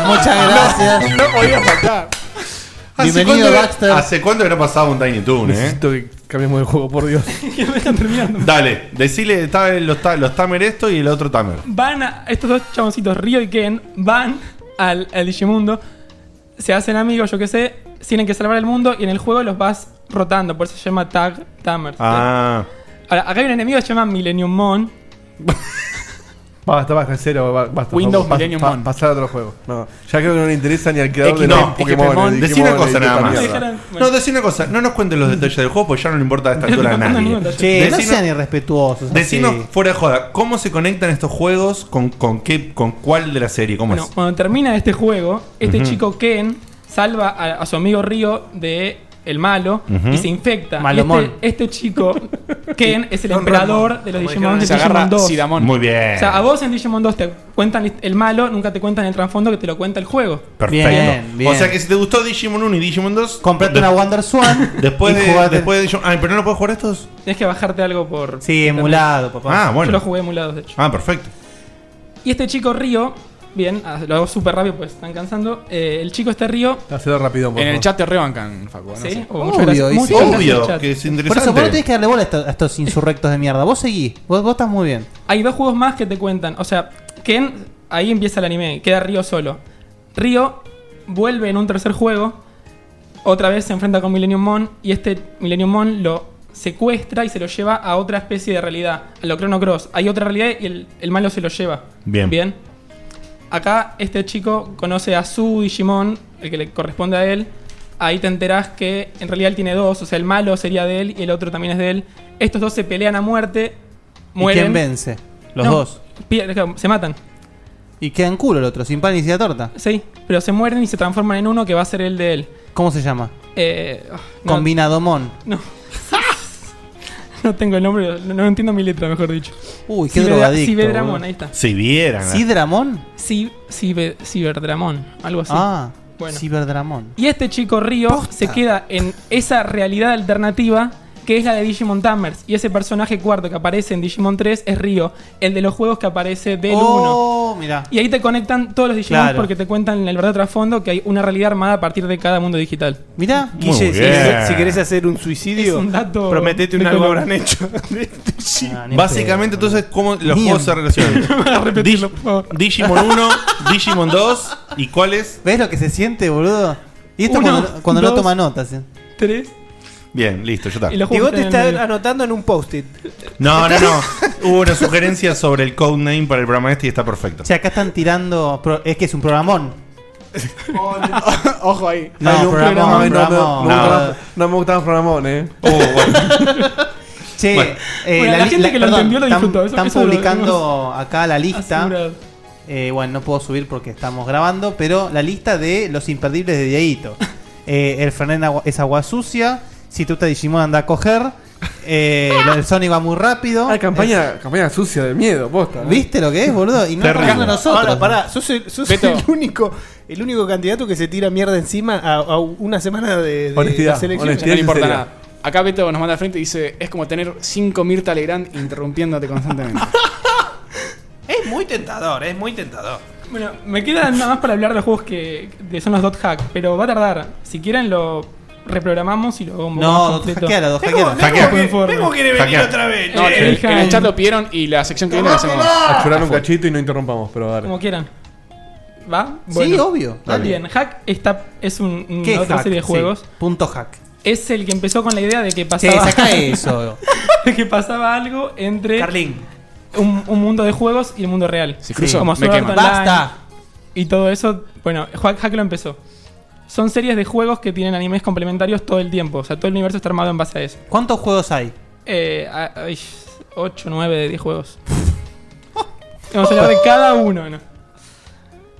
Muchas gracias. No podía faltar. ¿Hace Bienvenido, cuánto que- Baxter. ¿Hace cuánto que no pasaba un Tiny Toon, eh? Necesito que cambiemos de juego, por Dios. Dale, decile está- los, ta- los Tamer esto y el otro Tamer. Van a. Estos dos chaboncitos, Río y Ken, van al, al Digimundo. Se hacen amigos, yo qué sé. Tienen que salvar el mundo y en el juego los vas rotando. Por eso se llama Tag Tamers. Ah. Ahora, acá hay un enemigo que se llama Millennium Mon. Basta, basta, cero, ba- basta. Windows Pas- Millennium pa- Mon. Pasar a otro juego. No, ya creo que no le interesa ni al creador de no, Pokémon. Decí una cosa nada más. No, No, decí una cosa. No nos cuenten los detalles del juego porque ya no le importa a esta altura a nadie. Che, no Decinos- sean irrespetuosos. Decinos así. fuera de joda, ¿cómo se conectan estos juegos con, con qué con cuál de la serie? ¿Cómo Bueno, cuando termina este juego, este Ujú. chico Ken salva a, a su amigo Río de el malo Ujú. y se infecta. Y Malomón. Este, este chico, Ken, es el Don emperador Ramón. de los Como Digimon dijeron, de se agarra Digimon 2. Sidamón. Muy bien. O sea, a vos en Digimon 2 te cuentan list- el malo, nunca te cuentan el trasfondo que te lo cuenta el juego. es? Perfecto. O sea que si te gustó Digimon 1 y Digimon 2, Comprate de- una Wonder Swan Después y de, jugate- después de Digimon- Ay, pero no puedo jugar estos. Tienes que bajarte algo por. Sí, internet. emulado, papá. Ah, bueno. Yo lo jugué emulado, de hecho. Ah, perfecto. Y este chico Río, bien, ah, lo hago súper rápido pues están cansando. eh, el chico este Río Hacelo rápido, por En el favor. chat te rebancan, Facu. No Sí, sé. o muchas gracias- y muchas sí. gracias al chat. Por eso vos no tenés que darle bola a estos, a estos insurrectos de mierda. Vos seguís, vos, vos estás muy bien. Hay dos juegos más que te cuentan. O sea, Ken, ahí empieza el anime, queda Río solo. Río vuelve en un tercer juego, otra vez se enfrenta con Millennium Mon y este Millennium Mon lo secuestra y se lo lleva a otra especie de realidad, a lo Chrono Cross. Hay otra realidad y el, el malo se lo lleva. Bien. Bien. Acá este chico conoce a su Digimon, el que le corresponde a él. Ahí te enterás que en realidad él tiene dos, o sea, el malo sería de él y el otro también es de él. Estos dos se pelean a muerte, mueren. quién vence? Los dos. pi- Se matan. Y queda en culo el otro, sin pan ni sin torta. Sí, pero se mueren y se transforman en uno que va a ser el de él. ¿Cómo se llama? Eh, ah, no, Combinadomón. No. no tengo el nombre, no, no entiendo mi letra, mejor dicho. Uy, qué Ciberdra- drogadicto, Ciberdramon, boludo. ahí está. Cibieran. ¿Sidramón? Sí, cibe- Ciberdramón, algo así. Ah, Bueno. Ciberdramón. Y este chico Río se queda en esa realidad alternativa que es la de Digimon Tamers. Y ese personaje cuarto que aparece en Digimon 3 es Río, el de los juegos que aparece del 1. mirá. Y ahí te conectan todos los Digimon Oh. Claro. porque te cuentan en el verdadero trasfondo que hay una realidad armada a partir de cada mundo digital. Mirá, Guille, si, querés, si querés hacer un suicidio, Es un dato prometete un de algo color. habrán hecho. Básicamente, entonces, ¿cómo los Ni juegos en- se relacionan? Dig- Digimon 1, Digimon 2, ¿y cuáles? ¿Ves lo que se siente, boludo? Y esto Uno, cuando, cuando no dos, toma notas. eh. Tres. Bien, listo, ya está. Diego te está anotando en un post-it. No, no, no. Hubo una sugerencia sobre el codename para el programa este y está perfecto. O sea, acá están tirando. pro- Es que es un programón. Ojo ahí. No, Ay, no, programón, programón, no, programón. no, no, No. no, no me gustaban los programones, eh. Che, Bueno. eh, Bueno, la gente que lo entendió lo están- disfrutó, eso- Están eso lo publicando hemos acá la lista. Eh, bueno, no puedo subir porque estamos grabando, pero la lista de los imperdibles de Dieguito. Eh, el Fernet agua- es agua sucia. Si tú te Digimon anda a coger. Eh, lo del Sonic va muy rápido. Ah, campaña, campaña sucia de miedo, posta. ¿Viste lo que es, boludo? Y no Terrible. estamos hablando nosotros. Ahora, pará, sos, el, sos Beto. el único el único candidato que se tira mierda encima a, a una semana de, de Honestidad, las elecciones. no le importa nada. Acá Beto nos manda al frente y dice: Es como tener 5 Mirta Legrand interrumpiéndote constantemente. Es muy tentador, es muy tentador. Bueno, me queda nada más para hablar de los juegos que, que son los dot hack, pero va a tardar. Si quieren lo reprogramamos y lo hago un poco No, más dot completo. hackeala, dot Mirá cómo- hackeala. mirá cómo Open que- mirá form. cómo quiere venir Hackeala. otra vez, No, che. che, en el Elijan. chat lo pidieron y la sección que viene la hacemos. A llorar un cachito y no interrumpamos, pero dale. Como quieran. ¿Va? Sí, obvio. Está Dale. bien. Hack está, es un, una ¿Qué es otra hack? serie de Sí, juegos. punto hack. Es el que empezó con la idea de que pasaba. sacá eso. de que pasaba algo entre. Un, un mundo de juegos y el mundo real. Si cruzo, Como me Sword Art queman. Online Basta. Y todo eso. Bueno, Hack, Hack lo empezó. Son series de juegos que tienen animes complementarios todo el tiempo. O sea, todo el universo está armado en base a eso. ¿Cuántos juegos hay? Eh, 8, 9, de 10 juegos. Oh. Vamos a hablar de cada uno. ¿no?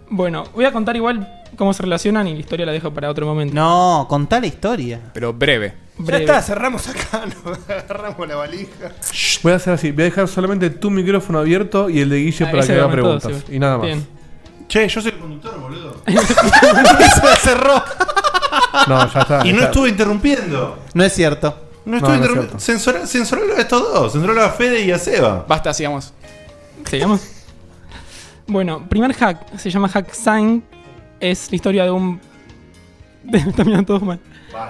Bueno, voy a contar igual cómo se relacionan y la historia la dejo para otro momento. No, contá la historia. Pero breve. Ya Breve. está, cerramos acá, nos agarramos la valija. Voy a hacer así, voy a dejar solamente tu micrófono abierto y el de Guille Ah, para ese que haga duerme todo, preguntas. sí. y nada más. Bien. Che, yo soy el conductor, boludo. Se cerró. No, ya está. Y no ya- estuve interrumpiendo. No es cierto. No estuve interrumpiendo. Censura- Censuralo a estos dos. Censuralo a Fede y a Seba. Basta, sigamos. Sigamos. Bueno, primer hack se llama Hack Sign. Es la historia de un. Está mirando todos mal.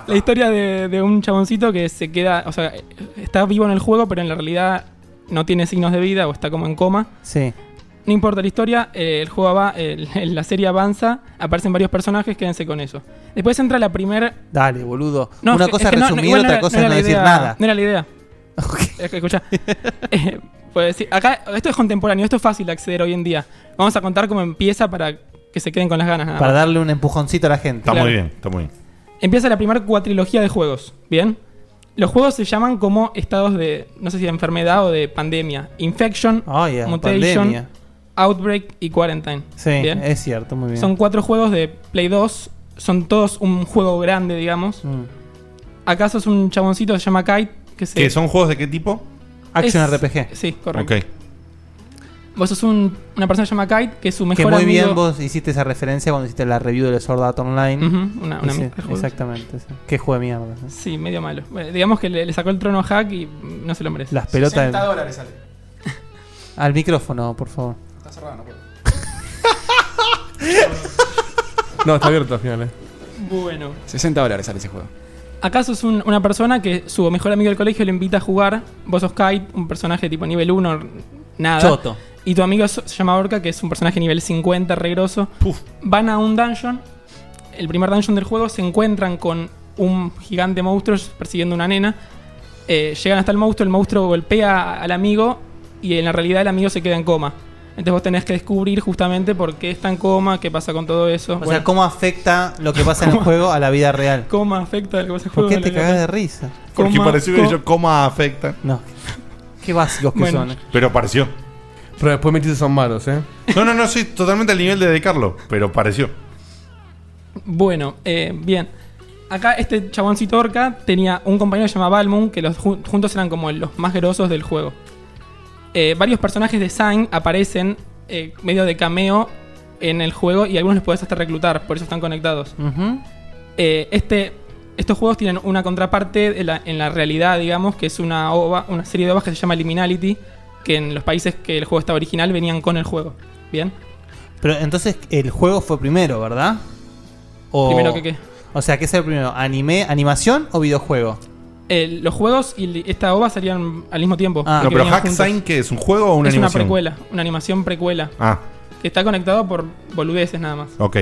La historia de, de un chaboncito que se queda. O sea, está vivo en el juego, pero en la realidad no tiene signos de vida o está como en coma. Sí. No importa la historia, eh, el juego va, el- el- la serie avanza, aparecen varios personajes, quédense con eso. Después entra la primera. Dale, boludo. No, Una es que- cosa es que es no, resumir, igual otra era- cosa es era no la decir idea- nada. No era la idea. Es que, escuchá. Eh, pues sí, acá esto es contemporáneo, esto es fácil de acceder hoy en día. Vamos a contar cómo empieza para que se queden con las ganas. nada Para más. darle un empujoncito a la gente. Está muy Ah. Claro. bien, está muy bien. Empieza la primera cuatrilogía de juegos, ¿bien? Los juegos se llaman como estados de, no sé si de enfermedad o de pandemia. Infection, yeah, Mutation, Ah, pandemia. Outbreak y Quarantine. Sí, ¿bien? es cierto, muy bien. Son cuatro juegos de Play 2, son todos un juego grande, digamos. Mm. ¿Acaso es un chaboncito que se llama Kite? Que se... ¿Qué, ¿Son juegos de qué tipo? Action Es- RPG. Sí, correcto. Ok. Vos sos un- una persona que se llama Kite, que es su Que mejor muy amigo... bien vos hiciste esa referencia cuando hiciste la review del Sword Art Online. Ujú, una- una Sí, mierda de juego. exactamente. sí. Qué juego de mierda. ¿eh? Sí, medio malo. Bueno, digamos que le, le sacó el trono a Hack y mm, no se lo merece. Las pelotas de- 60 dólares sale. Al micrófono, por favor. Está cerrado, no puedo. No, está abierto al final, eh. Bueno. 60 dólares sale ese juego. ¿Acaso es un- una persona que su mejor amigo del colegio le invita a jugar? Vos sos Kite, un personaje tipo nivel 1, nada. Choto. Y tu amigo so- se llama Orca, que es un personaje nivel 50, regroso. Van a un dungeon. El primer dungeon del juego se encuentran con un gigante monstruo persiguiendo una nena. Eh, llegan hasta el monstruo, el monstruo golpea al amigo y en la realidad el amigo se queda en coma. Entonces vos tenés que descubrir justamente por qué está en coma, qué pasa con todo eso. O sea, cómo afecta lo que pasa en el juego a la vida real. ¿Cómo afecta el ¿Por qué te cagás de risa? Porque Coma, pareció que co- yo coma afecta. No. Qué básicos que Bueno. son. eh. Pero apareció. Pero después metidos son malos, ¿eh? No, no, no, soy totalmente al nivel de De Carlo, pero apareció. Bueno, eh, bien. Acá este chaboncito orca tenía un compañero que se llamaba Balmung, que los ju- juntos eran como los más grosos del juego. Eh, varios personajes de Sign aparecen eh, medio de cameo en el juego y algunos los podés hasta reclutar, por eso están conectados. Ujú. Eh, este, estos juegos tienen una contraparte en la, en la realidad, digamos, que es una ova, una serie de ovas que se llama Liminality, que en los países que el juego estaba original venían con el juego. ¿Bien? Pero entonces el juego fue primero, ¿verdad? O- ¿Primero que qué? O sea, ¿qué es el primero? ¿Anime, animación o videojuego? Eh, los juegos y li- esta ova salían al mismo tiempo. Ah. que no, pero venían Hack juntos. Sign, ¿qué es? ¿Un juego o una es animación? una precuela, una animación precuela. Ah, Que está conectado por boludeces nada más. ok.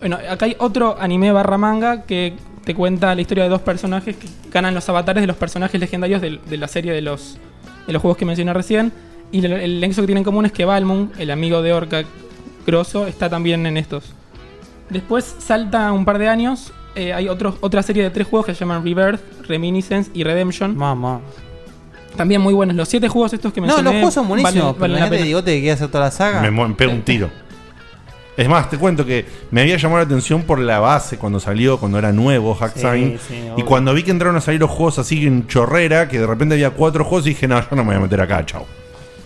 Bueno, acá hay otro anime barra manga que te cuenta la historia de dos personajes que ganan los avatares de los personajes legendarios del- de, la serie de los, de los juegos que mencioné recién. Y el, el nexo que tienen en común es que Balmung, el amigo de Orca Grosso, está también en estos. Después salta un par de años. eh, hay otros otra serie de tres juegos que se llaman Rebirth, Reminiscence y Redemption. Mamá. También muy buenos. Los siete juegos estos que No, mencioné. los juegos son buenísimos. valen- valen la pero te pena. digo, te quería hacer toda la saga. Me mu- pego un tiro. Es más, te cuento que me había llamado la atención por la base cuando salió, cuando era nuevo Hack Sí, Sign. sí, y obvio. cuando vi que entraron a salir los juegos así en chorrera, que de repente había cuatro juegos, dije, no, yo no me voy a meter acá, chao.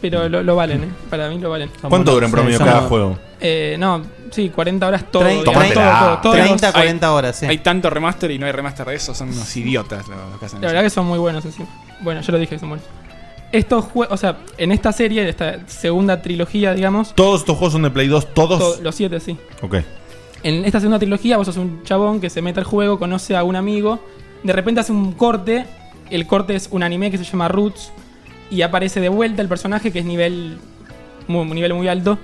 Pero lo, lo valen, ¿eh? Para mí lo valen. ¿Cuánto dura en promedio cada juego? Eh, no, sí, 40 horas todo. Trein- digamos, todo, Tómatela. todo, todos los- 30, hay- 40 horas, sí. Hay tanto remaster y no hay remaster de eso, son unos idiotas los, los que hacen La eso. verdad que son muy buenos encima. Bueno, yo lo dije que son buenos. Estos juegos, o sea, en esta serie, en esta segunda trilogía, digamos. ¿Todos estos juegos son de Play 2? ¿Todos? to- los siete, sí. Ok. En esta segunda trilogía vos sos un chabón que se mete al juego, conoce a un amigo, de repente hace un corte, el corte es un anime que se llama Roots, y aparece de vuelta el personaje que es nivel muy, un nivel muy alto,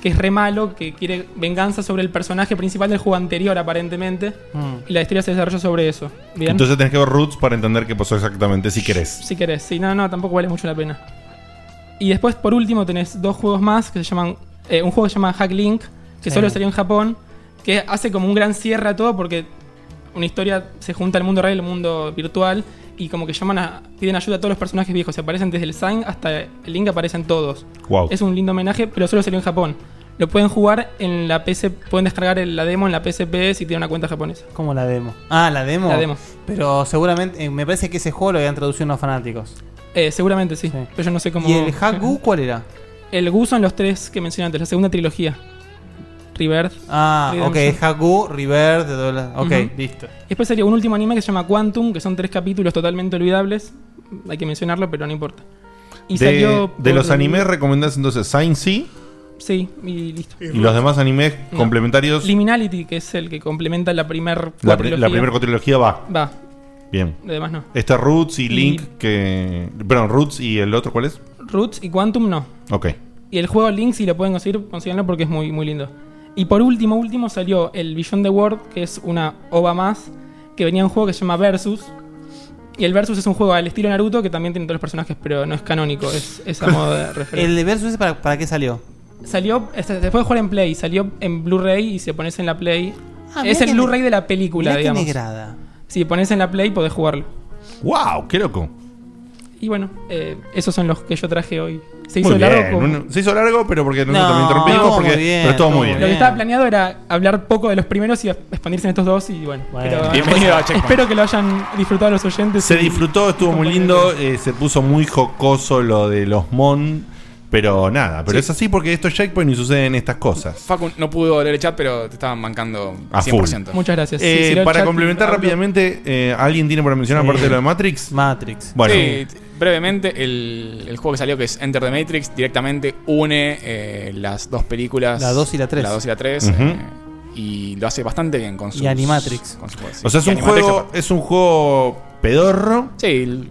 que es re malo, que quiere venganza sobre el personaje principal del juego anterior aparentemente, Mm. y la historia se desarrolla sobre eso. Bien, Entonces tenés que ver Roots para entender qué pasó exactamente, si querés. si querés, sí, no, no, tampoco vale mucho la pena. Y después por último tenés dos juegos más que se llaman, eh, un juego que se llama Hack Link, Sí. que solo salió en Japón, que hace como un gran cierre a todo porque una historia se junta el mundo real y el mundo virtual y como que llaman a, piden ayuda a todos los personajes viejos. Se aparecen desde el Sign hasta el Link aparecen todos. Guau. Es un lindo homenaje, pero solo salió en Japón. Lo pueden jugar en la PC, pueden descargar el- la demo en la PSP si tienen una cuenta japonesa. ¿Cómo la demo? Ah, la demo. La demo. Pero seguramente, eh, me parece que ese juego lo habían traducido unos fanáticos. Eh, seguramente sí, pero yo no sé cómo. ¿Y el Haku cuál era? El Gu son los tres que mencioné antes, la segunda trilogía. Rebirth. Ah, ok, Redemption. es Haku, River, de dólar. Ok, Ujú. listo. Después sería un último anime que se llama Quantum, que son tres capítulos totalmente olvidables. Hay que mencionarlo, pero no importa. Y De, salió de por- los animes recomendás entonces Saint Sea Sí, y listo. y los demás animes No. complementarios. Liminality, que es el que complementa la primer La, pri- cuatrilogía. la primera cuatrilogía va. Va. Bien. Lo demás no. Está Roots y Y- Link, que. Perdón, Roots y el otro, ¿cuál es? Roots y Quantum no. Ok. Y el juego Link, si lo pueden conseguir, consíganlo porque es muy, muy lindo. Y por último, último salió el Beyond the World, que es una OVA más, que venía un juego que se llama Versus. Y el Versus es un juego al estilo Naruto que también tiene todos los personajes, pero no es canónico, es, es a modo de referencia. ¿El de Versus ese para, para qué salió? Salió, este, después de jugar en Play, salió en Blu-ray y si lo pones en la Play. Ah, es mirá el qué Blu-ray ne- de la película, mirá qué digamos. negrada. Si pones en la Play podés jugarlo. ¡Wow! ¡Qué loco! Y bueno, eh, esos son los que yo traje hoy. Se Muy hizo bien, largo. como- un- se hizo largo, pero porque No, nosotros también interrumpimos, estuvo porque, muy bien, pero estuvo muy bien. Lo que estaba planeado era hablar poco de los primeros y expandirse en estos dos y bueno. pero- Bienvenido a Checkpoint. Espero que lo hayan disfrutado los oyentes. Se y- disfrutó, estuvo muy lindo, eh, se puso muy jocoso lo de los Mon, pero nada, pero Sí. es así porque estos checkpoints y suceden estas cosas. Facu no pudo leer el chat, pero te estaban bancando A full. 100%. Eh, para complementar rápidamente, eh, ¿alguien tiene para mencionar Sí. aparte de lo de Matrix? Matrix. Bueno, Sí, t- brevemente, el, el juego que salió, que es Enter the Matrix, directamente une eh, las dos películas. La dos y la tres. La 2 y la 3. Ujú. y lo hace bastante bien con sus... Y Animatrix. con sus juegos, sí. o sea, es Y un Animatrix juego, es un juego pedorro. Sí,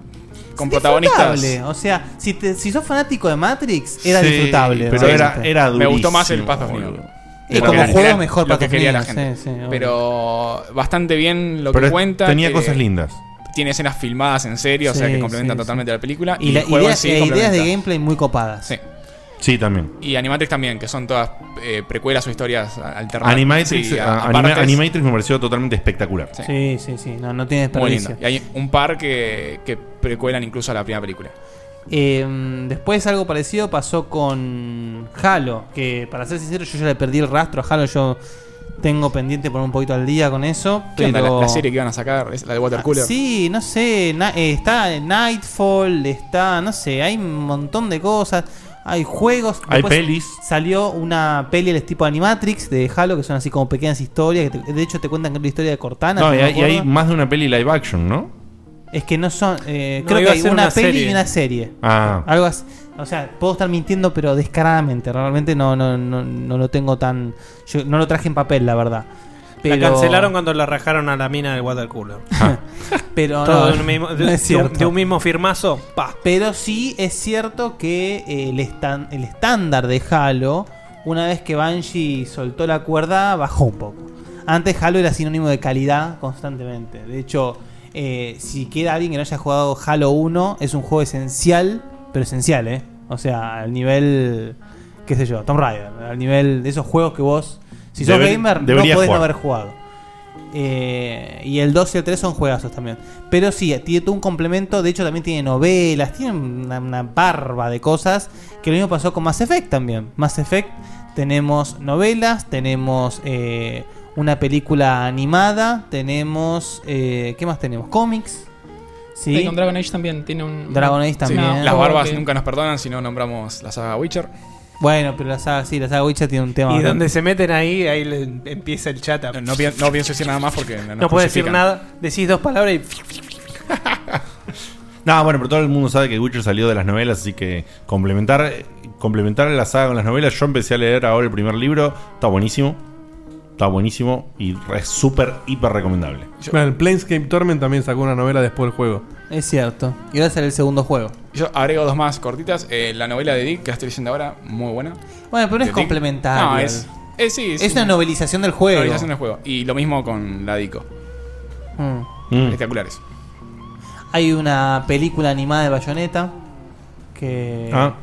con protagonistas. Disfrutable, O sea, si, te- si sos fanático de Matrix, era Sí, disfrutable. pero obviamente. era- era Me gustó más el Path of New. Y como Era- juego era mejor lo Path que of quería la Neo, gente. sí, sí, obvio. pero bastante bien lo Pero que cuenta. tenía que cosas lindas. Tiene escenas filmadas en serio, o sea Sí, que complementan sí, totalmente la película. Y, la- el juego en ideas, sí e ideas complementa. de gameplay muy copadas. Sí. Sí, también. Y Animatrix también, que son todas eh, precuelas o historias alternativas. Animatrix, a- anima- Animatrix me pareció totalmente espectacular. Sí, sí, sí. No, no tiene Muy desperdicio. lindo. Y hay un par que, que precuelan incluso a la primera película. Eh, después algo parecido pasó con Halo, que para ser sincero yo ya le perdí el rastro a Halo, yo tengo pendiente por un poquito al día con eso. ¿Qué onda? pero- La, la serie que iban a sacar, es la de Ah, Water Cooler. Ah, Sí, no sé, na- eh, está Nightfall, está, no sé, hay un montón de cosas, hay juegos. Hay Después pelis. Salió una peli del tipo Animatrix de Halo, que son así como pequeñas historias, que te- de hecho te cuentan que es la historia de Cortana. No, si y me hay, y hay acuerdo. más de una peli live action, ¿no? Es que no son, eh, No, creo que iba a hay ser una, una peli serie. y una serie. Ah. Algo así. O sea, puedo estar mintiendo, pero descaradamente. Realmente no, no, no, no lo tengo tan. yo no lo traje en papel, la verdad. Pero, La cancelaron cuando la rajaron a la mina del water cooler. Pero Todo no, de un mismo- de- no de es un- cierto. de un mismo firmazo, pa. Pero sí es cierto que eh, el, estan- el estándar de Halo, una vez que Bungie soltó la cuerda, bajó un poco. Antes Halo era sinónimo de calidad constantemente. De hecho, eh, si queda alguien que no haya jugado Halo 1, es un juego esencial, pero esencial, ¿eh? O sea, al nivel, qué sé yo, Tomb Raider, al nivel de esos juegos que vos, si sos Deber- gamer, no podés deberías no jugar. haber jugado. Eh, y el 2 y el 3 son juegazos también. Pero sí, tiene todo un complemento. De hecho, también tiene novelas, tiene una, una barba de cosas. Que lo mismo pasó con Mass Effect también. Mass Effect tenemos novelas, tenemos eh, una película animada, tenemos. eh, ¿Qué más tenemos? Cómics. Sí, Sí. con Dragon Age también tiene un. Dragon Age también. Sí, Las juego barbas que- ah, nunca nos perdonan si no nombramos la saga Witcher. Bueno, pero la saga, sí, la saga Witcher tiene un tema. Y bastante- donde se meten ahí, ahí le- empieza el chat. a- No, pien- no pienso decir nada más porque no, nos No puede decir crucifican. nada, decís dos palabras y. No, bueno, pero todo el mundo sabe que Witcher salió de las novelas, así que complementar, complementar la saga con las novelas. Yo empecé a leer ahora el primer libro, está buenísimo. Está buenísimo y es súper, hiper recomendable. Bueno, el Planescape Torment también sacó una novela después del juego. Es cierto. Y ahora sale el segundo juego. Yo agrego dos más cortitas. Eh, la novela de Dick, que la estoy leyendo ahora, muy buena. Bueno, pero no es De Dick. complementario. No, es, es- sí, Es una novelización del juego. Novelización del juego. Y lo mismo con la Dico. Mm. Espectaculares. Hay una película animada de Bayonetta que, Ah.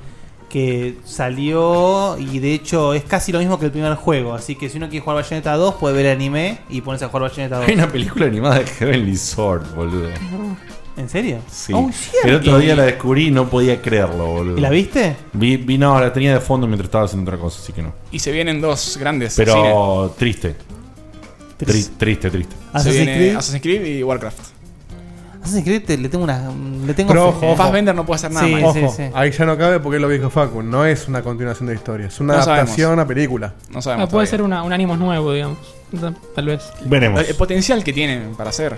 que salió y de hecho es casi lo mismo que el primer juego. Así que si uno quiere jugar Bayonetta 2 puede ver el anime y ponerse a jugar Bayonetta 2. Hay una película animada de Heavenly Sword, boludo. ¿En serio? Sí. Oh, cierto. el otro día la descubrí y no podía creerlo, boludo. ¿Y la viste? Vi, vi- no, la tenía de fondo mientras estaba haciendo otra cosa, así que no. Y se vienen dos grandes. cine. Pero triste. Tri- triste, triste. Ah, Se viene Assassin's Creed y Warcraft. Assassin's Creed te- le tengo una. Le tengo Pero fe. ojo, ojo. Sí, Ojo, sí, sí. Ahí ya no cabe porque es lo que dijo Facu. No es una continuación de la historia. Es una No sabemos. adaptación a película. No Ah, puede ser una, un ánimos nuevo, digamos. Tal vez. Veremos. El potencial que tienen para hacer.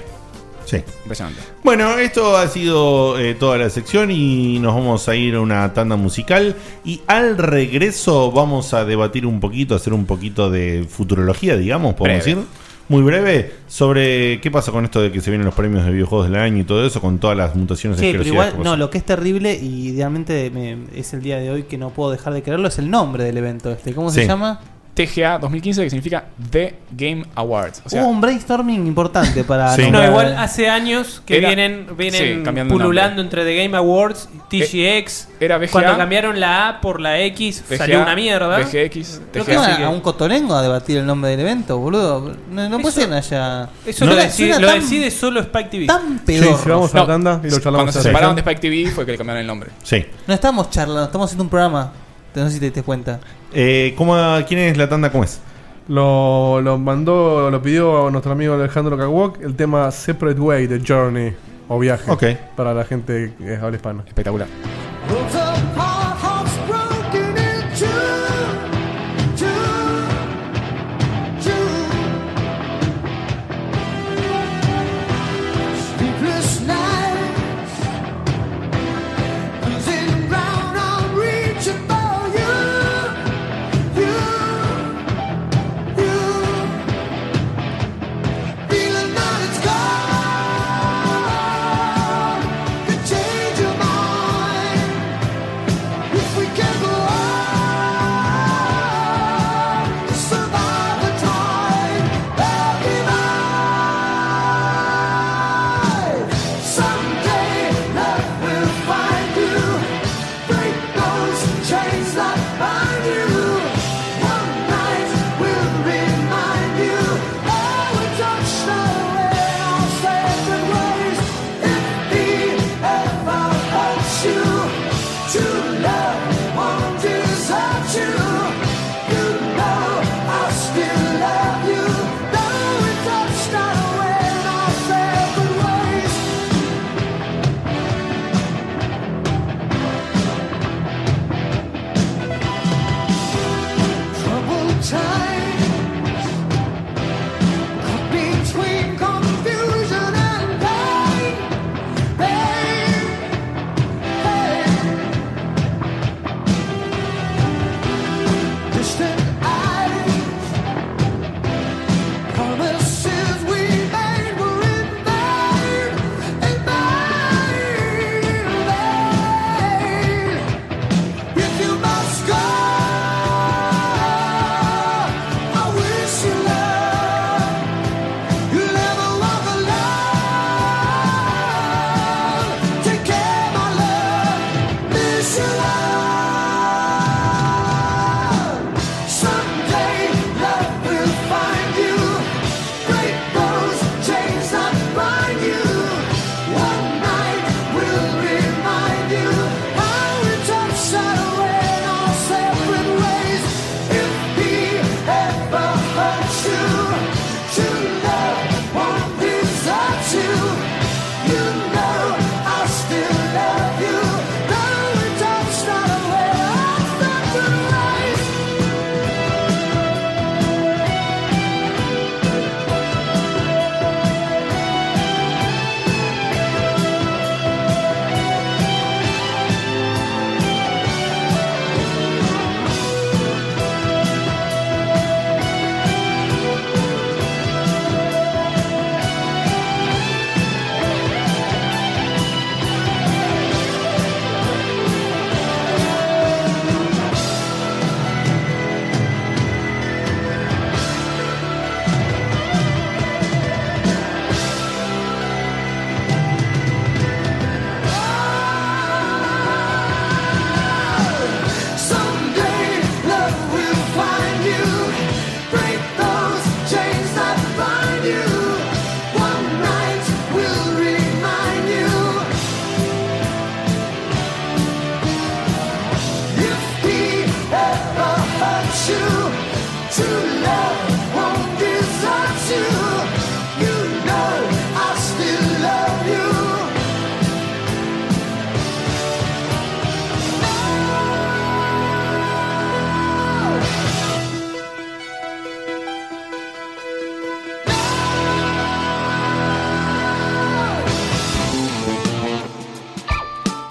Sí. Impresionante. Bueno, esto ha sido eh, toda la sección y nos vamos a ir a una tanda musical. Y al regreso vamos a debatir un poquito, hacer un poquito de futurología, digamos, podemos Breve. decir. Muy breve, sobre qué pasa con esto de que se vienen los premios de videojuegos del año y todo eso, con todas las mutaciones Sí, pero asquerosidades igual, no, lo que es terrible y idealmente me- es el día de hoy que no puedo dejar de creerlo es el nombre del evento este. ¿Cómo se Sí. llama? TGA 2015, que significa The Game Awards. O sea, eh, Hubo un brainstorming importante para. Sí. nombrar- No, Igual hace años que Era- vienen, sí, vienen cambiando el Eh, pululando entre The Game Awards, TGX. era VGA. Cuando cambiaron la A por la X, VGA, salió una mierda. VGX, Creo que van a un cotolengo a debatir el nombre del evento, boludo. No, no puede ser allá. Eso lo, decide, lo decide solo Spike TV. Tan pedorro. Sí, si vamos a la No, tanda y lo charlamos Cuando se en la separaron de sección. Spike TV fue que le cambiaron el nombre. Sí. No estamos charlando, estamos haciendo un programa. No sé si te diste cuenta. Eh, ¿cómo, ¿Quién es la tanda? ¿Cómo es? Lo, lo mandó, lo pidió nuestro amigo Alejandro Kawok, el tema Separate Way de Journey o Viaje. Ok. Para la gente que habla hispana. Espectacular. Those are our hearts broken in two, two, two. Sleepless nights, losing ground, I'm reaching for you, you, you. Feeling that it's gone, could change your mind. Oh,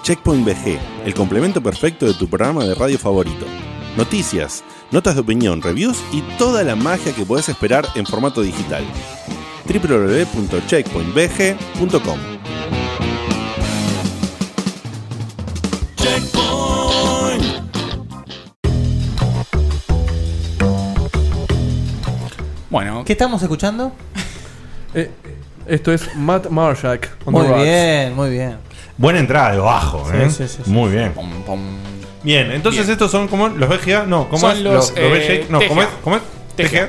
Checkpoint VG, el complemento perfecto de tu programa de radio favorito. Noticias, notas de opinión, reviews y toda la magia que podés esperar en formato digital. www.checkpointvg.com Bueno. ¿Qué estamos escuchando? Eh, esto es Matt Marshak. on the Muy Rocks. bien, muy bien. Buena entrada de bajo, Sí, ¿eh? sí, sí, sí. Muy bien. Bien, entonces estos son como los BGA, no, ¿cómo Son es? los, eh, BGA, no, ¿cómo es? TGA. ¿Cómo es? TGA.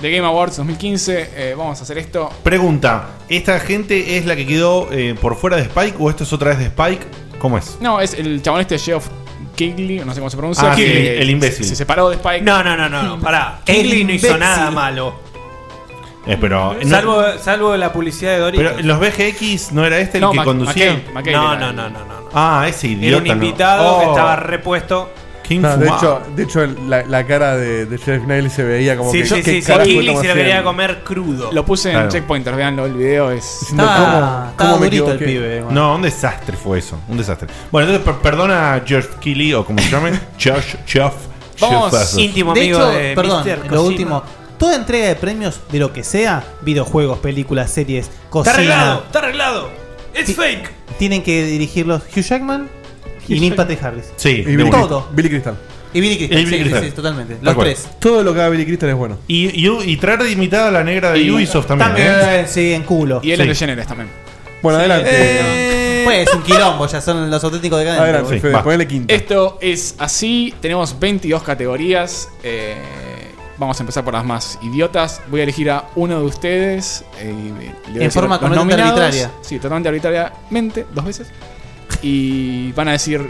The Game Awards 2015. eh, vamos a hacer esto. Pregunta, ¿esta gente es la que quedó eh, por fuera de Spike o esto es otra vez de Spike? ¿Cómo es? No, es el chabón este Geoff Kigley, no sé cómo se pronuncia. Ah, que Keighley, el imbécil. Se separó de Spike. No, no, no, no, no, pará. Kelly no hizo imbécil. nada malo. Eh, pero, no- Salvo, salvo la publicidad de Doritos. pero los BGX no era este el No, que Mac- conducía. McKay, McKay No, era no, el- no, no, Ah, ese Era idiota. un ¿no? invitado que Oh, estaba repuesto. No, Ah, de hecho, de hecho el- la, la cara de, de Jeff Nail se veía como Sí, que. sí, ¿qué sí, sí, carajo Kigley estamos se lo quería haciendo? comer crudo. Lo puse en Claro. Checkpointers, veanlo, el video es. Diciendo, ¿cómo- cómo me equivoqué? No, un desastre fue eso. Un desastre. Bueno, entonces per- perdona a George Keighley o como se llame. Josh, Jeff. Jeff- de hecho, perdón, Mr. lo Cocina. último. Toda entrega de premios de lo que sea, videojuegos, películas, series, Está cocina. arreglado, está arreglado. It's fake. Tienen que dirigirlos Hugh Jackman y Neil Patrick Harris. Sí, Y Billy, todo. Billy Crystal. Y Billy Crystal, sí, sí, sí, totalmente. Tal Los cual. tres. Todo lo que haga Billy Crystal es bueno. Y, y, y traer de imitada a la negra de Ubisoft también. ¿eh? eh, sí, en culo. Y Ellen Sí. Eh, DeGeneres también. Bueno, adelante. Pues es un quilombo, ya son los auténticos de Adelante, Fede, ponele quinta. Esto es así, tenemos 22 categorías. eh, vamos a empezar por las más idiotas. Voy a elegir a uno de ustedes. eh, y le voy a En decir forma los completamente nominados. arbitraria. Sí, totalmente arbitrariamente, dos veces. Y van a decir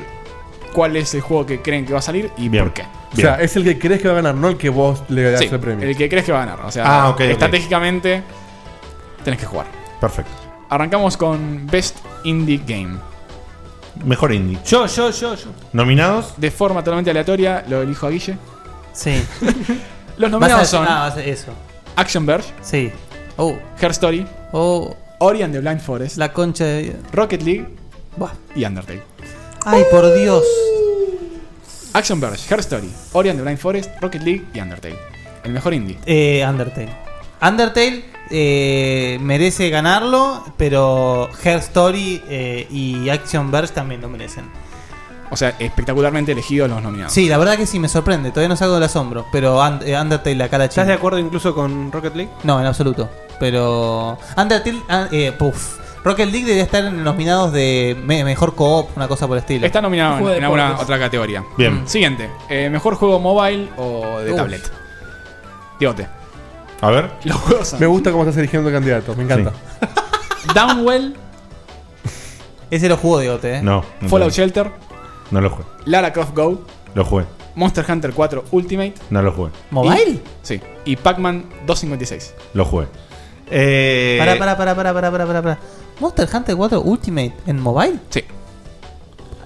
cuál es el juego que creen que va a salir y por qué. O sea, es el que crees que va a ganar, no el que vos le das Sí, el premio. el que crees que va a ganar. O sea, Ah, ok, ok. estratégicamente tenés que jugar. Perfecto. Arrancamos con Best Indie Game. Mejor indie. Yo, yo, yo, yo. ¿Nominados? De forma totalmente aleatoria, lo elijo a Guille. Sí. Los Vas a nominados decir, son ah, vas a- eso. Action Verge. Sí. Oh. Her Story. Oh. Ori and the Blind Forest. La concha de. Rocket League. Y Undertale. Ay, por Dios. Action Verge, Her Story, Ori and the Blind Forest, Rocket League y Undertale. El mejor indie. Eh, Undertale. Undertale eh, merece ganarlo, pero Her Story eh, y Action Verge también lo merecen. O sea, espectacularmente elegidos los nominados. Sí, la verdad que sí, me sorprende. Todavía no salgo del asombro, pero And- eh, Undertale, la cara chica. ¿Estás de acuerdo incluso con Rocket League? No, en absoluto. Pero. Undertale. ah, eh, puf. Rocket League debería estar en los nominados de me- mejor co-op, una cosa por el estilo. Está nominado en- en, alguna otra categoría. Bien. Mm. Siguiente. Eh, mejor juego mobile o de Uf. tablet. Diote. A ver. Los juegos son Me gusta cómo estás eligiendo candidatos, me encanta. Downwell, Ese lo jugó Diote, ¿eh? No. no tengo. Fallout Shelter, No lo jugué. Lara Croft Go, Lo jugué. Monster Hunter 4 Ultimate. No lo jugué. ¿Mobile? sí. Y Pac-Man 256. Lo jugué. Eh, Pará, pará, pará, pará, pará, pará, pará, pará. ¿Monster Hunter 4 Ultimate en mobile? Sí.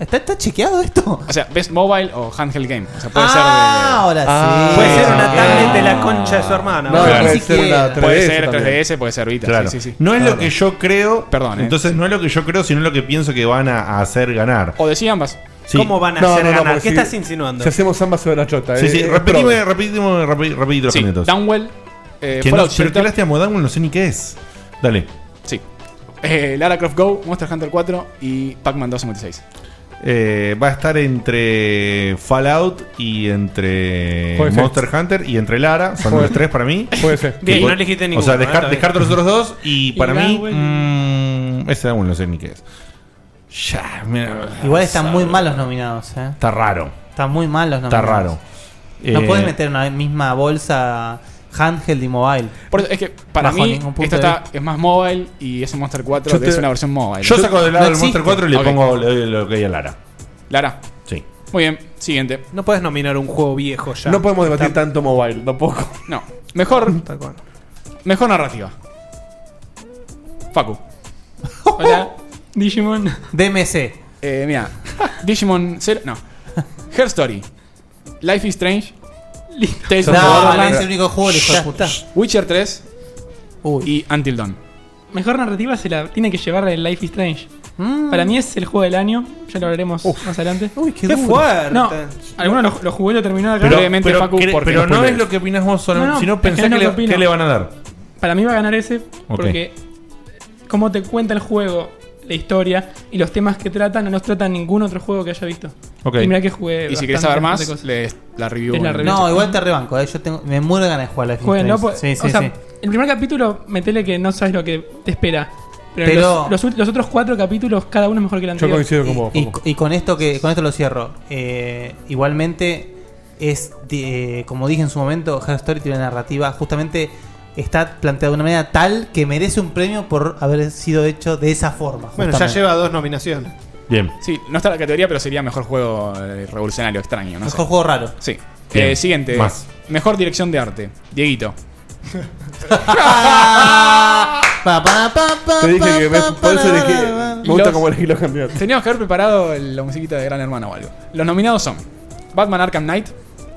¿Está, está chequeado esto? O sea, Best Mobile o Handheld Game. O sea, puede Ah, ser de. ahora sí. Puede ser una tablet de la concha de su hermana. No, Claro. puede ser una 3DS. Puede ser también. 3DS, puede ser Vita. Claro. Sí, sí, sí. No es lo Claro. que yo creo. Perdón, ¿eh? Entonces no es lo que yo creo, sino lo que pienso que van a, a hacer ganar. O decía ambas. Sí. ¿Cómo van a No, hacer no, no, ganar? porque ¿Qué si- estás insinuando? Si hacemos ambas sobre la chota, Sí, eh, sí, es repetime, prove. repetime, repi- repetí los candidatos. Downwell, eh, Que no- pero Fallout qué Shelter. lástima, Downwell no sé ni qué es. Dale. Sí. Eh, Lara Croft Go, Monster Hunter 4 y Pac-Man 256. Eh, va a estar entre Fallout y entre Puede ser. Monster Hunter y entre Lara. Son Puede los ser. tres para mí. Puede ser. Y Bien, por- no elegiste O sea, ninguno, ¿eh? Está descar- bien. descarto los otros dos y Y para mí. Downwell. mm, ese Downwell no sé ni qué es. Ya, mira, Igual están muy mal los nominados, ¿eh? Está raro. Están muy mal los Está nominados. raro. No Eh, puedes meter en una misma bolsa handheld y mobile. Por eso es que para Bajo mí ningún punto esto de está, es más mobile y es un Monster 4 Yo que te- es una versión mobile. Yo saco de lado el Monster 4 y le Ok. pongo le doy lo que hay a Lara. Lara. Sí. Muy bien, siguiente. No puedes nominar un juego viejo ya. No podemos debatir tanto mobile, tampoco. No. Mejor. Mejor narrativa. Facu. Hola. Digimon. DMC. Eh, mira. Digimon Zero. No. Her Story. Life is Strange. Tales No, Borderlands. es el único juego, el hijo de puta. Witcher 3. Y Until Dawn. mejor narrativa se la tiene que llevar el Life is Strange. Mm. Para mí es el juego del año, ya lo hablaremos más adelante. Uy, qué Qué duro. fuerte. No, algunos lo, lo jugué, lo terminaron acá. Pero, pero cre- pero no es lo que opinás vos solamente, No, no, sino es que pensás no que, lo le, opino. qué le van a dar. Para mí va a ganar ese, Ok. porque como te cuenta el juego, la historia y los temas que tratan, no los trata ningún otro juego que haya visto. Ok. Y mirá que jugué. Y si bastante, querés saber bastante más, cosas. lees la review Es la en- review. No, igual te rebanco, eh, yo tengo, me muero de ganas de jugar Life is Jueguen, Strange. ¿no? Pues, sí, sí, o sea, sí. el primer capítulo, metele que no sabes lo que te espera. Pero, Pero- Los, los ut- los otros cuatro capítulos, cada uno es mejor que el anterior. Y, y con esto que con esto lo cierro. Eh, igualmente es de- como dije en su momento, Her Story tiene una narrativa justamente está planteada de una manera tal que merece un premio por haber sido hecho de esa forma. Bueno, ya justamente. lleva dos nominaciones. Bien. Sí, no está la categoría, pero sería mejor juego eh, revolucionario, extraño. No Mejor juego raro. Sí. Bien. Eh, siguiente. Más. Mejor dirección de arte. Dieguito. Pa, pa, pa, pa, Te dije pa, que me- pa, por eso pa, elegí. pa, Me pa. gusta Los- cómo elegí los candidatos. Teníamos que haber preparado el- la musiquita de Gran Hermano o algo. Los nominados son Batman Arkham Knight,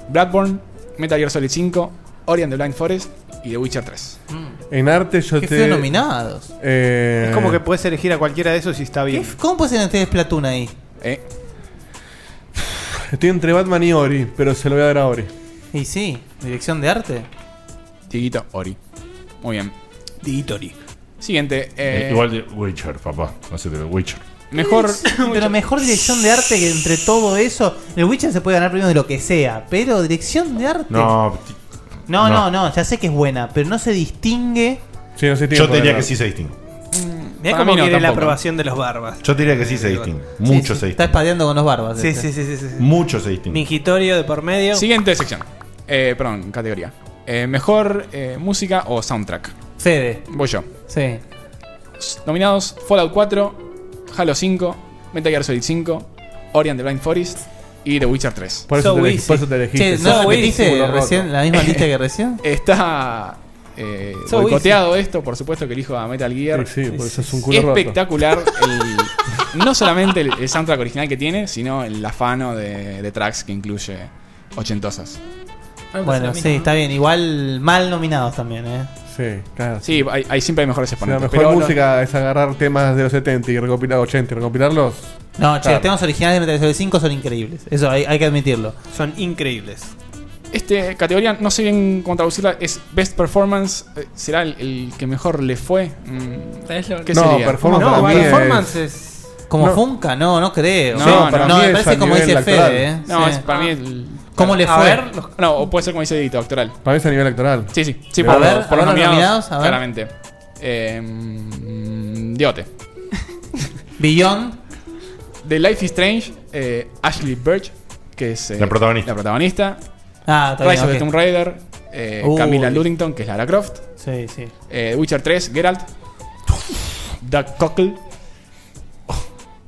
Bloodborne, Metal Gear Solid 5, Ori and the Blind Forest y The Witcher 3. Mm. En arte yo Qué te. feo nominados. Eh, Es como que puedes elegir a cualquiera de esos y está bien. ¿Cómo puede ser ustedes Platuna ahí? Eh. Estoy entre Batman y Ori, pero se lo voy a dar a Ori. Y sí, dirección de arte. Dieguito Ori. Muy bien. Dieguito Ori. Siguiente. eh, Eh, igual de Witcher, papá. No sé, pero Witcher. Mejor. pero mejor dirección de arte que entre todo eso. El Witcher se puede ganar premios de lo que sea, pero dirección de arte. No, no, no, no. no, ya sé que es buena, pero no se distingue. Sí, no se Yo diría que sí se distingue. Mirá Mm, Para cómo mí no, quiere la tampoco. aprobación de los barbas. Yo diría que sí se distingue. Mucho se Está distingue. espadeando con los barbas. Sí, este. sí, sí, sí, sí. Mucho se distingue. Mingitorio de por medio. Siguiente sección. Eh, perdón, categoría. Eh, mejor eh, música o soundtrack. Fede. Voy yo. Sí. S- Nominados Fallout 4, Halo 5, Metal Gear Solid 5, Ori and the Blind Forest y The Witcher 3. Por eso So te elegí- easy. por eso te elegiste. Che, ¿no repetiste recién la misma lista que recién? Está eh, So boicoteado esto, por supuesto que elijo a Metal Gear. Sí, sí, por eso es un culo roto. Espectacular. el- no solamente el, el soundtrack original que tiene, sino el afano de, de tracks que incluye ochentosas. Bueno, sí, está bien. Igual mal nominados también, eh. Sí, claro. Sí, hay, hay- siempre hay O mejores sea, la exponentes. mejor pero lo- música es agarrar temas de los 70 y recopilar 80 y recopilarlos. No, che, Claro. los temas originales de Metal Gear Solid 5 son increíbles. Eso hay, hay que admitirlo. Son increíbles. Este categoría, no sé bien cómo traducirla, es Best Performance. eh, ¿Será el, el que mejor le fue? Mm, ¿Qué No, sería? performance No, para mí performance es- Como No. Funka, no, no creo. No, no, no, para no, mí me es parece a como nivel dice actoral. Fede, eh. No, Sí. es para mí. el- ¿Cómo le A fue? ver, los- no, o puede ser como dice Edito, actoral. Para mí es a nivel electoral. Sí, sí. sí A por, ver, por a ver los los nominados. nominados, a ver. Claramente. Eh, mm, Diote. Beyond. The Life is Strange. eh, Ashley Birch, que es eh, La protagonista. la protagonista. Ah, está bien, Rise of the ok. Tomb Raider. eh, Uy. Camila Ludington, que es Lara Croft. Sí, sí. Eh, Witcher 3, Geralt. Doug Cockle.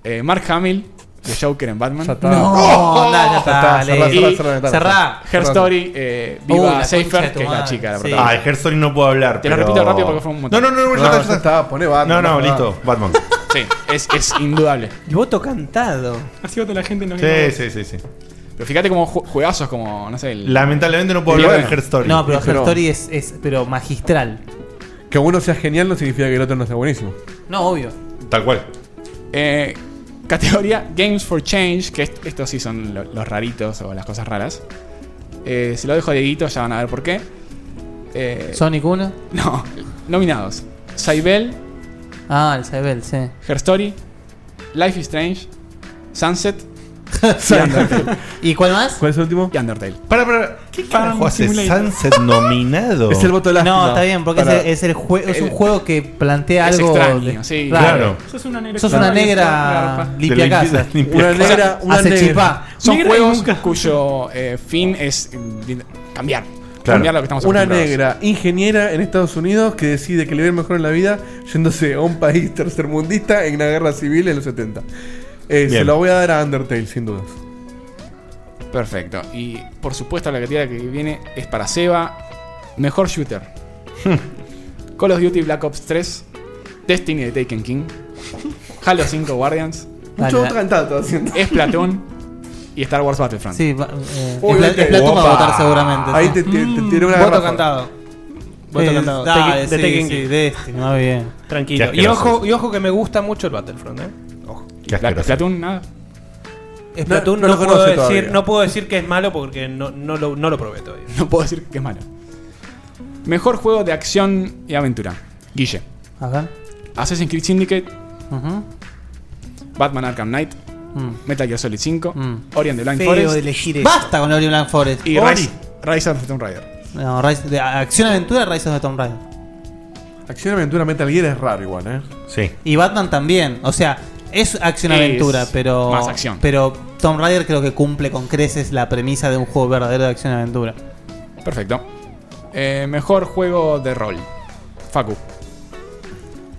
eh, Mark Hamill, The Joker en Batman. Ya está. No, Oh, andá, ya ya está, está, cerrá, Y cerrá, cerrá, cerrá, cerrá. Her Cerrá. Story, eh, Uy, la Viva concha de Seifer, tu que es la madre, chica, la sí. protagonista. Ah, Her Story no puedo hablar. Te lo pero- repito rápido porque fue un montón. No, no, no, no, ya está, ya está. Poné No, Batman. no, Batman. listo. Batman. Sí, es, es indudable. Y voto cantado. Así vota la gente no Sí, sí, sí, sí. Pero fíjate como ju- juegazos como, no sé, el- Lamentablemente no puedo el hablar de Batman. Her Story. No, pero Her Pero- Story es, es pero magistral. Que uno sea genial no significa que el otro no sea buenísimo. No, obvio. Tal cual. Eh, categoría Games for Change, que est- estos sí son lo- los raritos o las cosas raras. Eh, se lo dejo a Dieguito, ya van a ver por qué. Eh, Sonic 1. No, nominados. Saibel, Ah, el Cyber, sí. Her Story, Life is Strange, Sunset. ¿Y cuál más? ¿Cuál es el último? Y Undertale. Para, para. ¿Qué carajo hace Sunset nominado? Es el voto lástima. No, está bien, porque Para- es, el- es el jue- es un Eh, el- juego que plantea es algo. extraño, de- sí. raro. Claro. Sos una negra. Sos una negra Garpa. limpia casa. Una negra, una Hace negra. chipá. Son Negra y juegos cuyo eh, fin es mm, cambiar. Cambiar lo que estamos Una acostumbrados. negra ingeniera en Estados Unidos que decide que le va a ir mejor en la vida yéndose a un país tercermundista en una guerra civil en los 70. Eh, se Bien. lo voy a dar a Undertale, sin dudas. Perfecto. Y por supuesto la categoría que viene es para Seba. Mejor shooter. Call of Duty Black Ops 3. Destiny de Taken King. Halo 5 Guardians. Mucho otro cantante haciendo. Splatoon. Y Star Wars Battlefront. Sí, va- eh, Spla- Splatoon va a votar seguramente. Ahí sí. te, te, te tiré una Voto garrafa. cantado. Vos estás cantando. dale, Tekken- de sí, Tekken sí, King. Destiny, muy bien. Tranquilo. Qué Y asqueroso. ojo, y ojo que me gusta mucho el Battlefront, ¿eh? Ojo. Qué asqueroso. Splatoon, nada. Splatoon no, No- no lo puedo conoce decir, todavía. no puedo decir que es malo porque no, no lo, no lo probé todavía. No puedo decir que es malo. Mejor juego de acción y aventura. Guille. A ver. Assassin's Creed Syndicate. Ujú. Batman Arkham Knight. Mm. Metal Gear Solid 5. Ori and the Blind Feo Forest. de elegir eso. Basta con Ori and the Blind Forest. Y Ori. Rise, Rise of the Tomb Raider. No, Rise- de Acción Aventura, Rise of the Tomb Raider. Acción Aventura Metal Gear es raro igual, ¿eh? Sí. Y Batman también. O sea, es Acción Es Aventura, pero. más acción. Pero Tomb Raider creo que cumple con creces la premisa de un juego verdadero de Acción Aventura. Perfecto. Eh, mejor juego de rol. Facu.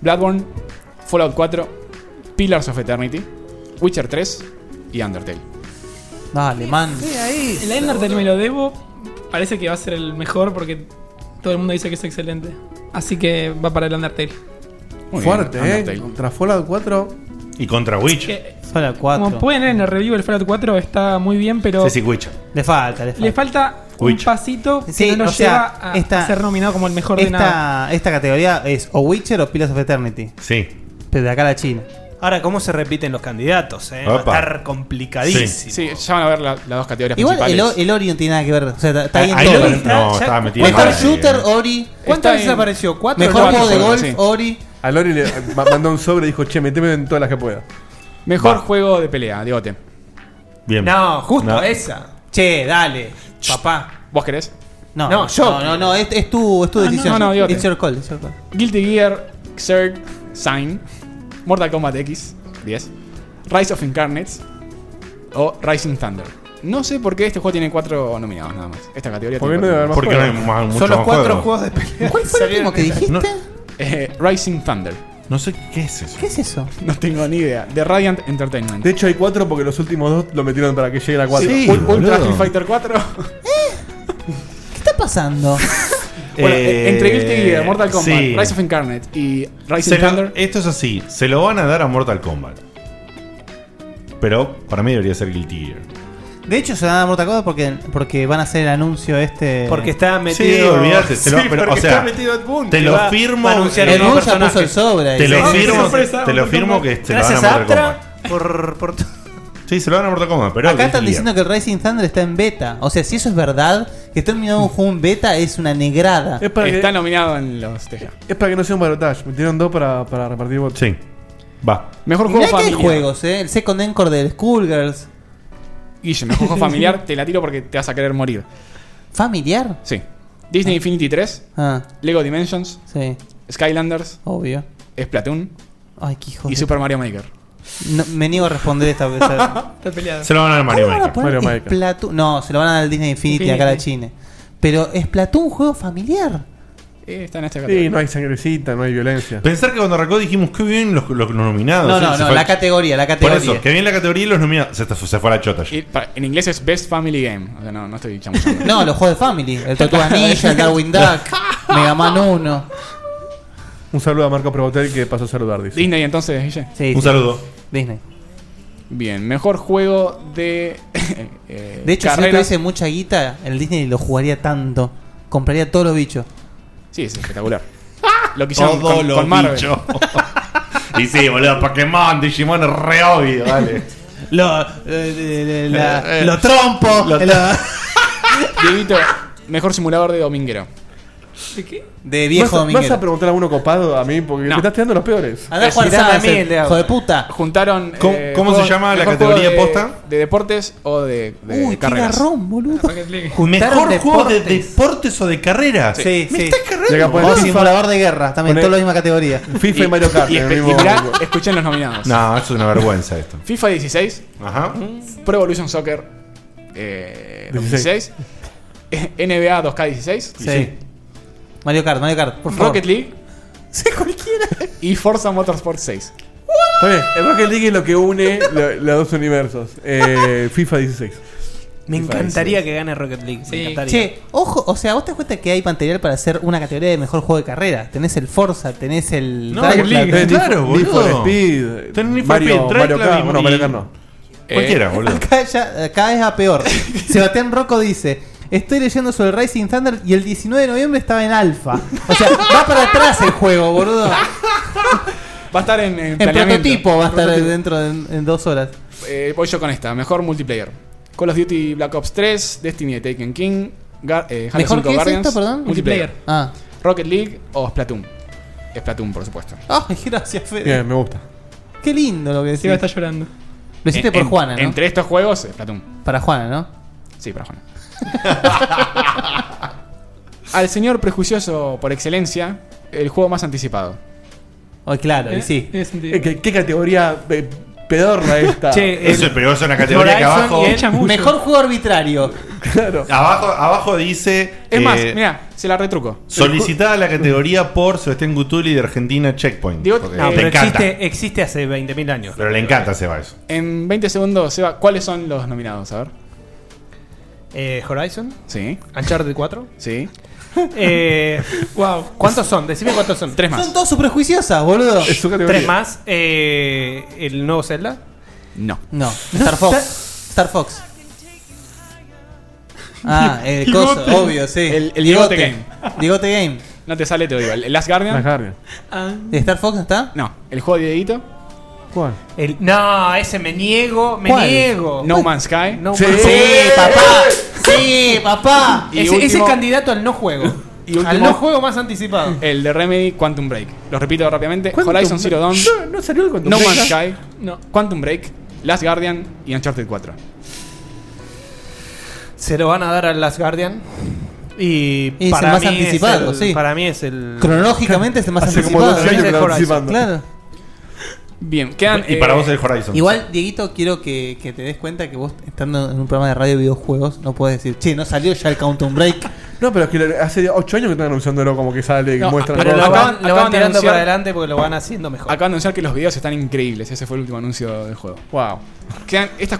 Bloodborne. Fallout 4. Pillars of Eternity. Witcher 3. Y Undertale. Dale, man. El Undertale me lo debo. Parece que va a ser el mejor porque todo el mundo dice que es excelente. Así que va para el Undertale. Fuerte, ¿eh? Contra Fallout 4. Y contra Witch. Fallout 4. Como pueden ver en el review, el Fallout 4 está muy bien, pero Sí, sí, Witch. Le falta, le falta. le falta un Witch. pasito que Sí, no lo o sea, lleva a, esta- a ser nominado como el mejor de esta, nada. esta categoría es o Witcher o Pillars of Eternity. Sí. Pero de acá a la China. Ahora, ¿cómo se repiten los candidatos? Eh? Va a Opa. estar complicadísimo. Sí, ya van a ver la- las dos categorías Igual el, principales. o- el Ori no tiene nada que ver. O sea, está- está Ah, bien ahí todo. Ori está- No, ya- estaba metido Mejor mal. shooter, Ori. ¿Cuántas veces apareció? ¿Cuatro? Mejor Cuatro, juego de cuatro, golf, sí. Ori. A Lori le ma- mandó un sobre y dijo, che, meteme en todas las que pueda. Mejor juego de pelea, Diote. Bien. No, justo No. esa. Che, dale, papá. ¿Vos querés? No, No, no, yo. No, no, no, es, es tu, es tu Ah, decisión. no, no, digo que- it's your call, it's your call. Guilty Gear, Xrd, Sign, Mortal Kombat X, 10, Rise of Incarnates o Rising Thunder. No sé por qué este juego tiene cuatro nominados nada más. Esta categoría ¿Por qué tiene no debe haber más Porque juegos? no hay más- mucho más juegos. de pelea. ¿Cuál fue el último que dijiste? Eh, Rising Thunder. No sé qué es eso. ¿Qué es eso? No tengo ni idea. De Radiant Entertainment. De hecho, hay cuatro porque los últimos dos lo metieron para que llegue a cuatro. Sí, Ul- Ultra Street Fighter 4. Eh, ¿Qué está pasando? Bueno, Eh, entre Guilty Gear, Mortal Kombat, sí. Rise of Incarnate y Rising Se lo- Thunder. esto es así, se lo van a dar a Mortal Kombat. Pero para mí debería ser Guilty Gear. De hecho, se van a dar Mortal Kombat porque, porque van a hacer el anuncio este. Porque está metido- olvídate, se lo- Sí, pero, o porque sea, está metido Edmund, te lo firmo, anunciar el nuevo personaje. Te lo firmo, te lo firmo que se lo van a Gracias a Mortal Aptra Kombat. Sí, se lo van a Mortal Kombat, pero Acá Guilty están Gear. diciendo que el Racing Thunder está en beta. O sea, si eso es verdad, que estén mirando un juego en beta es una negrada. Es para que- Está nominado en los Teja. Es para que no sea un balotage. Metieron dos para, para repartir votos. Sí. Va. Mejor Mirá juego que hay familiar. juegos, eh. El Second Encore del Schoolgirls. Guille, mejor juego familiar, te la tiro porque te vas a querer morir. ¿Familiar? Sí. Disney Infinity 3, Ah, Lego Dimensions, sí, Skylanders, obvio. Splatoon Ay, qué hijo y de- Super Mario Maker. No, me niego a responder esta vez. Está peleado. Se lo van a dar ¿Cómo Mario van Maker. a poner Splatoon? No, se lo van a dar al Disney Infinity, Infinity. acá a la China. Pero es un juego familiar. Eh, está en esta categoría. Sí, no hay sangrecita, no hay violencia. Pensar que cuando arrancó dijimos qué bien los, los nominados. No, ¿eh? no, Se no, fue- la categoría, la categoría. Por eso, que bien la categoría y los nominados. Se, está- se fue a la chota. ya. Y para- en inglés es Best Family Game. O sea, no, no estoy chamuchando. No, los juegos de Family. El Tortuga Ninja, el Darwin Duck, Mega Man 1. Un saludo a Marco Probotel que pasó a saludar, dice. Disney entonces, Guille. Sí, sí. Disney. Bien, mejor juego de. eh, De hecho, si yo carreras. tuviese mucha guita, el Disney lo jugaría tanto. Compraría todos los bichos. Sí, es espectacular. Lo que hicieron Todos con, los con Marvel. bichos. y sí, boludo, Pokémon, Digimon es re obvio, dale. lo, eh, Eh, la- lo trompo. Dieguito, mejor simulador de dominguero. ¿De qué? De ¿Vas, a- ¿Vas a preguntar a uno copado a mí? Porque me estás tirando los peores. Andá a jugar Sábado, hijo de puta. Juntaron. ¿Cómo- cómo se juegos- llama la Eh, mejor juego categoría de- posta? ¿De deportes o de, de Uy, qué carreras? garrón, boludo. Mejor juego de deportes o de carreras. Sí, sí. cargando. Llega a poner O FIFA. simulador simulador de guerra, también, todo la misma categoría. FIFA y Mario Kart. Y, en el espe- y mismo mirá, grupo. escuchen los nominados: No, eso es una vergüenza esto. FIFA 16, Ajá. Pro Evolution Soccer eh, 2016, 16. eh, NBA 2K16, Sí. Mario Kart, Mario Kart, por favor. Rocket League y Forza Motorsport 6. Está bien, el Rocket League es lo que une lo- los dos universos. Eh, FIFA 16. Me FIFA encantaría que gane Rocket League. Me encantaría. Che, ojo, o sea, vos te das cuenta que hay material para hacer una categoría de mejor juego de carrera. Tenés el Forza, tenés el No, Rocket League, Club, tenés- claro, Need for boludo. Speed, Tenés Need for Mario- Speed, Drive Mario Club Kart, y- Eh, bueno, Mario Kart no. Cualquiera, boludo. Acá, ya, acá es a peor. Sebastián Rocco dice: Estoy leyendo sobre Rising Thunder y el 19 de noviembre estaba en alfa. O sea, va para atrás el juego, boludo. Va a estar en, en En planeamiento. prototipo va a estar Prototipo. dentro de en dos horas. Eh, voy yo con esta. Mejor multiplayer. Call of Duty Black Ops 3, Destiny de Taken King, Gar eh, Halo ¿Mejor 5 qué es Guardians, esto, perdón? Multiplayer. Multiplayer. Ah. Rocket League o Splatoon. Splatoon, por supuesto. Ay, Ah, gracias, Fede. Bien, me gusta. Qué lindo lo que decís. Seba está llorando. Lo hiciste En- por en- Juana, ¿no? Entre estos juegos, Splatoon. Para Juana, ¿no? Sí, para Juana. Al señor prejuicioso por excelencia, el juego más anticipado. Eh, Ay, claro, y sí. ¿Qué, qué categoría eh, pedorra esta? Che, Eso el- es, pero es una categoría que Horizon abajo- y el chamuyo. Mejor juego arbitrario. Claro. Abajo, abajo dice. Es más, eh, mira, se la retruco. Solicitada la categoría por Sebastián Gutuli de Argentina Checkpoint. Digo, eh, Porque no, le pero encanta. existe- Existe hace 20.000 años. Pero le encanta Seba eso. En 20 segundos, Seba, ¿cuáles son los nominados? A ver. Eh, Horizon. Sí. Uncharted 4. Sí. Eh, wow. ¿Cuántos son? Decime cuántos son. Tres más. Son todas súper prejuiciosas, boludo. Tres más. Eh, el nuevo Zelda. No. No, Star Fox. Star Fox. Ah, el Bigote. coso, obvio, sí. El, el Bigote. Digote Game. Digote Game. No te sale, te digo. ¿El el Last Guardian? Last Guardian. Ah. ¿De Star Fox está? No. ¿El juego de Dieguito? ¿Cuál? El, no, ese me niego, me ¿Cuál? niego. Pues, No Man's Sky. No Sí. Man's Sky. Sí, papá. Sí, papá. Y Ese, ese último- es candidato al no juego. Y al no juego más anticipado. El de Remedy, Quantum Break. Lo repito rápidamente. Horizon Zero Dawn. No, no salió el Quantum No Break. Man's Sky. Quantum Break. Last Guardian y Uncharted 4. Se lo van a dar al Last Guardian. Y, es el más mí anticipado, es el- sí. Para mí es el. Cronológicamente es el más anticipado. Es el Horizon. Claro. Bien, quedan. eh, Y para vos el Horizon. Igual, Dieguito, quiero que, que te des cuenta que vos, estando en un programa de radio de videojuegos, no puedes decir, che, no salió ya el Countdown Break. No, pero es que hace 8 años que están anunciándolo como que sale, que No, muestran pero todo. lo acaban- lo van de tirando anunciar- para adelante porque lo van haciendo mejor. Acaban de anunciar que los videos están increíbles. Ese fue el último anuncio del juego. Wow. Quedan estas.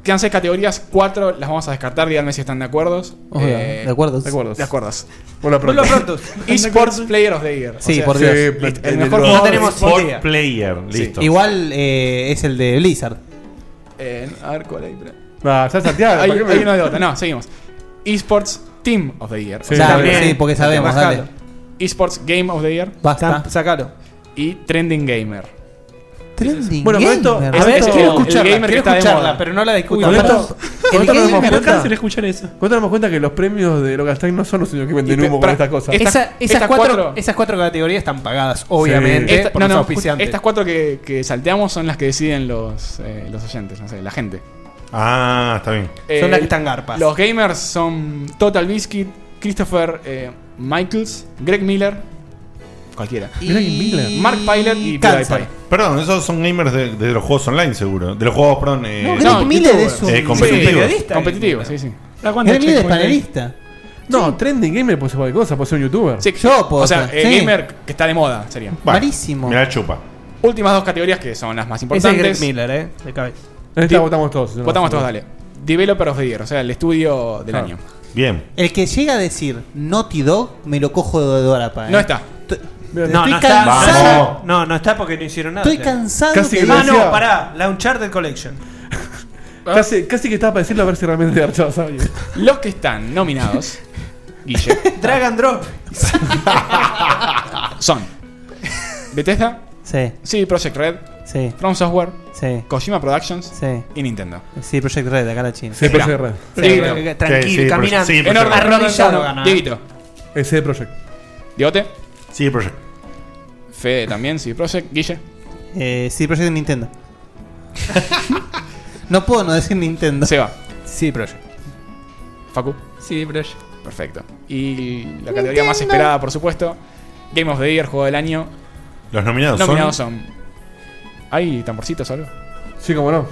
Quedan seis categorías, cuatro las vamos a descartar, díganme si están de acuerdo. Ojo, de acuerdo. De acuerdo. De acuerdo. Por lo pronto. pronto. Esports Player of the Year. O sea, listo, El mejor juego de esports. player, Sí. listo. Igual eh, es el de Blizzard. Eh, a ver cuál hay. espera. Ah, ya saltearon, hay, ¿para qué me- hay uno de otro. No, seguimos. Esports Team of the Year. Sí, También. sí, porque sabemos, Bájalo. dale. Esports Game of the Year. Basta. Sácalo. Y Trending Gamer. Trending Bueno, con Gamer. esto- A ver, Esto- quiero escucharla, El gamer que está de moda. pero no la discutan. Con Pero- esto- con el esto nos gamer damos me cuenta- alcanza el escuchar eso. con esto nos damos cuenta que los premios de Logastack no son los únicos que venden Y- humo con para- estas cosas. Esa- esas, estas cuatro, cuatro- esas cuatro categorías están pagadas, obviamente, Esta- por no, los no, auspiciantes. Estas cuatro que, que salteamos son las que deciden los, eh, los oyentes, no sé, la gente. Ah, está bien. Eh, las que están garpas. Los gamers son Total Biscuit, Christopher eh, Michaels, Greg Miller. Cualquiera. Mark Pilot y PewDiePie. Perdón, esos son gamers de, de los juegos online, seguro. De los juegos, perdón. Eh, No, Greg Miller es un- eh, competitivos. Sí, competitivo, sí, sí. Greg Miller es panelista. No, trending gamer puede ser cualquier cosa, puede ser un youtuber. Sí, o sea, eh, gamer que está de moda sería. Malísimo. Me la chupa. Últimas dos categorías que son las más importantes. Greg Miller, eh, de cabeza. Esta Di- votamos todos. Votamos todos, dale. Developer of the Year, o sea, el estudio del Claro. año. Bien. El que llega a decir Naughty Dog, me lo cojo de ¿eh? Dorapa. No está. No, no está, no, no, no está porque no hicieron nada. Estoy cansado Casi que que- lo Ah, no, decía- pará, la Uncharted Collection. Casi, casi que estaba para decirlo a ver si realmente archaba sabio. Los que están nominados, Guille, Drag and Drop. son Bethesda, Sí. CD Projekt Red, Sí. From Software, Sí. Kojima Productions Sí. y Nintendo. Sí, Project Red, acá la China. Sí, Espera. Project Red. Sí, Espera. Red. Tranquilo, Sí, sí, caminando. Project- sí, En Project orden, Red. arrodillado gana, eh. Dieguito. Eh, CD Projekt. ¿Diote? CD Projekt. Fede también, CD Projekt. Guille. Eh, sí, Project Nintendo. no puedo no decir Nintendo. Se va. Sí, Project. Facu. Sí, Project. Perfecto. Y la categoría más esperada, por supuesto, Game of the Year, juego del año. Los nominados, Nominados son. son. ¿Hay tamborcitos o algo? Sí, cómo no.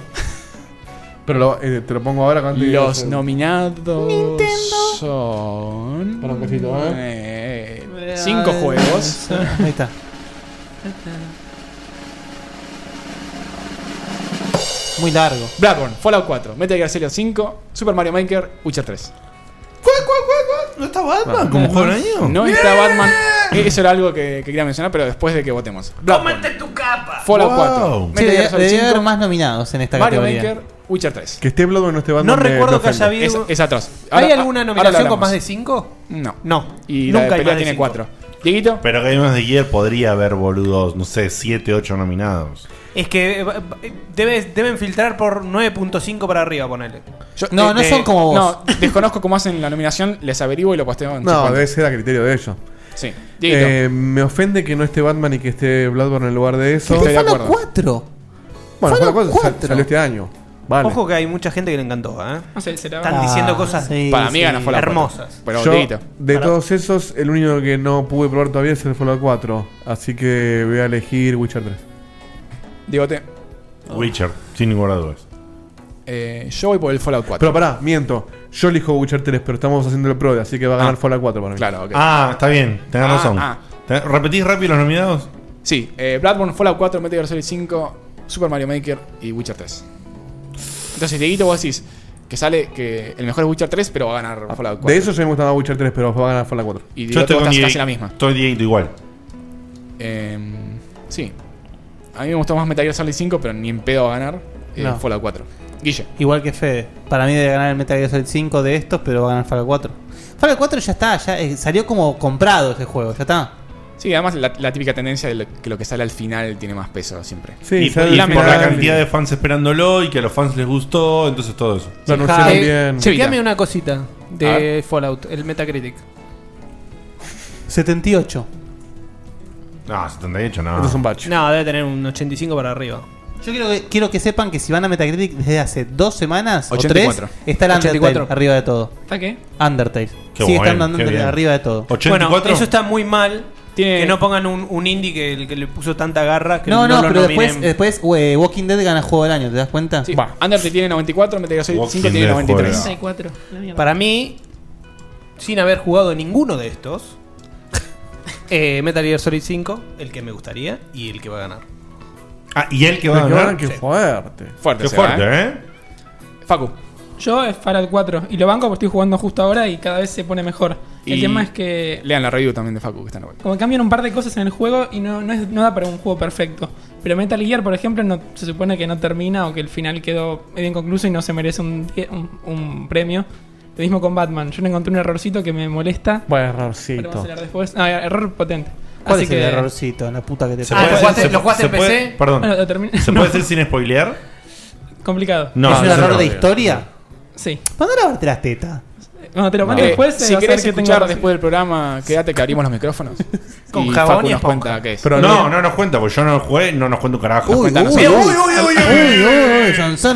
Pero lo- eh, te lo pongo ahora cuando Los nominados son. Para un cosito, ¿eh? eh, cinco juegos. Ahí está. Muy largo. Bloodborne, Fallout 4, Metal Gear Solid 5, Super Mario Maker, Witcher 3. ¿No está Batman como juego del año? No está Batman. E, Eso era algo que, que quería mencionar, pero después de que votemos. Bloodborne, tu capa! Fallout 4, Sí, Metal Gear debe, Solid debe haber 5, más nominados en esta Mario categoría. Maker Witcher 3. Que esté Bloodborne no esté Batman. me- me ofende. Es, es atroz. ¿Hay Ahora- alguna ahora lo nominación con hablamos. más de 5? No. No. Y Nunca la hay pelea más de tiene cinco. 4. Dieguito. Pero Game of the Year podría haber, boludos, no sé, 7, 8 nominados. Es que eh, eh, debes- deben filtrar por 9.5 para arriba, ponele. eh, eh, No, desconozco cómo hacen la nominación, les averiguo y lo posteo en No, Checkpoint. debe ser a criterio de ellos. Sí. Dieguito. Eh, me ofende que no esté Batman y que esté Bloodborne en el lugar de eso. Pero Estoy de Fallout acuerdo. 4. Bueno, Fallout 4 sal- salió este año. Vale. Ojo que hay mucha gente que le encantó, ¿eh? No sé, será- Están Ah, diciendo cosas sí, Para mí sí. gana Fallout hermosas. Yo, de todos esos, el único que no pude probar todavía es el Fallout 4. Así que voy a elegir Witcher 3. Diegote. Oh. Witcher, sin ninguna duda. Eh, yo voy por el Fallout 4. Pero pará, miento. Yo elijo Witcher 3, pero estamos haciendo el pro, así que va a ganar Fallout 4 para mí. Ah. Claro, ok. Ah, está bien, tenés Ah, razón. ah. Ten- ¿Repetís rápido los nominados? Sí, eh, Bloodborne, Fallout 4, Metal Gear Solid 5, Super Mario Maker y Witcher 3. Entonces, Dieguito, vos decís que sale que el mejor es Witcher 3, pero va a ganar Fallout 4. Ah, De eso yo me gustaba Witcher 3, pero va a ganar Fallout 4. Y Yo digo, estoy vos con estás Diego- casi la misma. Estoy Dieguito igual. Eh, sí. A mí me gustó más Metal Gear Solid 5, pero ni en pedo va a ganar eh, No. Fallout 4. Guille. Igual que Fede. Para mí debe ganar el Metal Gear Solid 5 de estos, pero va a ganar Fallout 4. Fallout 4 ya está, ya eh, salió como comprado ese juego, ya está. Sí, además la, la típica tendencia de lo- que lo que sale al final tiene más peso siempre. y y por la la cantidad de fans esperándolo y que a los fans les gustó, entonces todo eso. Lo Ah, eh, Chequeame una cosita A de Fallout, el Metacritic. 78. No, 78 no. Esto es un bache. No, debe tener un 85 para arriba. Yo quiero que, quiero que sepan que si van a Metacritic desde hace dos semanas 84. o tres, está el Undertale 84. arriba de todo. ¿Está qué? Undertale. Qué Sigue bueno, estando Undertale qué bien. arriba de todo. Bueno, eso está muy mal. Que no pongan un, un indie que, que le puso tanta garra que no, no, lo pero después, eh, nominen. después eh, Walking Dead gana juego del año, ¿te das cuenta? Va. Undertale tiene 94, Metal Gear Solid 5 tiene 93. 94. la mierda. Para mí, sin haber jugado ninguno de estos, eh, Metal Gear Solid 5, el que me gustaría y el que va a ganar. Ah, y el que va a ganar, que qué fuerte. Fuerte, Qué fuerte, ¿eh? Facu. Yo es Fallout 4 y lo banco porque estoy jugando justo ahora y cada vez se pone mejor. El Y- tema es que Lean la review también de Facu, que está en la web. como cambian un par de cosas en el juego y no, no, es- no da para un juego perfecto. Pero Metal Gear, por ejemplo, no, se supone que no termina o que el final quedó medio inconcluso y no se merece un, die- un, un premio. Lo mismo con Batman. Yo le encontré un errorcito que me molesta. Bueno, Pero vamos a errorcito. hablar después. Ah, error potente. ¿Cuál Así es que- el errorcito? La puta que te ¿Se puede decir- se- se puede- Perdón. Bueno, lo terminé. ¿Se No. puede decir sin spoilear? Complicado. No, ¿Es un no, error no. de historia? Sí. Mandar a verte las tetas. Bueno, te lo mando Eh, después. eh, si vas a querés ver qué escuchar tengo. después del programa, quédate que abrimos los micrófonos. Con jabón Facu y nos esponja. cuenta qué es. Pero no, no nos cuenta, porque yo no lo jugué, no nos cuenta un carajo. Uy, Nos uy, cuenta a uy, nosotros.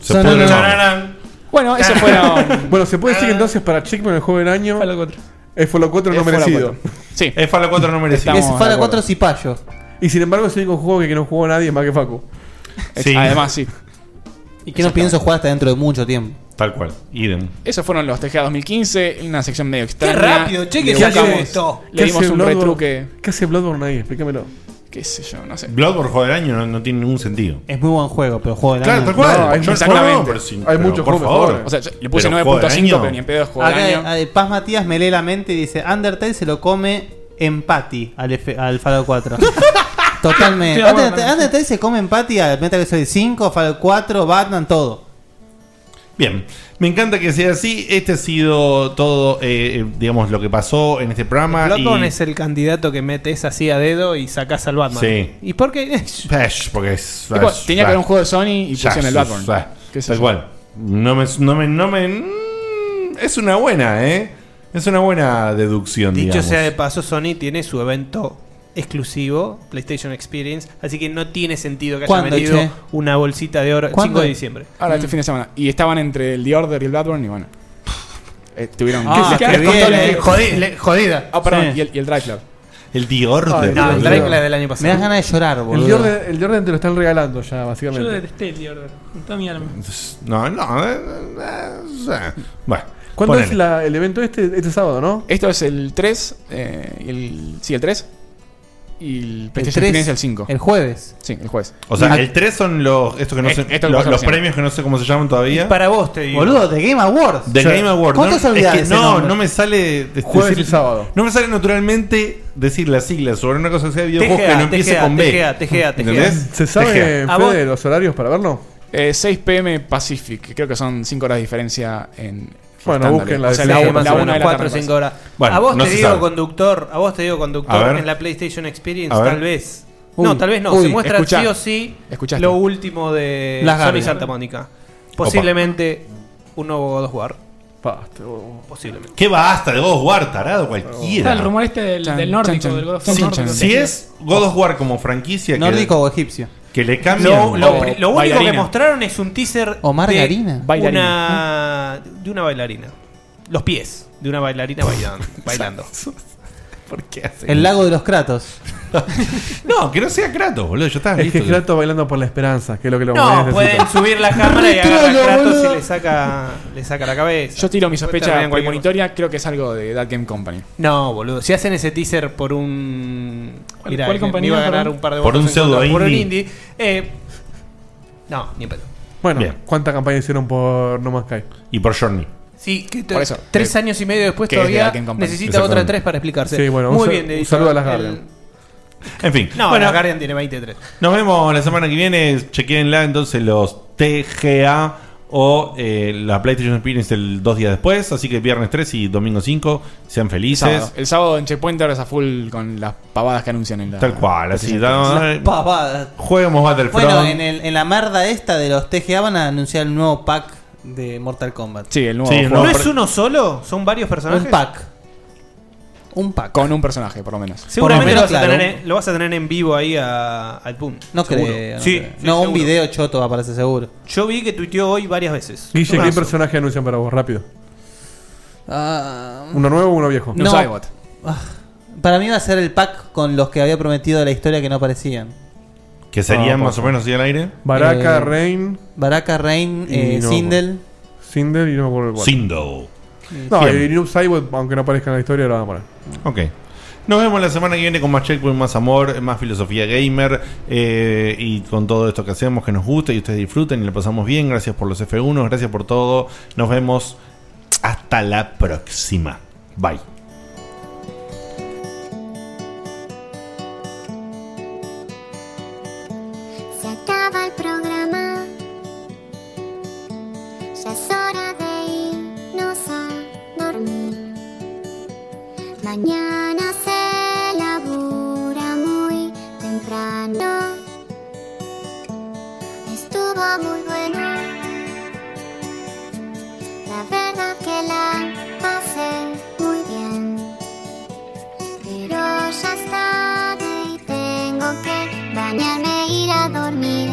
Se puede Sananán. Bueno, eso bueno, ¿se puede decir entonces para Checkpoint el juego del año? Fallout 4. Es Fallout 4 no Es Fallout merecido. 4. Sí. Es Fallout 4 no merecido. Estamos Es de Fallout 4 acuerdo. Cipayo. Y sin embargo es el único juego que que no jugó nadie más que Facu. Sí. Además, sí. Y que no pienso jugar hasta dentro de mucho tiempo. Tal cual. Idem. Esos fueron los TGA 2015, una sección medio extraña. rápido, che, que Le se buscamos- hace esto. Le dimos un Bloodborne? retruque. ¿Qué hace Bloodborne ahí? Explícamelo. Qué sé yo, no sé. Bloodborne juego del año no, no tiene ningún sentido. Es muy buen juego, pero juego del Claro, año. tal cual. No, Yo hay no, exactamente. pero sí, Hay pero muchos por juegos favor. mejores. O sea, yo le puse Pero juego del 9.5, año. pero ni en pedo es juego del Acá, año. eh, Paz Matías me lee la mente y dice: Undertale se lo come en patty al, F- al Fallout 4. Totalmente. Estoy de acuerdo Undertale, Undertale se come en patty al Metal Gear Solid 5, Fallout 4, Batman, todo. Bien, me encanta que sea así. Este ha sido todo, eh, eh, digamos, lo que pasó en este programa. Bloodborne y- es el candidato que metes así a dedo y sacás al Batman. Sí. ¿Y por qué? Pesh, porque es. Tipo, es- tenía que ah. haber un juego de Sony y Ya, pusieron el ya, Bloodborne. ya. ¿Qué sé Tal yo? cual. No me, no me, no me. mm, Es una buena, ¿eh? Es una buena deducción, Dicho digamos. sea de paso, Sony tiene su evento exclusivo, PlayStation Experience, así que no tiene sentido que haya ¿Cuándo, metido che? una bolsita de oro el 5 de diciembre. Ahora, este fin de semana. Y estaban entre el The Order y el Bloodborne y bueno. Eh, tuvieron. Ah, les- qué les bien, eh, costó la- jodi- le- jodida. Ah, perdón. Sí. Y el, y el Drive Club. El The Order. No, el boludo. Drake la del año pasado. Me das ganas de llorar, boludo. El Jordan, el Jordan te lo están regalando ya, Yo lo básicamente. detesté el Jordan. Con toda mi alma. No, no. eh, eh, Bueno. ¿Cuándo ponele. es la- el evento este? Este sábado, ¿no? Esto es el 3. eh, y el, sí, el 3. Y el PlayStation 3, Experience el 5. el jueves. Sí, el jueves. O sea, Ah, el 3 son los, esto que no Eh, Es- sé- esto que los, pasó los recién. premios que no sé cómo se llaman todavía. para vos te digo. Boludo, de Game Awards. The Game Award. ¿Cuántos no, olvidás es que ese no, nombre? no me sale de- Jueves decir- y sábado. No me sale naturalmente decir las siglas sobre una cosa que sea de videojuegos TGA, que no empiece TGA, con B. TGA, TGA. ¿Entendés? ¿Se sabe, TGA. Fede, los horarios para verlo? Eh, 6 pm Pacific, que creo que son 5 horas de diferencia en. Bueno, busquen la O sea, la, diferencia una- más la o una menos. de la Cuatro tarde o cinco pasa. horas. a vos no te se digo sabe. conductor, a vos te digo A ver. conductor en la PlayStation Experience, A ver. tal vez. Uy, no, tal vez no. uy, se muestra escuchá. sí o sí Escuchaste. lo último de Las Sony Guardian. Santa Mónica. Posiblemente un nuevo God of War. Posiblemente. ¿Qué basta de God of War, tarado cualquiera? Está el rumor este del, del nórdico, del God of War Sí, nórdico. Si es God of War como franquicia. que- Nórdico o egipcio. Que le cambian. Lo, lo- lo único Bailarina. que mostraron es un teaser O margarina. De, Bailarina. Una, de una bailarina. Los pies de una bailarina bailando. bailando. ¿Por qué hacen El lago de los Kratos. No, que no sea Kratos, boludo. Yo estaba Es listo. que es Kratos bailando por la esperanza, que es lo que lo No, necesita. pueden subir la cámara y agarrar Retrolo, a Kratos boludo. y le saca, le saca la cabeza. Yo tiro mi Puede sospecha estar bien cualquier premonitoria, creo que es algo de That Game Company. No, boludo. Si hacen ese teaser por un. ¿Cuál- Mirá, cuál me- compañía, me iba a ganar perdón? un par de Por votos un en contra, pseudo Por un indie. indie. Eh, no, ni en pedo. Bueno, ¿cuánta campaña hicieron por No Man's Sky? Y por Journey. Sí, que te- Por eso, tres que- años y medio después que es de todavía Arkane Company. necesita otra Exactamente. tres para explicarse. Sí, bueno, un Muy sal- bien, un dedicado. saludo a las El- Guardian. En fin. No, Bueno. la Guardian tiene 23. Nos vemos la semana que viene. Chequenla entonces los TGA o eh, la PlayStation Experience el dos días después. Así que viernes 3 y domingo 5. Sean felices. Sábado. El sábado en Checkpoint ahora es a full con las pavadas que anuncian en la. Tal cual, así, presentación. da- La- eh, Pavadas. Juguemos Battlefront. Bueno, eh. en, el- en la merda esta de los TGA van a anunciar el nuevo pack de Mortal Kombat. Sí, el nuevo. Sí, juego. ¿No es uno solo? ¿Son varios personajes? Un pack. Un pack. Con un personaje, por lo menos. Seguramente lo menos, vas, a claro. tener, en- lo vas a tener en vivo ahí a- al pum. No Seguro. creo. No, Sí, creo. sí, No, un seguro. video choto va a aparecer seguro. Yo vi que tuiteó hoy varias veces. Guille, ¿qué Tomazo. personaje anuncian para vos? Rápido. Ah, ¿Uno nuevo o uno viejo? No. Ah, Para mí va a ser el pack con los que había prometido de la historia que no aparecían. Que Ah, serían más o menos así al aire. Baraka, Eh, Rain. Baraka, Rain, y eh, no me Sindel. acuerdo. Sindel y no me acuerdo el cual. Sindel. No, Bien. y Noob Saibot, aunque no aparezca en la historia, lo van a poner. Ok. Nos vemos la semana que viene con más Checkpoint, más amor, más filosofía gamer eh, y con todo esto que hacemos que nos gusta y ustedes disfruten y lo pasamos bien. Gracias por los F1, gracias por todo. Nos vemos hasta la próxima. Bye. Se acaba el programa. Ya es hora de irnos a dormir. Mañana se labura muy temprano. Estuvo muy bueno. La verdad que la pasé muy bien. Pero ya es tarde y tengo que bañarme e ir a dormir.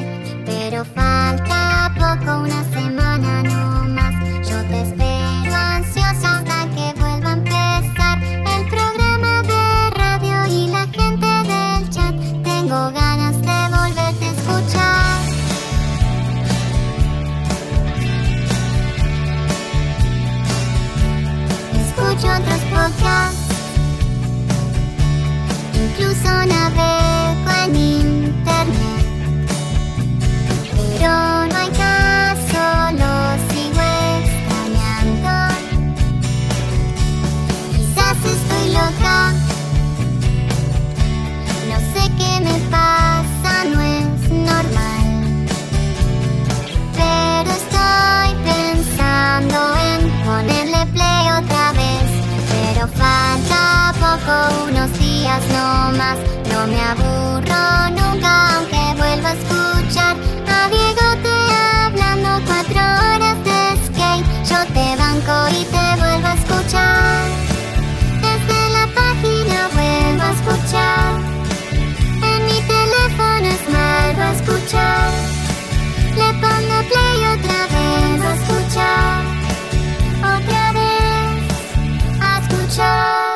Pero falta poco, una semana no más. Yo te espero ansiosa hasta que vuelva a empezar el programa de radio y la gente del chat. Tengo ganas de volverte a escuchar. Escucho otros podcasts. Incluso navego en internet Pero no hay caso, lo sigo extrañando Quizás estoy loca No sé qué me pasa, no es normal Pero estoy pensando en ponerle play otra vez pero falta poco, unos días no más. No me aburro nunca, aunque vuelva a escuchar a Diego te hablando cuatro horas de skate. Yo te banco y te vuelvo a escuchar. Desde la página vuelvo a escuchar. En mi teléfono es malo a escuchar. Le pongo play otra vez a escuchar. Otra vez a escuchar.